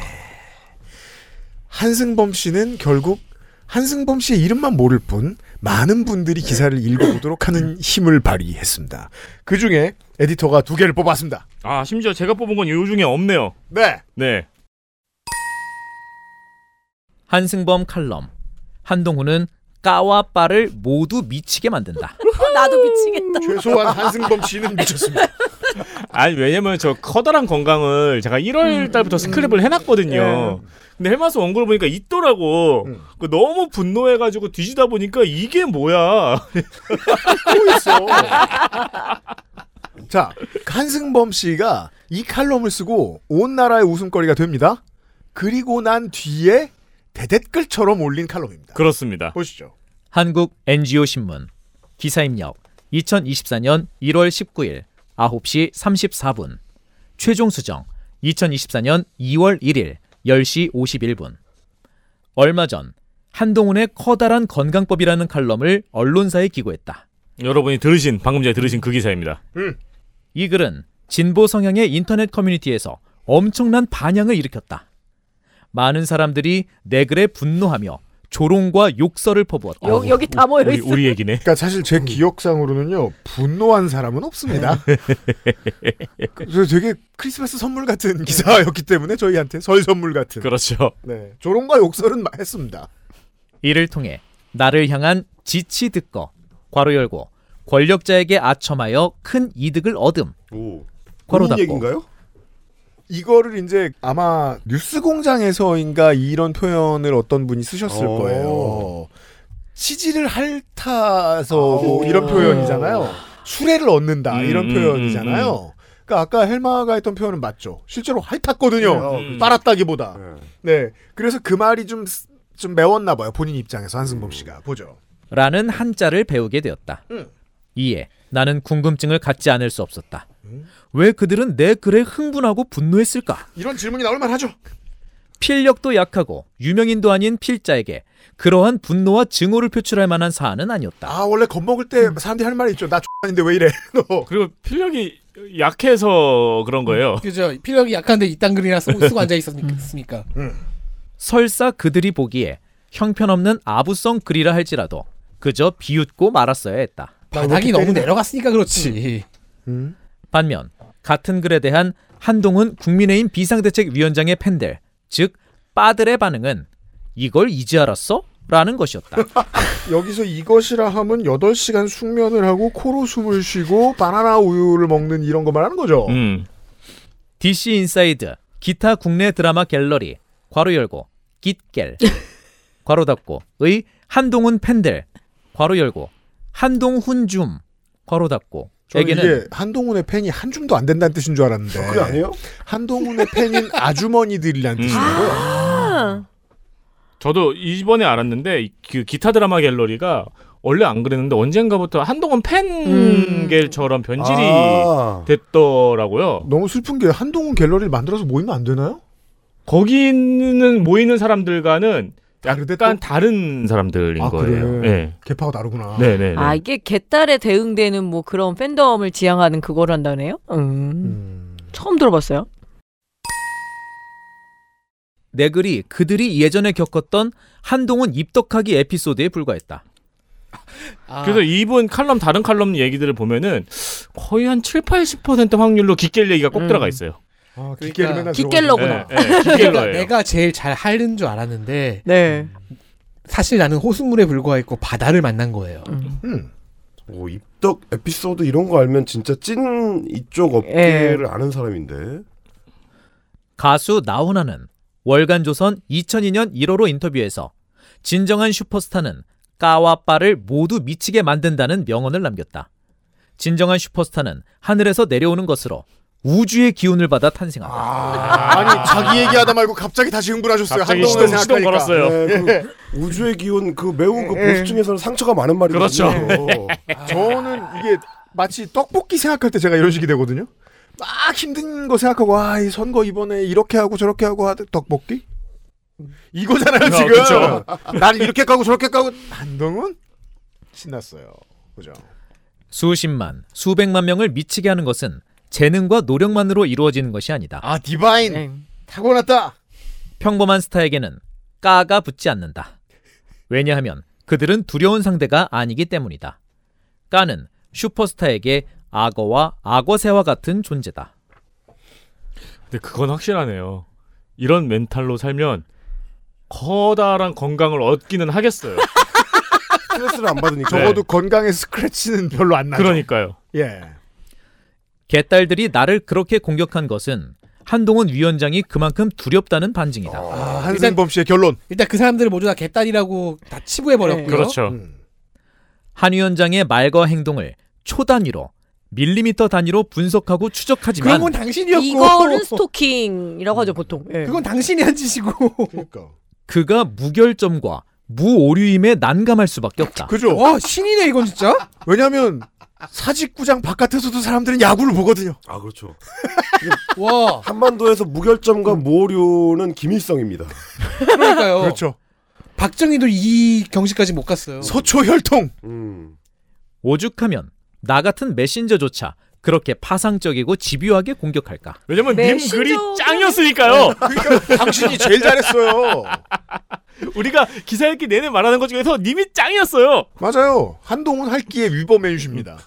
[SPEAKER 4] 한승범 씨는 결국 한승범 씨의 이름만 모를 뿐 많은 분들이 기사를 읽어보도록 하는 힘을 발휘했습니다. 그 중에 에디터가 두 개를 뽑았습니다.
[SPEAKER 8] 아 심지어 제가 뽑은 건 요 중에 없네요.
[SPEAKER 4] 네.
[SPEAKER 8] 네.
[SPEAKER 1] 한승범 칼럼 한동훈은 까와 빠를 모두 미치게 만든다
[SPEAKER 5] 나도 미치겠다.
[SPEAKER 4] 최소한 한승범 씨는 미쳤습니다.
[SPEAKER 8] 아니 왜냐면 저 커다란 건강을 제가 1월 달부터 스크랩을 해놨거든요. 근데 헬마스 원고를 보니까 있더라고. 그 너무 분노해가지고 뒤지다 보니까 이게 뭐야. 아,
[SPEAKER 4] 자, 한승범 씨가 이 칼럼을 쓰고 온 나라의 웃음거리가 됩니다. 그리고 난 뒤에 대댓글처럼 올린 칼럼입니다.
[SPEAKER 8] 그렇습니다.
[SPEAKER 4] 보시죠.
[SPEAKER 1] 한국 NGO 신문 기사 입력 2024년 1월 19일 9시 34분 최종 수정 2024년 2월 1일 10시 51분 얼마 전 한동훈의 커다란 건강법이라는 칼럼을 언론사에 기고했다.
[SPEAKER 8] 여러분이 들으신 방금 전에 들으신 그 기사입니다.
[SPEAKER 1] 이 글은 진보 성향의 인터넷 커뮤니티에서 엄청난 반향을 일으켰다. 많은 사람들이 내 글에 분노하며 조롱과 욕설을 퍼부었다.
[SPEAKER 5] 여- 여기 다 모여 있어.
[SPEAKER 8] 얘기네.
[SPEAKER 4] 그러니까 사실 제 기억상으로는요 분노한 사람은 없습니다. 그래서 되게 크리스마스 선물 같은 기사였기 때문에 저희한테 설 선물 같은.
[SPEAKER 8] 그렇죠.
[SPEAKER 4] 네, 조롱과 욕설은 마- 했습니다.
[SPEAKER 1] 이를 통해 나를 향한 지치 듣거 괄호 열고 권력자에게 아첨하여 큰 이득을 얻음. 괄호 닫고
[SPEAKER 4] 이거를 이제 아마 뉴스공장에서인가 이런 표현을 어떤 분이 쓰셨을
[SPEAKER 7] 어.
[SPEAKER 4] 거예요. 시지를 핥아서 뭐 이런 표현이잖아요. 수레를 얻는다 이런
[SPEAKER 7] 음,
[SPEAKER 4] 표현이잖아요.
[SPEAKER 7] 음,
[SPEAKER 4] 그러니까 아까 헬마가 했던 표현은 맞죠. 실제로 핥았거든요.
[SPEAKER 7] 음.
[SPEAKER 4] 빨았다기보다. 네. 그래서 그 말이 좀 좀 매웠나 봐요. 본인 입장에서
[SPEAKER 7] 음.
[SPEAKER 4] 한승범 씨가 보죠.
[SPEAKER 1] 라는 한자를 배우게 되었다.
[SPEAKER 4] 음.
[SPEAKER 1] 이에 나는 궁금증을 갖지 않을 수 없었다. 왜 그들은 내 글에 흥분하고 분노했을까?
[SPEAKER 4] 이런 질문이 나올 만하죠.
[SPEAKER 1] 필력도 약하고 유명인도 아닌 필자에게 그러한 분노와 증오를 표출할 만한 사안은 아니었다.
[SPEAKER 4] 아 원래 겁먹을 때
[SPEAKER 7] 음.
[SPEAKER 4] 사람들이 할 말이 있죠. 나 X인데 왜 이래? 너.
[SPEAKER 8] 그리고 필력이 약해서 그런
[SPEAKER 4] 음,
[SPEAKER 8] 거예요.
[SPEAKER 6] 그죠 필력이 약한데 이딴 글이나 쓰고, 쓰고 앉아 있었으니까
[SPEAKER 1] 설사 그들이 보기에 형편없는 아부성 글이라 할지라도 그저 비웃고 말았어야 했다.
[SPEAKER 6] 바닥이 너무 내려갔으니까 그렇지
[SPEAKER 1] 반면 같은 글에 대한 한동훈 국민의힘 비상대책위원장의 팬들, 즉 빠들의 반응은 이걸 이제 알았어? 라는 것이었다.
[SPEAKER 4] 여기서 이것이라 함은 8시간 숙면을 하고 코로 숨을 쉬고 바나나 우유를 먹는 이런 거 말하는 거죠.
[SPEAKER 1] DC 인사이드 기타 국내 드라마 갤러리 괄호 열고 깃갤 괄호 닫고 의 한동훈 팬들 괄호 열고 한동훈 줌 괄호 닫고
[SPEAKER 4] 저는 이게
[SPEAKER 1] 에게는
[SPEAKER 4] 한동훈의 팬이 한 줌도 안 된다는 뜻인 줄 알았는데.
[SPEAKER 1] 그게 아니에요?
[SPEAKER 4] 한동훈의 팬인 아주머니들이라는 뜻이고요.
[SPEAKER 8] 저도 이번에 알았는데 이- 그 기타 드라마 갤러리가 원래 안 그랬는데 언젠가부터 한동훈 음. 팬겔처럼 변질이
[SPEAKER 4] 아.
[SPEAKER 8] 됐더라고요.
[SPEAKER 4] 너무 슬픈 게 한동훈 갤러리를 만들어서 모이면 안 되나요?
[SPEAKER 8] 거기는 모이는 사람들과는 약간 다른 사람들인
[SPEAKER 4] 아, 그래.
[SPEAKER 8] 거예요. 네.
[SPEAKER 4] 개파가 다르구나.
[SPEAKER 8] 네네.
[SPEAKER 5] 아 이게 개딸에 대응되는 뭐 그런 팬덤을 지향하는 그걸 한다네요. 음. 처음 들어봤어요.
[SPEAKER 1] 내 글이 그들이 예전에 겪었던 한동훈 입덕하기 에피소드에 불과했다.
[SPEAKER 8] 그래서 이분 칼럼 다른 칼럼 얘기들을 보면은 거의 한 7, 80% 확률로 기겔 얘기가 꼭
[SPEAKER 6] 음.
[SPEAKER 8] 들어가 있어요.
[SPEAKER 4] 아,
[SPEAKER 6] 깃겔을 맨날
[SPEAKER 5] 깃겔러구나.
[SPEAKER 8] 네, 네, 깃겔러예요.
[SPEAKER 6] 내가 제일 잘 하는 줄 알았는데
[SPEAKER 5] 네.
[SPEAKER 6] 사실 나는 호수물에 불과했고 바다를 만난 거예요.
[SPEAKER 7] 오, 뭐 입덕 에피소드 이런 거 알면 진짜 찐 이쪽 업계를 아는 사람인데.
[SPEAKER 1] 가수 나훈아는 월간조선 2002년 1호로 인터뷰에서 진정한 슈퍼스타는 까와 빠를 모두 미치게 만든다는 명언을 남겼다. 진정한 슈퍼스타는 하늘에서 내려오는 것으로 우주의 기운을 받아 탄생한다.
[SPEAKER 4] 아니 자기 얘기하다 말고 갑자기 다시 흥분하셨어요.
[SPEAKER 1] 갑자기
[SPEAKER 4] 한동안
[SPEAKER 1] 시동- 시동
[SPEAKER 4] 생각하니까.
[SPEAKER 1] 걸었어요.
[SPEAKER 4] 예,
[SPEAKER 7] 그 우주의 기운 그 매우 그
[SPEAKER 4] 예, 예.
[SPEAKER 7] 보수 중에서는 상처가 많은 말이거든요.
[SPEAKER 4] 그렇죠. 저는 이게 마치 떡볶이 생각할 때 제가 이런 식이 되거든요. 막 힘든 거 생각하고 아 이 선거 이번에 이렇게 하고 저렇게 하고 하던 떡볶이 이거잖아요
[SPEAKER 8] 어,
[SPEAKER 3] 아,
[SPEAKER 4] 지금.
[SPEAKER 3] 그쵸.
[SPEAKER 4] 나는 이렇게 까고 저렇게 까고 한동훈 신났어요. 그죠?
[SPEAKER 1] 수십만, 수백만 명을 미치게 하는 것은 재능과 노력만으로 이루어지는 것이 아니다.
[SPEAKER 4] 아, 디바인. 타고났다.
[SPEAKER 1] 평범한 스타에게는 까가 붙지 않는다. 왜냐하면 그들은 두려운 상대가 아니기 때문이다. 까는 슈퍼스타에게 악어와 악어새와 같은 존재다.
[SPEAKER 8] 근데 그건 확실하네요. 이런 멘탈로 살면 커다란 건강을 얻기는 하겠어요.
[SPEAKER 7] 스트레스를 안 받으니까.
[SPEAKER 4] 적어도 건강에 스크래치는 별로 안 나죠.
[SPEAKER 8] 네. 그러니까요.
[SPEAKER 4] 예.
[SPEAKER 1] 개딸들이 나를 그렇게 공격한 것은 한동훈 위원장이 그만큼 두렵다는 반증이다.
[SPEAKER 4] 아, 한승범 씨의 결론.
[SPEAKER 6] 어,
[SPEAKER 4] 네.
[SPEAKER 6] 일단 그 사람들을 모두 다 개딸이라고 다 치부해 버렸고요.
[SPEAKER 1] 그렇죠.
[SPEAKER 6] 음.
[SPEAKER 1] 한 위원장의 말과 행동을 초 단위로 밀리미터 단위로 분석하고 추적하지만
[SPEAKER 6] 뭐
[SPEAKER 5] 이거는 스토킹이라고 하죠 보통. 예.
[SPEAKER 6] 그건 당신이 한 짓이고.
[SPEAKER 1] 그가 무결점과 무오류임에 난감할 수밖에 없다.
[SPEAKER 4] 그죠?
[SPEAKER 6] 와 신이네 이건 진짜.
[SPEAKER 4] 왜냐하면 사직구장 바깥에서도 사람들은 야구를 보거든요.
[SPEAKER 7] 아 그렇죠.
[SPEAKER 6] 와
[SPEAKER 7] 한반도에서 무결점과 모류는 김일성입니다.
[SPEAKER 6] 그러니까요.
[SPEAKER 7] 그렇죠.
[SPEAKER 6] 박정희도 이 경지까지 못 갔어요.
[SPEAKER 4] 서초 혈통.
[SPEAKER 1] 음. 오죽하면 나 같은 메신저조차 그렇게 파상적이고 집요하게 공격할까?
[SPEAKER 8] 왜냐면
[SPEAKER 1] 님
[SPEAKER 8] 메신저- 글이 짱이었으니까요.
[SPEAKER 4] 그러니까 당신이 제일 잘했어요.
[SPEAKER 8] 우리가 기사 읽기 내내 말하는 것 중에서 님이 짱이었어요.
[SPEAKER 4] 맞아요. 한동훈 할기의 위범 애유십니다.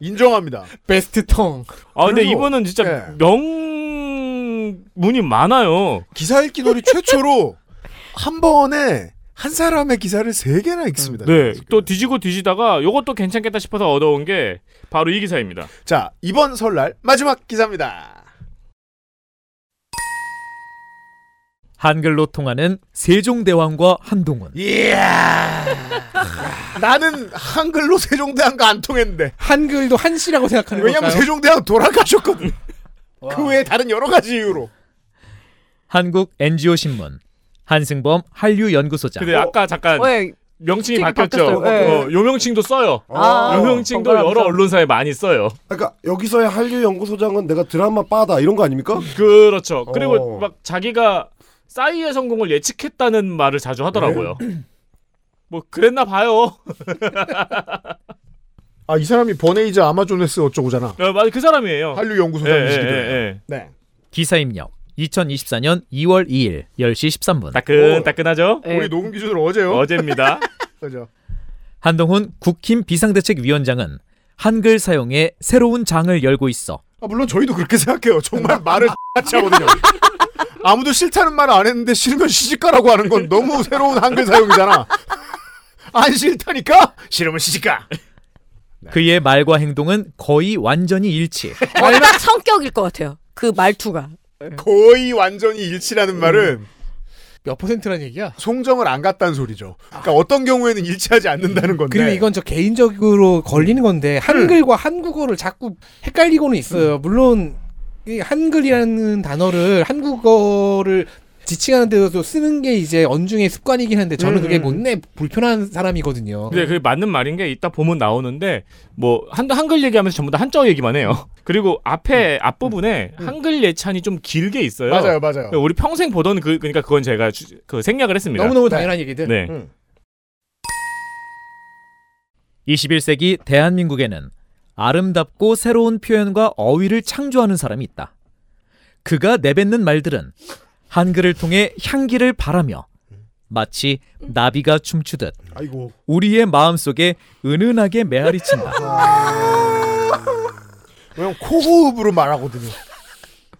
[SPEAKER 4] 인정합니다. 예.
[SPEAKER 6] 베스트 통.
[SPEAKER 8] 아 근데
[SPEAKER 4] 그리고,
[SPEAKER 8] 이분은 진짜 명문이 많아요.
[SPEAKER 4] 기사 읽기 놀이 최초로 한 번에 한 사람의 기사를 세 개나 읽습니다.
[SPEAKER 8] 네. 또 뒤지고 뒤지다가 이것도 괜찮겠다 싶어서 얻어온 게 바로 이 기사입니다.
[SPEAKER 4] 자, 이번 설날 마지막 기사입니다.
[SPEAKER 1] 한글로 통하는 세종대왕과 한동훈.
[SPEAKER 8] 예.
[SPEAKER 4] 이야. 나는 한글로 세종대왕과 안 통했는데.
[SPEAKER 6] 한글도 한시라고 생각하는
[SPEAKER 4] 왜냐면
[SPEAKER 6] 걸까요?
[SPEAKER 4] 세종대왕 돌아가셨거든. 그 외에 다른 여러 가지 이유로.
[SPEAKER 1] 한국 NGO 신문 한승범 한류 연구소장.
[SPEAKER 8] 근데 아까 잠깐
[SPEAKER 1] 어, 예.
[SPEAKER 8] 명칭이
[SPEAKER 1] 특히
[SPEAKER 8] 어, 예. 바뀌었죠.
[SPEAKER 1] 바뀌었어요.
[SPEAKER 8] 어, 요명칭도 써요.
[SPEAKER 7] 아,
[SPEAKER 8] 요명칭도
[SPEAKER 7] 번갈아서.
[SPEAKER 8] 여러 언론사에 많이 써요.
[SPEAKER 7] 그러니까 여기서의 한류 연구소장은 내가 드라마 빠다 이런 거 아닙니까? 어.
[SPEAKER 8] 그렇죠. 그리고 막 자기가 싸이의 성공을 예측했다는 말을 자주 하더라고요.
[SPEAKER 4] 네?
[SPEAKER 8] 뭐 그랬나 봐요.
[SPEAKER 4] 아, 이 사람이 버네이즈 아마존에스 어쩌고잖아.
[SPEAKER 8] 어, 맞아 그 사람이에요.
[SPEAKER 4] 한류
[SPEAKER 8] 예,
[SPEAKER 4] 연구소장이시기도 해요. 네.
[SPEAKER 1] 기사 입력 2024년 2월 2일 10시 13분.
[SPEAKER 8] 따끈따끈하죠?
[SPEAKER 4] 어, 우리 녹음 기준으로 어제요.
[SPEAKER 8] 어제입니다.
[SPEAKER 4] 그죠.
[SPEAKER 1] 한동훈 국힘 비상대책위원장은 한글 사용에 새로운 장을 열고 있어.
[SPEAKER 4] 아, 물론 저희도 그렇게 생각해요. 정말 말을 같이 하거든요. 아무도 싫다는 말 안 했는데 싫으면 시집가라고 하는 건 너무 새로운 한글 사용이잖아. 안 싫다니까? 싫으면 시집가. 네.
[SPEAKER 1] 그의 말과 행동은 거의 완전히 일치.
[SPEAKER 4] 아,
[SPEAKER 5] 워낙 성격일 것 같아요. 그 말투가.
[SPEAKER 6] 네.
[SPEAKER 4] 거의 완전히 일치라는 말은
[SPEAKER 6] 음. 몇 퍼센트란 얘기야?
[SPEAKER 4] 송정을 안 갔다는 소리죠. 그러니까 어떤 경우에는 일치하지 않는다는 건데.
[SPEAKER 6] 음, 그리고 이건 저 개인적으로 걸리는 건데
[SPEAKER 4] 음.
[SPEAKER 6] 한글과 한국어를 자꾸 헷갈리고는 있어요. 물론 이 한글이라는 단어를 한국어를 지칭하는 데도 쓰는 게 이제 언중의 습관이긴 한데 저는
[SPEAKER 8] 음,
[SPEAKER 6] 그게
[SPEAKER 8] 음.
[SPEAKER 6] 못내 불편한 사람이거든요.
[SPEAKER 4] 네.
[SPEAKER 8] 근데 그게 맞는 말인 게 이따 보면 나오는데 뭐 한, 한글 얘기하면서 전부 다 한자어 얘기만 해요. 그리고 앞에 앞부분에 한글 예찬이 좀 길게 있어요.
[SPEAKER 6] 음. 맞아요, 맞아요.
[SPEAKER 8] 우리 평생 보던 그 그러니까 그건 제가 주- 그 생략을 했습니다.
[SPEAKER 6] 너무너무 당연한 얘기들.
[SPEAKER 8] 네.
[SPEAKER 6] 음.
[SPEAKER 1] 21세기 대한민국에는 아름답고 새로운 표현과 어휘를 창조하는 사람이 있다. 그가 내뱉는 말들은 한글을 통해 향기를 바라며 마치 나비가 춤추듯
[SPEAKER 7] 아이고.
[SPEAKER 1] 우리의 마음속에 은은하게 메아리친다.
[SPEAKER 4] 왜냐면 코호흡으로 말하거든요.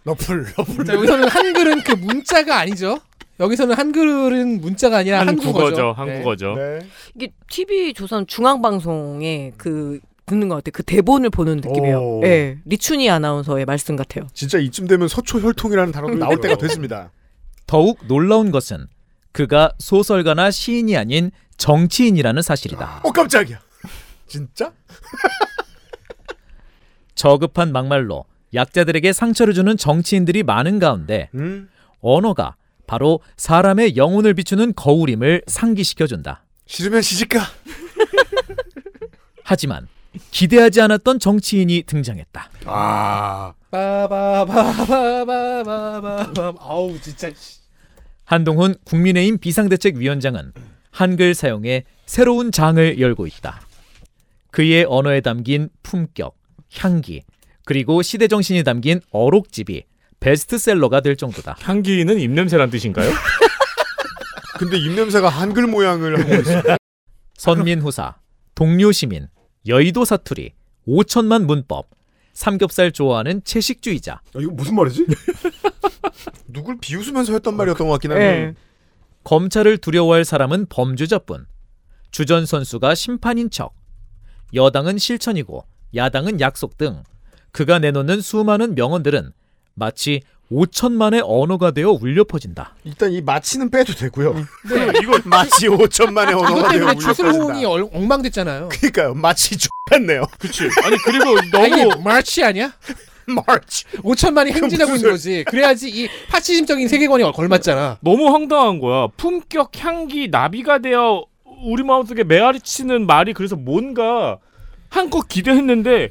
[SPEAKER 4] 너플 너플.
[SPEAKER 6] 자, 여기서는 한글은 그 문자가 아니죠. 여기서는 한글은 문자가 아니라 한국어죠. 네.
[SPEAKER 8] 한국어죠. 한국어죠.
[SPEAKER 5] 이게 TV 조선 중앙방송에 그 듣는 것 같아요. 그 대본을 보는 느낌이에요.
[SPEAKER 4] 오.
[SPEAKER 5] 예, 리춘희 아나운서의 말씀 같아요.
[SPEAKER 4] 진짜 이쯤 되면 서초 혈통이라는 단어도 음. 나올 때가 됐습니다.
[SPEAKER 1] 더욱 놀라운 것은 그가 소설가나 시인이 아닌 정치인이라는 사실이다.
[SPEAKER 4] 어 깜짝이야. 진짜?
[SPEAKER 1] 저급한 막말로 약자들에게 상처를 주는 정치인들이 많은 가운데 언어가 바로 사람의 영혼을 비추는 거울임을 상기시켜준다.
[SPEAKER 4] 싫으면 시집가.
[SPEAKER 1] 하지만 기대하지 않았던 정치인이 등장했다.
[SPEAKER 4] 아.
[SPEAKER 6] 빠바바바바바바바. 아우 진짜. 씨.
[SPEAKER 1] 한동훈 국민의힘 비상대책위원장은 한글 사용에 새로운 장을 열고 있다. 그의 언어에 담긴 품격, 향기, 그리고 시대 정신이 담긴 어록집이 베스트셀러가 될 정도다.
[SPEAKER 8] 향기는 입냄새란 뜻인가요?
[SPEAKER 4] 근데 입냄새가 한글 모양을 하고 있어.
[SPEAKER 1] 선민후사, 동료시민, 여의도 사투리, 5천만 문법, 삼겹살 좋아하는 채식주의자.
[SPEAKER 7] 이거 무슨 말이지?
[SPEAKER 4] 누굴 비웃으면서 했던 말이었던 것 같긴
[SPEAKER 1] 예.
[SPEAKER 4] 한데.
[SPEAKER 1] 검찰을 두려워할 사람은 범죄자뿐. 주전 선수가 심판인 척. 여당은 실천이고 야당은 약속 등 그가 내놓는 수많은 명언들은 마치 5천만의 언어가 되어 울려 퍼진다.
[SPEAKER 4] 일단 이 마치는 빼도 되고요.
[SPEAKER 6] 네.
[SPEAKER 4] 이거 마치 5천만의
[SPEAKER 6] 이것
[SPEAKER 4] 언어가 되어
[SPEAKER 6] 아, 때문에
[SPEAKER 4] 울려
[SPEAKER 6] 주술호응이
[SPEAKER 4] 퍼진다.
[SPEAKER 6] 얼- 엉망됐잖아요.
[SPEAKER 4] 그러니까요. 마치 X같네요.
[SPEAKER 8] 그치. 아니 그리고
[SPEAKER 6] 이게 마치 아니야?
[SPEAKER 4] 마치.
[SPEAKER 6] 5천만이 행진하고
[SPEAKER 8] 그러니까 무슨-
[SPEAKER 6] 있는 거지. 그래야지 이 파치심적인 세계관이 걸맞잖아.
[SPEAKER 8] 너무 황당한 거야. 품격, 향기, 나비가 되어 우리 마음속에 메아리치는 말이 그래서 뭔가 한껏 기대했는데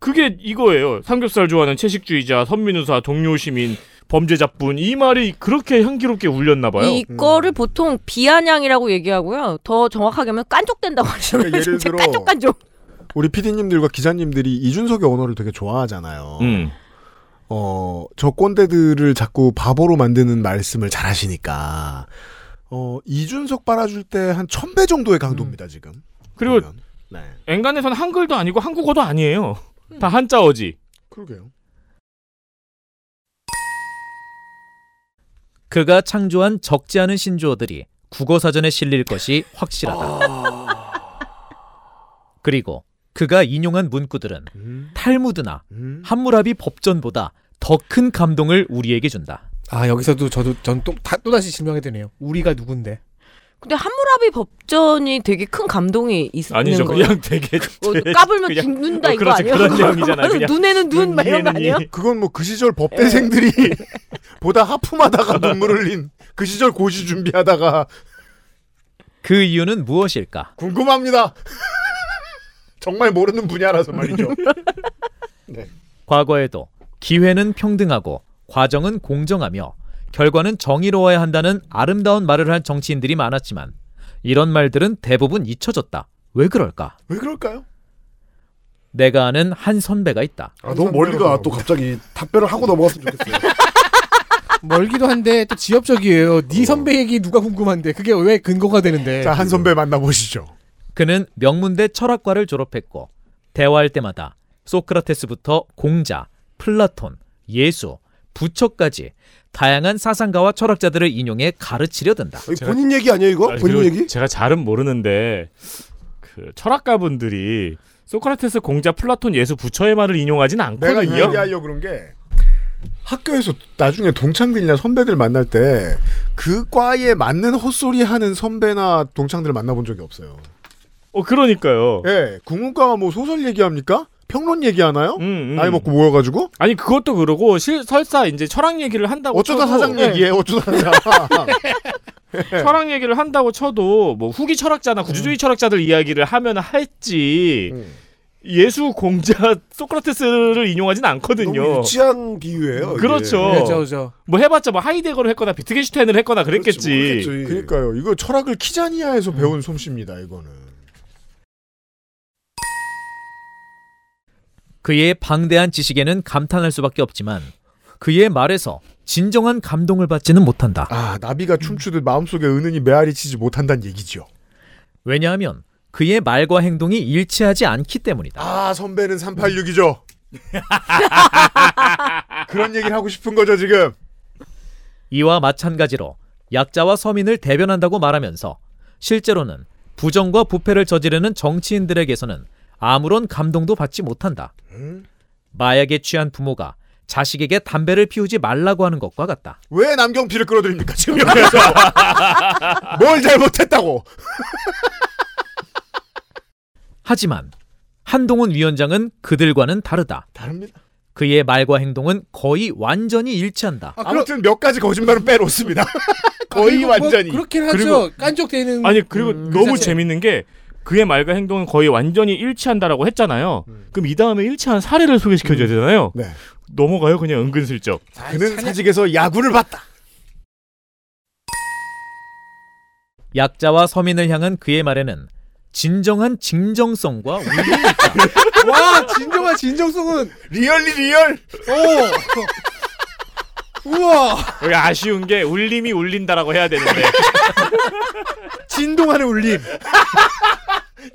[SPEAKER 8] 그게 이거예요. 삼겹살 좋아하는 채식주의자, 선민우사, 동료시민, 범죄자뿐 이 말이 그렇게 향기롭게 울렸나 봐요. 음.
[SPEAKER 5] 이거를
[SPEAKER 6] 음.
[SPEAKER 5] 보통 비아냥이라고 얘기하고요. 더 정확하게 하면 깐족된다고 하시잖아요.
[SPEAKER 4] 그러니까 예를
[SPEAKER 5] 진짜
[SPEAKER 4] 들어-
[SPEAKER 5] 깐족깐족.
[SPEAKER 4] 우리 PD님들과 기자님들이 이준석의 언어를 되게 좋아하잖아요.
[SPEAKER 1] 음.
[SPEAKER 4] 어, 저 꼰대들을 자꾸 바보로 만드는 말씀을 잘 하시니까. 어, 이준석 빨아줄 때 한 천 배 정도의 강도입니다, 지금.
[SPEAKER 8] 음.
[SPEAKER 4] 어,
[SPEAKER 8] 그리고 엔간에서는 네. 한글도 아니고 한국어도 아니에요. 다 한자어지.
[SPEAKER 4] 그러게요.
[SPEAKER 1] 그가 창조한 적지 않은 신조어들이 국어 사전에 실릴 것이 확실하다.
[SPEAKER 6] 아.
[SPEAKER 1] 그리고 그가 인용한 문구들은
[SPEAKER 7] 음.
[SPEAKER 1] 탈무드나 함무라비 법전보다 더 큰 감동을 우리에게 준다.
[SPEAKER 6] 아 여기서도 저도 전또 다시 실명이 되네요. 우리가 누군데?
[SPEAKER 5] 근데 함무라비 법전이 되게 큰 감동이 있는
[SPEAKER 6] 아니죠.
[SPEAKER 5] 거예요.
[SPEAKER 6] 그냥 되게-
[SPEAKER 5] 어,
[SPEAKER 6] 되게
[SPEAKER 5] 까불면
[SPEAKER 6] 그냥-
[SPEAKER 5] 죽는다
[SPEAKER 6] 어,
[SPEAKER 5] 이거
[SPEAKER 6] 그렇지.
[SPEAKER 5] 아니에요?
[SPEAKER 6] 그런 내용이잖아요,
[SPEAKER 5] 그거는
[SPEAKER 6] 그냥. 예.
[SPEAKER 5] 눈에는
[SPEAKER 8] 음.
[SPEAKER 5] 눈, 막 이런 거 아니에요?
[SPEAKER 4] 그건 뭐 그 시절 법대생들이
[SPEAKER 8] 예.
[SPEAKER 4] 보다 하품하다가 눈물 흘린 그 시절 고시 준비하다가
[SPEAKER 1] 그 이유는 무엇일까?
[SPEAKER 4] 궁금합니다. 정말 모르는 분야라서 말이죠.
[SPEAKER 1] 과거에도 기회는 평등하고 과정은 공정하며 결과는 정의로워야 한다는 아름다운 말을 한 정치인들이 많았지만 이런 말들은 대부분 잊혀졌다. 왜 그럴까?
[SPEAKER 4] 왜 그럴까요?
[SPEAKER 1] 내가 아는 한 선배가 있다.
[SPEAKER 7] 아, 너무 멀리 가. 또 갑자기 답변을 하고 넘어갔으면 좋겠어요.
[SPEAKER 6] 멀기도 한데 또 지엽적이에요. 네 선배 얘기 누가 궁금한데 그게 왜 근거가 되는데?
[SPEAKER 1] 자, 한
[SPEAKER 4] 어. 선배 만나보시죠.
[SPEAKER 1] 그는 명문대 철학과를 졸업했고 대화할 때마다 소크라테스부터 공자, 플라톤, 예수, 부처까지 다양한 사상가와 철학자들을 인용해 가르치려 든다.
[SPEAKER 7] 본인 얘기 아니에요 이거?
[SPEAKER 8] 아니,
[SPEAKER 7] 본인
[SPEAKER 8] 그리고
[SPEAKER 7] 얘기?
[SPEAKER 8] 제가 잘은 모르는데 그 철학가분들이 소크라테스, 공자, 플라톤, 예수, 부처의 말을 인용하진 않거든요.
[SPEAKER 4] 내가 이 얘기하려 그런 게 학교에서 나중에 동창들이나 선배들 만날 때 그 과에 맞는 헛소리 하는 선배나 동창들을 만나본 적이 없어요.
[SPEAKER 8] 어 그러니까요.
[SPEAKER 4] 예, 국문과 뭐 소설 얘기합니까? 평론 얘기하나요?
[SPEAKER 8] 음,
[SPEAKER 4] 나이 먹고 모여가지고?
[SPEAKER 8] 아니 그것도 그러고 실, 설사 이제 철학 얘기를 한다고
[SPEAKER 4] 어쩌다
[SPEAKER 8] 쳐도- 네.
[SPEAKER 4] 사장 얘기해, 어쩌다 사장.
[SPEAKER 8] 철학 얘기를 한다고 쳐도 뭐 후기 철학자나 구조주의 철학자들 이야기를 하면 할지 예수 공자 소크라테스를 인용하진 않거든요.
[SPEAKER 7] 너무 유치한 비유예요. 이게.
[SPEAKER 8] 그렇죠. 뭐 해봤자 뭐 하이데거를 했거나 비트겐슈타인을 했거나 그랬겠지.
[SPEAKER 4] 예. 그러니까요. 이거 철학을 키자니아에서 배운 솜씨입니다. 이거는.
[SPEAKER 1] 그의 방대한 지식에는 감탄할 수밖에 없지만 그의 말에서 진정한 감동을 받지는 못한다.
[SPEAKER 4] 아, 나비가 춤추듯 마음속에 은은히 메아리치지 못한다는 얘기죠.
[SPEAKER 1] 왜냐하면 그의 말과 행동이 일치하지 않기 때문이다.
[SPEAKER 4] 아, 선배는 386이죠. 그런 얘기를 하고 싶은 거죠, 지금.
[SPEAKER 1] 이와 마찬가지로 약자와 서민을 대변한다고 말하면서 실제로는 부정과 부패를 저지르는 정치인들에게서는 아무런 감동도 받지 못한다.
[SPEAKER 7] 음.
[SPEAKER 1] 마약에 취한 부모가 자식에게 담배를 피우지 말라고 하는 것과 같다.
[SPEAKER 4] 왜 남경필을 끌어들입니까, 지금 여기서? 아. 뭘 잘못했다고?
[SPEAKER 1] 하지만 한동훈 위원장은 그들과는 다르다.
[SPEAKER 4] 다릅니다.
[SPEAKER 1] 그의 말과 행동은 거의 완전히 일치한다.
[SPEAKER 4] 아, 무튼몇 가지 거짓말은 빼놓습니다.
[SPEAKER 6] 아,
[SPEAKER 4] 거의
[SPEAKER 6] 그리고
[SPEAKER 4] 완전히.
[SPEAKER 6] 뭐 그렇긴 하죠. 깐족대는
[SPEAKER 8] 아니 그리고
[SPEAKER 6] 음, 그
[SPEAKER 8] 너무
[SPEAKER 6] 자체.
[SPEAKER 8] 재밌는 게 그의 말과 행동은 거의 완전히 일치한다라고 했잖아요. 그럼 이 다음에 일치한 사례를
[SPEAKER 4] 음.
[SPEAKER 8] 소개시켜줘야 되잖아요. 넘어가요 그냥 은근슬쩍.
[SPEAKER 7] 아,
[SPEAKER 4] 그는 네. 사직에서 야구를 봤다.
[SPEAKER 1] 약자와 서민을 향한 그의 말에는 진정한 진정성과 운명이 있다.
[SPEAKER 6] 와 진정한 진정성은
[SPEAKER 4] 리얼리 리얼.
[SPEAKER 6] 오. 우와.
[SPEAKER 8] 여기 아쉬운 게 울림이 울린다라고 해야 되는데
[SPEAKER 4] 진동하는 울림.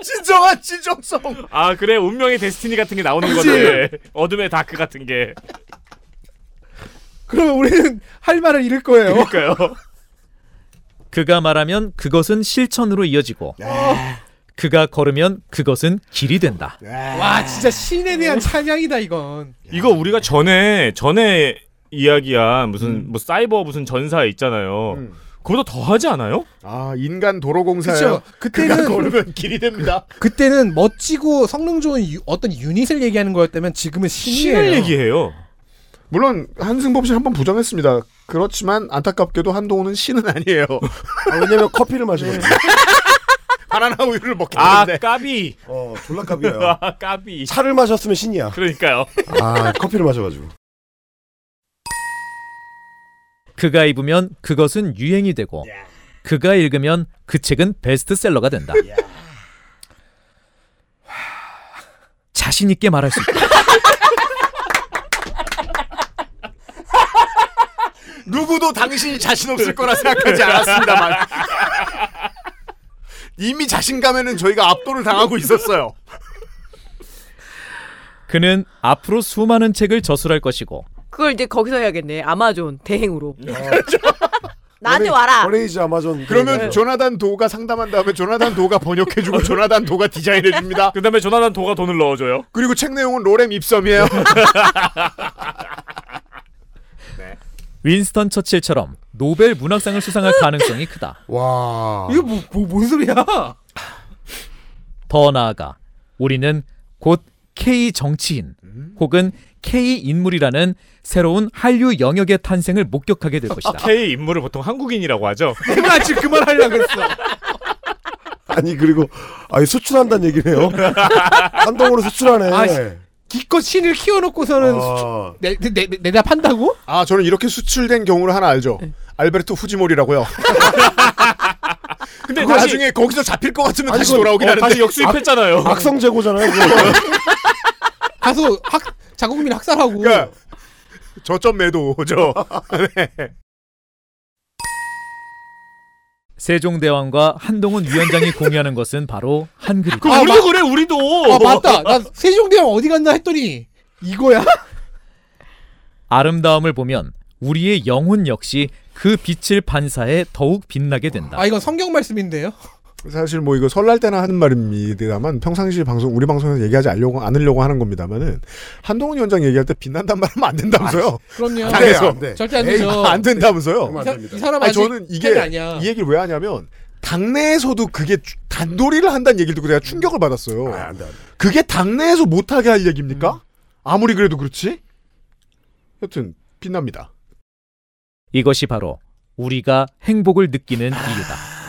[SPEAKER 4] 진정한 진정성.
[SPEAKER 8] 아 그래 운명의 데스티니 같은 게 나오는
[SPEAKER 6] 그치?
[SPEAKER 8] 거네. 어둠의 다크 같은 게.
[SPEAKER 6] 그러면 우리는 할 말을 잃을 거예요.
[SPEAKER 8] 그러니까요.
[SPEAKER 1] 그가 말하면 그것은 실천으로 이어지고 그가 걸으면 그것은 길이 된다.
[SPEAKER 6] 와 진짜 신에 대한 찬양이다 이건.
[SPEAKER 8] 이거 우리가 전에 전에 이야기한 무슨
[SPEAKER 4] 음.
[SPEAKER 8] 뭐 사이버 무슨 전사 있잖아요. 그보다 더 하지 않아요?
[SPEAKER 4] 아 인간 도로공사예요.
[SPEAKER 6] 그쵸. 그때는-
[SPEAKER 4] 그가 걸으면 길이 됩니다.
[SPEAKER 6] 그때는 멋지고 성능 좋은 유- 어떤 유닛을 얘기하는 거였다면 지금은 신이에요.
[SPEAKER 8] 얘기해요.
[SPEAKER 4] 물론 한승범 씨 한 번 부정했습니다. 그렇지만 안타깝게도 한동훈은 신은 아니에요. 네.
[SPEAKER 7] 왜냐면 커피를 마시거든요.
[SPEAKER 4] 바나나 우유를 먹게
[SPEAKER 8] 아
[SPEAKER 4] 되는데.
[SPEAKER 8] 까비.
[SPEAKER 7] 어 졸라 갑이에요.
[SPEAKER 8] 아 까비.
[SPEAKER 7] 차를 마셨으면 신이야.
[SPEAKER 8] 그러니까요.
[SPEAKER 7] 아 커피를 마셔가지고.
[SPEAKER 1] 그가 입으면 그것은 유행이 되고 그가 읽으면 그 책은 베스트셀러가 된다. 자신 있게 말할 수 있다.
[SPEAKER 4] 누구도 당신이 자신 없을 거라 생각하지 않았습니다만 이미 자신감에는 저희가 압도를 당하고 있었어요.
[SPEAKER 1] 그는 앞으로 수많은 책을 저술할 것이고
[SPEAKER 5] 그걸 이제 거기서 해야겠네. 아마존 대행으로. 나한테 와라.
[SPEAKER 7] 버레이즈 아마존.
[SPEAKER 4] 그러면
[SPEAKER 5] 네.
[SPEAKER 4] 조나단 도가 상담한 다음에 조나단 도가 번역해주고 조나단 도가 디자인해줍니다.
[SPEAKER 8] 그 다음에 조나단 도가 돈을 넣어줘요.
[SPEAKER 4] 그리고 책 내용은 로렘 입섬이에요.
[SPEAKER 1] 윈스턴 처칠처럼 노벨 문학상을 수상할 가능성이 크다.
[SPEAKER 7] 와.
[SPEAKER 6] 이거 뭐, 뭐, 뭔 소리야?
[SPEAKER 1] 더 나아가 우리는 곧 K 정치인 혹은 K 인물이라는 새로운 한류 영역의 탄생을 목격하게 될 것이다.
[SPEAKER 8] 아, K 인물을 보통 한국인이라고 하죠.
[SPEAKER 6] 나 지금 그만 하려고 했어.
[SPEAKER 7] 아니 그리고 아니 수출한다는 얘기네요. 한동으로 수출하네.
[SPEAKER 6] 아, 씨. 기껏 신을 키워놓고서는
[SPEAKER 7] 아.
[SPEAKER 6] 수- 내, 내, 내, 내다 판다고?
[SPEAKER 4] 아 저는 이렇게 수출된 경우를 하나 알죠. 알베르토 후지모리라고요.
[SPEAKER 8] 근데
[SPEAKER 4] 그거
[SPEAKER 8] 다시-
[SPEAKER 4] 나중에 거기서 잡힐 것 같으면
[SPEAKER 7] 아니,
[SPEAKER 4] 다시
[SPEAKER 7] 그건-
[SPEAKER 4] 돌아오긴
[SPEAKER 7] 어,
[SPEAKER 4] 하는데
[SPEAKER 7] 다시 역수입했잖아요.
[SPEAKER 4] 악- 악성
[SPEAKER 7] 재고잖아요.
[SPEAKER 6] 가서 학, 자국민 학살하고.
[SPEAKER 4] 그러니까 저점 매도죠. 네.
[SPEAKER 1] 세종대왕과 한동훈 위원장이 공유하는 것은 바로 한글이다.
[SPEAKER 8] 그럼 우리도 그래 우리도.
[SPEAKER 6] 아 맞다. 나 세종대왕 어디 갔나 했더니 이거야?
[SPEAKER 1] 아름다움을 보면 우리의 영혼 역시 그 빛을 반사해 더욱 빛나게 된다.
[SPEAKER 6] 아 이건 성경 말씀인데요.
[SPEAKER 4] 사실 뭐 이거 설날 때나 하는 말입니다만 평상시 방송 우리 방송에서 얘기하지 않으려고 않으려고 하는 겁니다만은 한동훈 위원장 얘기할 때 빛난단 말하면 안 된다면서요.
[SPEAKER 6] 아, 그럼요.
[SPEAKER 4] 안 돼요.
[SPEAKER 6] 절대 안 되죠.
[SPEAKER 4] 안 된다면서요.
[SPEAKER 6] 이 사- 이 사람
[SPEAKER 4] 아니,
[SPEAKER 6] 아직
[SPEAKER 4] 저는 이게
[SPEAKER 6] 팬이 아니야.
[SPEAKER 4] 이 얘기를 왜 하냐면 당내에서도 그게 주- 단도리를 한다는 얘기를 듣고 내가 충격을 받았어요. 그게 당내에서 못하게 할 얘기입니까?
[SPEAKER 6] 음.
[SPEAKER 4] 아무리 그래도 그렇지? 여튼 빛납니다.
[SPEAKER 1] 이것이 바로 우리가 행복을 느끼는
[SPEAKER 5] 아,
[SPEAKER 1] 이유다.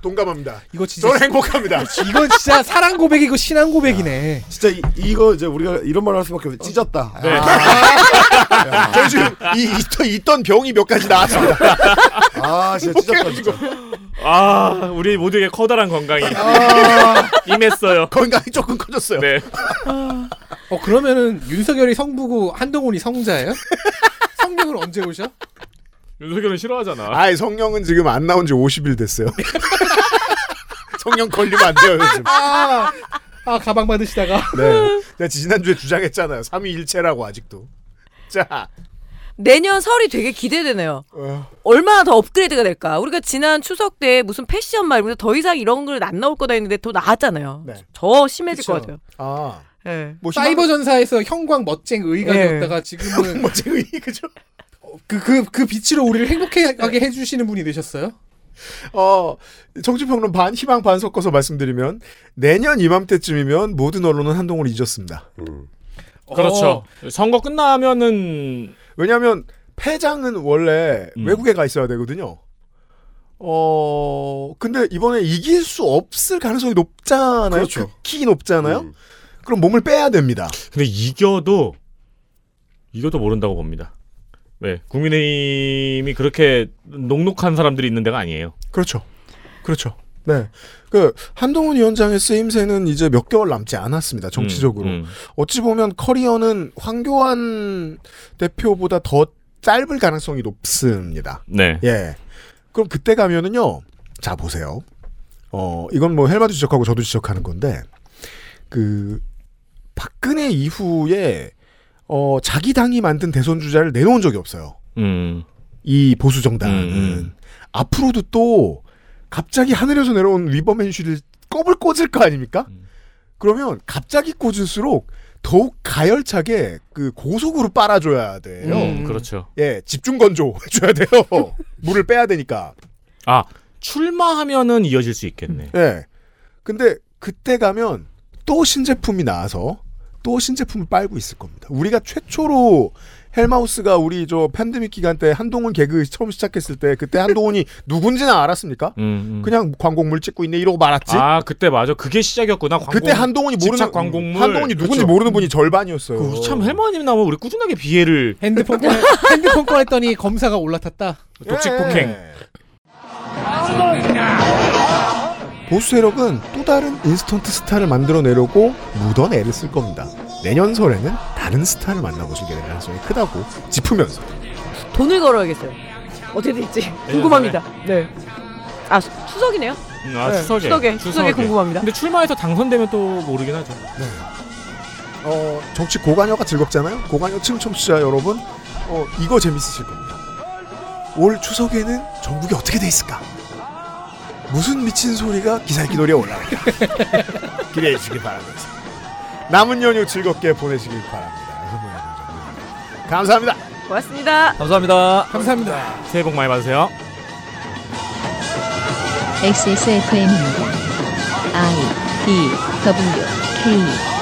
[SPEAKER 4] 동감합니다.
[SPEAKER 6] 이거 진짜
[SPEAKER 4] 저는 행복합니다.
[SPEAKER 6] 이건 진짜 사랑 고백이고 신앙 고백이네.
[SPEAKER 7] 진짜 이, 이거 이제 우리가 이런 말을 할 수밖에 없어. 찢었다. 아,
[SPEAKER 6] 네.
[SPEAKER 7] 야.
[SPEAKER 4] 저희 지금 이 있던, 있던 병이 몇 가지 나왔습니다.
[SPEAKER 7] 아 진짜 찢었다 진짜.
[SPEAKER 8] 아, 우리 모두에게 커다란 건강이 임했어요.
[SPEAKER 4] 아. 건강이 조금 커졌어요.
[SPEAKER 8] 네.
[SPEAKER 6] 어 그러면은 윤석열이 성부고 한동훈이 성자예요? 성령을 언제 오셔?
[SPEAKER 8] 윤석열은 싫어하잖아.
[SPEAKER 4] 아이 성령은 지금 안 나온 지 50일 됐어요. 성령 걸리면 안 돼요 요즘.
[SPEAKER 6] 아, 아 가방 받으시다가
[SPEAKER 4] 네. 제가 지난주에 주장했잖아요. 3위 일체라고 아직도. 자.
[SPEAKER 5] 내년 설이 되게 기대되네요.
[SPEAKER 4] 어.
[SPEAKER 5] 얼마나 더 업그레이드가 될까? 우리가 지난 추석 때 무슨 패션 말면서 더 이상 이런 걸 안 나올 거다 했는데 더 나왔잖아요. 더 심해질 것 같아요.
[SPEAKER 4] 아.
[SPEAKER 5] 예.
[SPEAKER 4] 뭐
[SPEAKER 6] 사이버 전사에서 형광 멋쟁 의가
[SPEAKER 5] 예.
[SPEAKER 6] 되었다가 지금은
[SPEAKER 4] 멋쟁 의 그죠?
[SPEAKER 6] 그그 그 빛으로 우리를 행복하게 해주시는 분이 되셨어요?
[SPEAKER 4] 네. 어, 정치평론 반, 희망 반 섞어서 말씀드리면, 내년 이맘때쯤이면 모든 언론은 한동훈을 잊었습니다.
[SPEAKER 8] 음.
[SPEAKER 4] 어.
[SPEAKER 6] 어,
[SPEAKER 8] 그렇죠. 선거 끝나면은. 음.
[SPEAKER 4] 왜냐면, 패장은 원래 외국에 가 있어야 되거든요. 어, 근데 이번에 이길 수 없을 가능성이 높잖아요.
[SPEAKER 8] 그렇죠. 음.
[SPEAKER 4] 극히 높잖아요. 그럼 몸을 빼야 됩니다.
[SPEAKER 8] 근데 이겨도 이겨도 모른다고 봅니다. 왜 국민의힘이 그렇게 녹록한 사람들이 있는 데가 아니에요.
[SPEAKER 4] 그렇죠. 그렇죠. 네. 그, 한동훈 위원장의 쓰임새는 이제 몇 개월 남지 않았습니다, 정치적으로.
[SPEAKER 8] 음, 음.
[SPEAKER 4] 어찌 보면 커리어는 황교안 대표보다 더 짧을 가능성이 높습니다.
[SPEAKER 8] 네.
[SPEAKER 4] 예. 그럼 그때 가면은요. 자 보세요. 어 이건 뭐 헬마도 지적하고 저도 지적하는 건데 그 박근혜 이후에 어 자기 당이 만든 대선 주자를 내놓은 적이 없어요.
[SPEAKER 8] 음.
[SPEAKER 4] 이 보수 정당은 앞으로도 또 갑자기 하늘에서 내려온 위버맨슈를 껍을 꽂을 거 아닙니까?
[SPEAKER 8] 음.
[SPEAKER 4] 그러면 갑자기 꽂을수록 더욱 가열차게 그 고속으로 빨아줘야 돼요.
[SPEAKER 8] 음, 그렇죠.
[SPEAKER 4] 예, 집중 건조 해줘야 돼요. 물을 빼야 되니까.
[SPEAKER 8] 아 출마하면은 이어질 수 있겠네.
[SPEAKER 4] 예. 근데 그때 가면 또 신제품이 나와서 또 신제품을 빨고 있을 겁니다. 우리가 최초로 헬마우스가 우리 저 팬데믹 기간 때 한동훈 개그 처음 시작했을 때 그때 한동훈이 누군지는 알았습니까?
[SPEAKER 8] 음, 음.
[SPEAKER 4] 그냥 광고물 찍고 있네 이러고 말았지.
[SPEAKER 8] 아 그때 맞아. 그게 시작이었구나. 광고,
[SPEAKER 4] 그때 한동훈이 모르는
[SPEAKER 8] 집착 광고물. 그렇죠.
[SPEAKER 4] 한동훈이 누군지 모르는 분이 절반이었어요.
[SPEAKER 8] 그거 참 헬마님 나면 뭐 우리 꾸준하게 비애를
[SPEAKER 6] 핸드폰 꺼내, 핸드폰 꺼냈더니 검사가 올라탔다.
[SPEAKER 8] 독직 폭행.
[SPEAKER 4] 보수 세력은 또 다른 인스턴트 스타를 만들어내려고 무던 애를 쓸 겁니다. 내년 설에는 다른 스타를 만나보실 가능성이 크다고 짚으면서
[SPEAKER 5] 돈을 걸어야겠어요. 어떻게 될지 궁금합니다. 네. 아 수- 추석이네요.
[SPEAKER 8] 아
[SPEAKER 5] 네,
[SPEAKER 8] 추석에.
[SPEAKER 5] 추석에, 추석에 궁금합니다.
[SPEAKER 8] 근데 출마해서 당선되면 또 뭐. 모르긴 하죠.
[SPEAKER 4] 네. 어, 정치 고관여가 즐겁잖아요. 고관여층 청취자 여러분, 어, 이거 재밌으실 겁니다. 올 추석에는 전국이 어떻게 돼 있을까? 무슨 미친 소리가 기살기놀이에 올라갈까? 기대해 주시기 바라면서 남은 연휴 즐겁게 보내시길 바랍니다. 감사합니다.
[SPEAKER 5] 고맙습니다.
[SPEAKER 1] 감사합니다.
[SPEAKER 6] 감사합니다.
[SPEAKER 8] 새해 복 많이 받으세요.
[SPEAKER 2] XSFM입니다. I D W K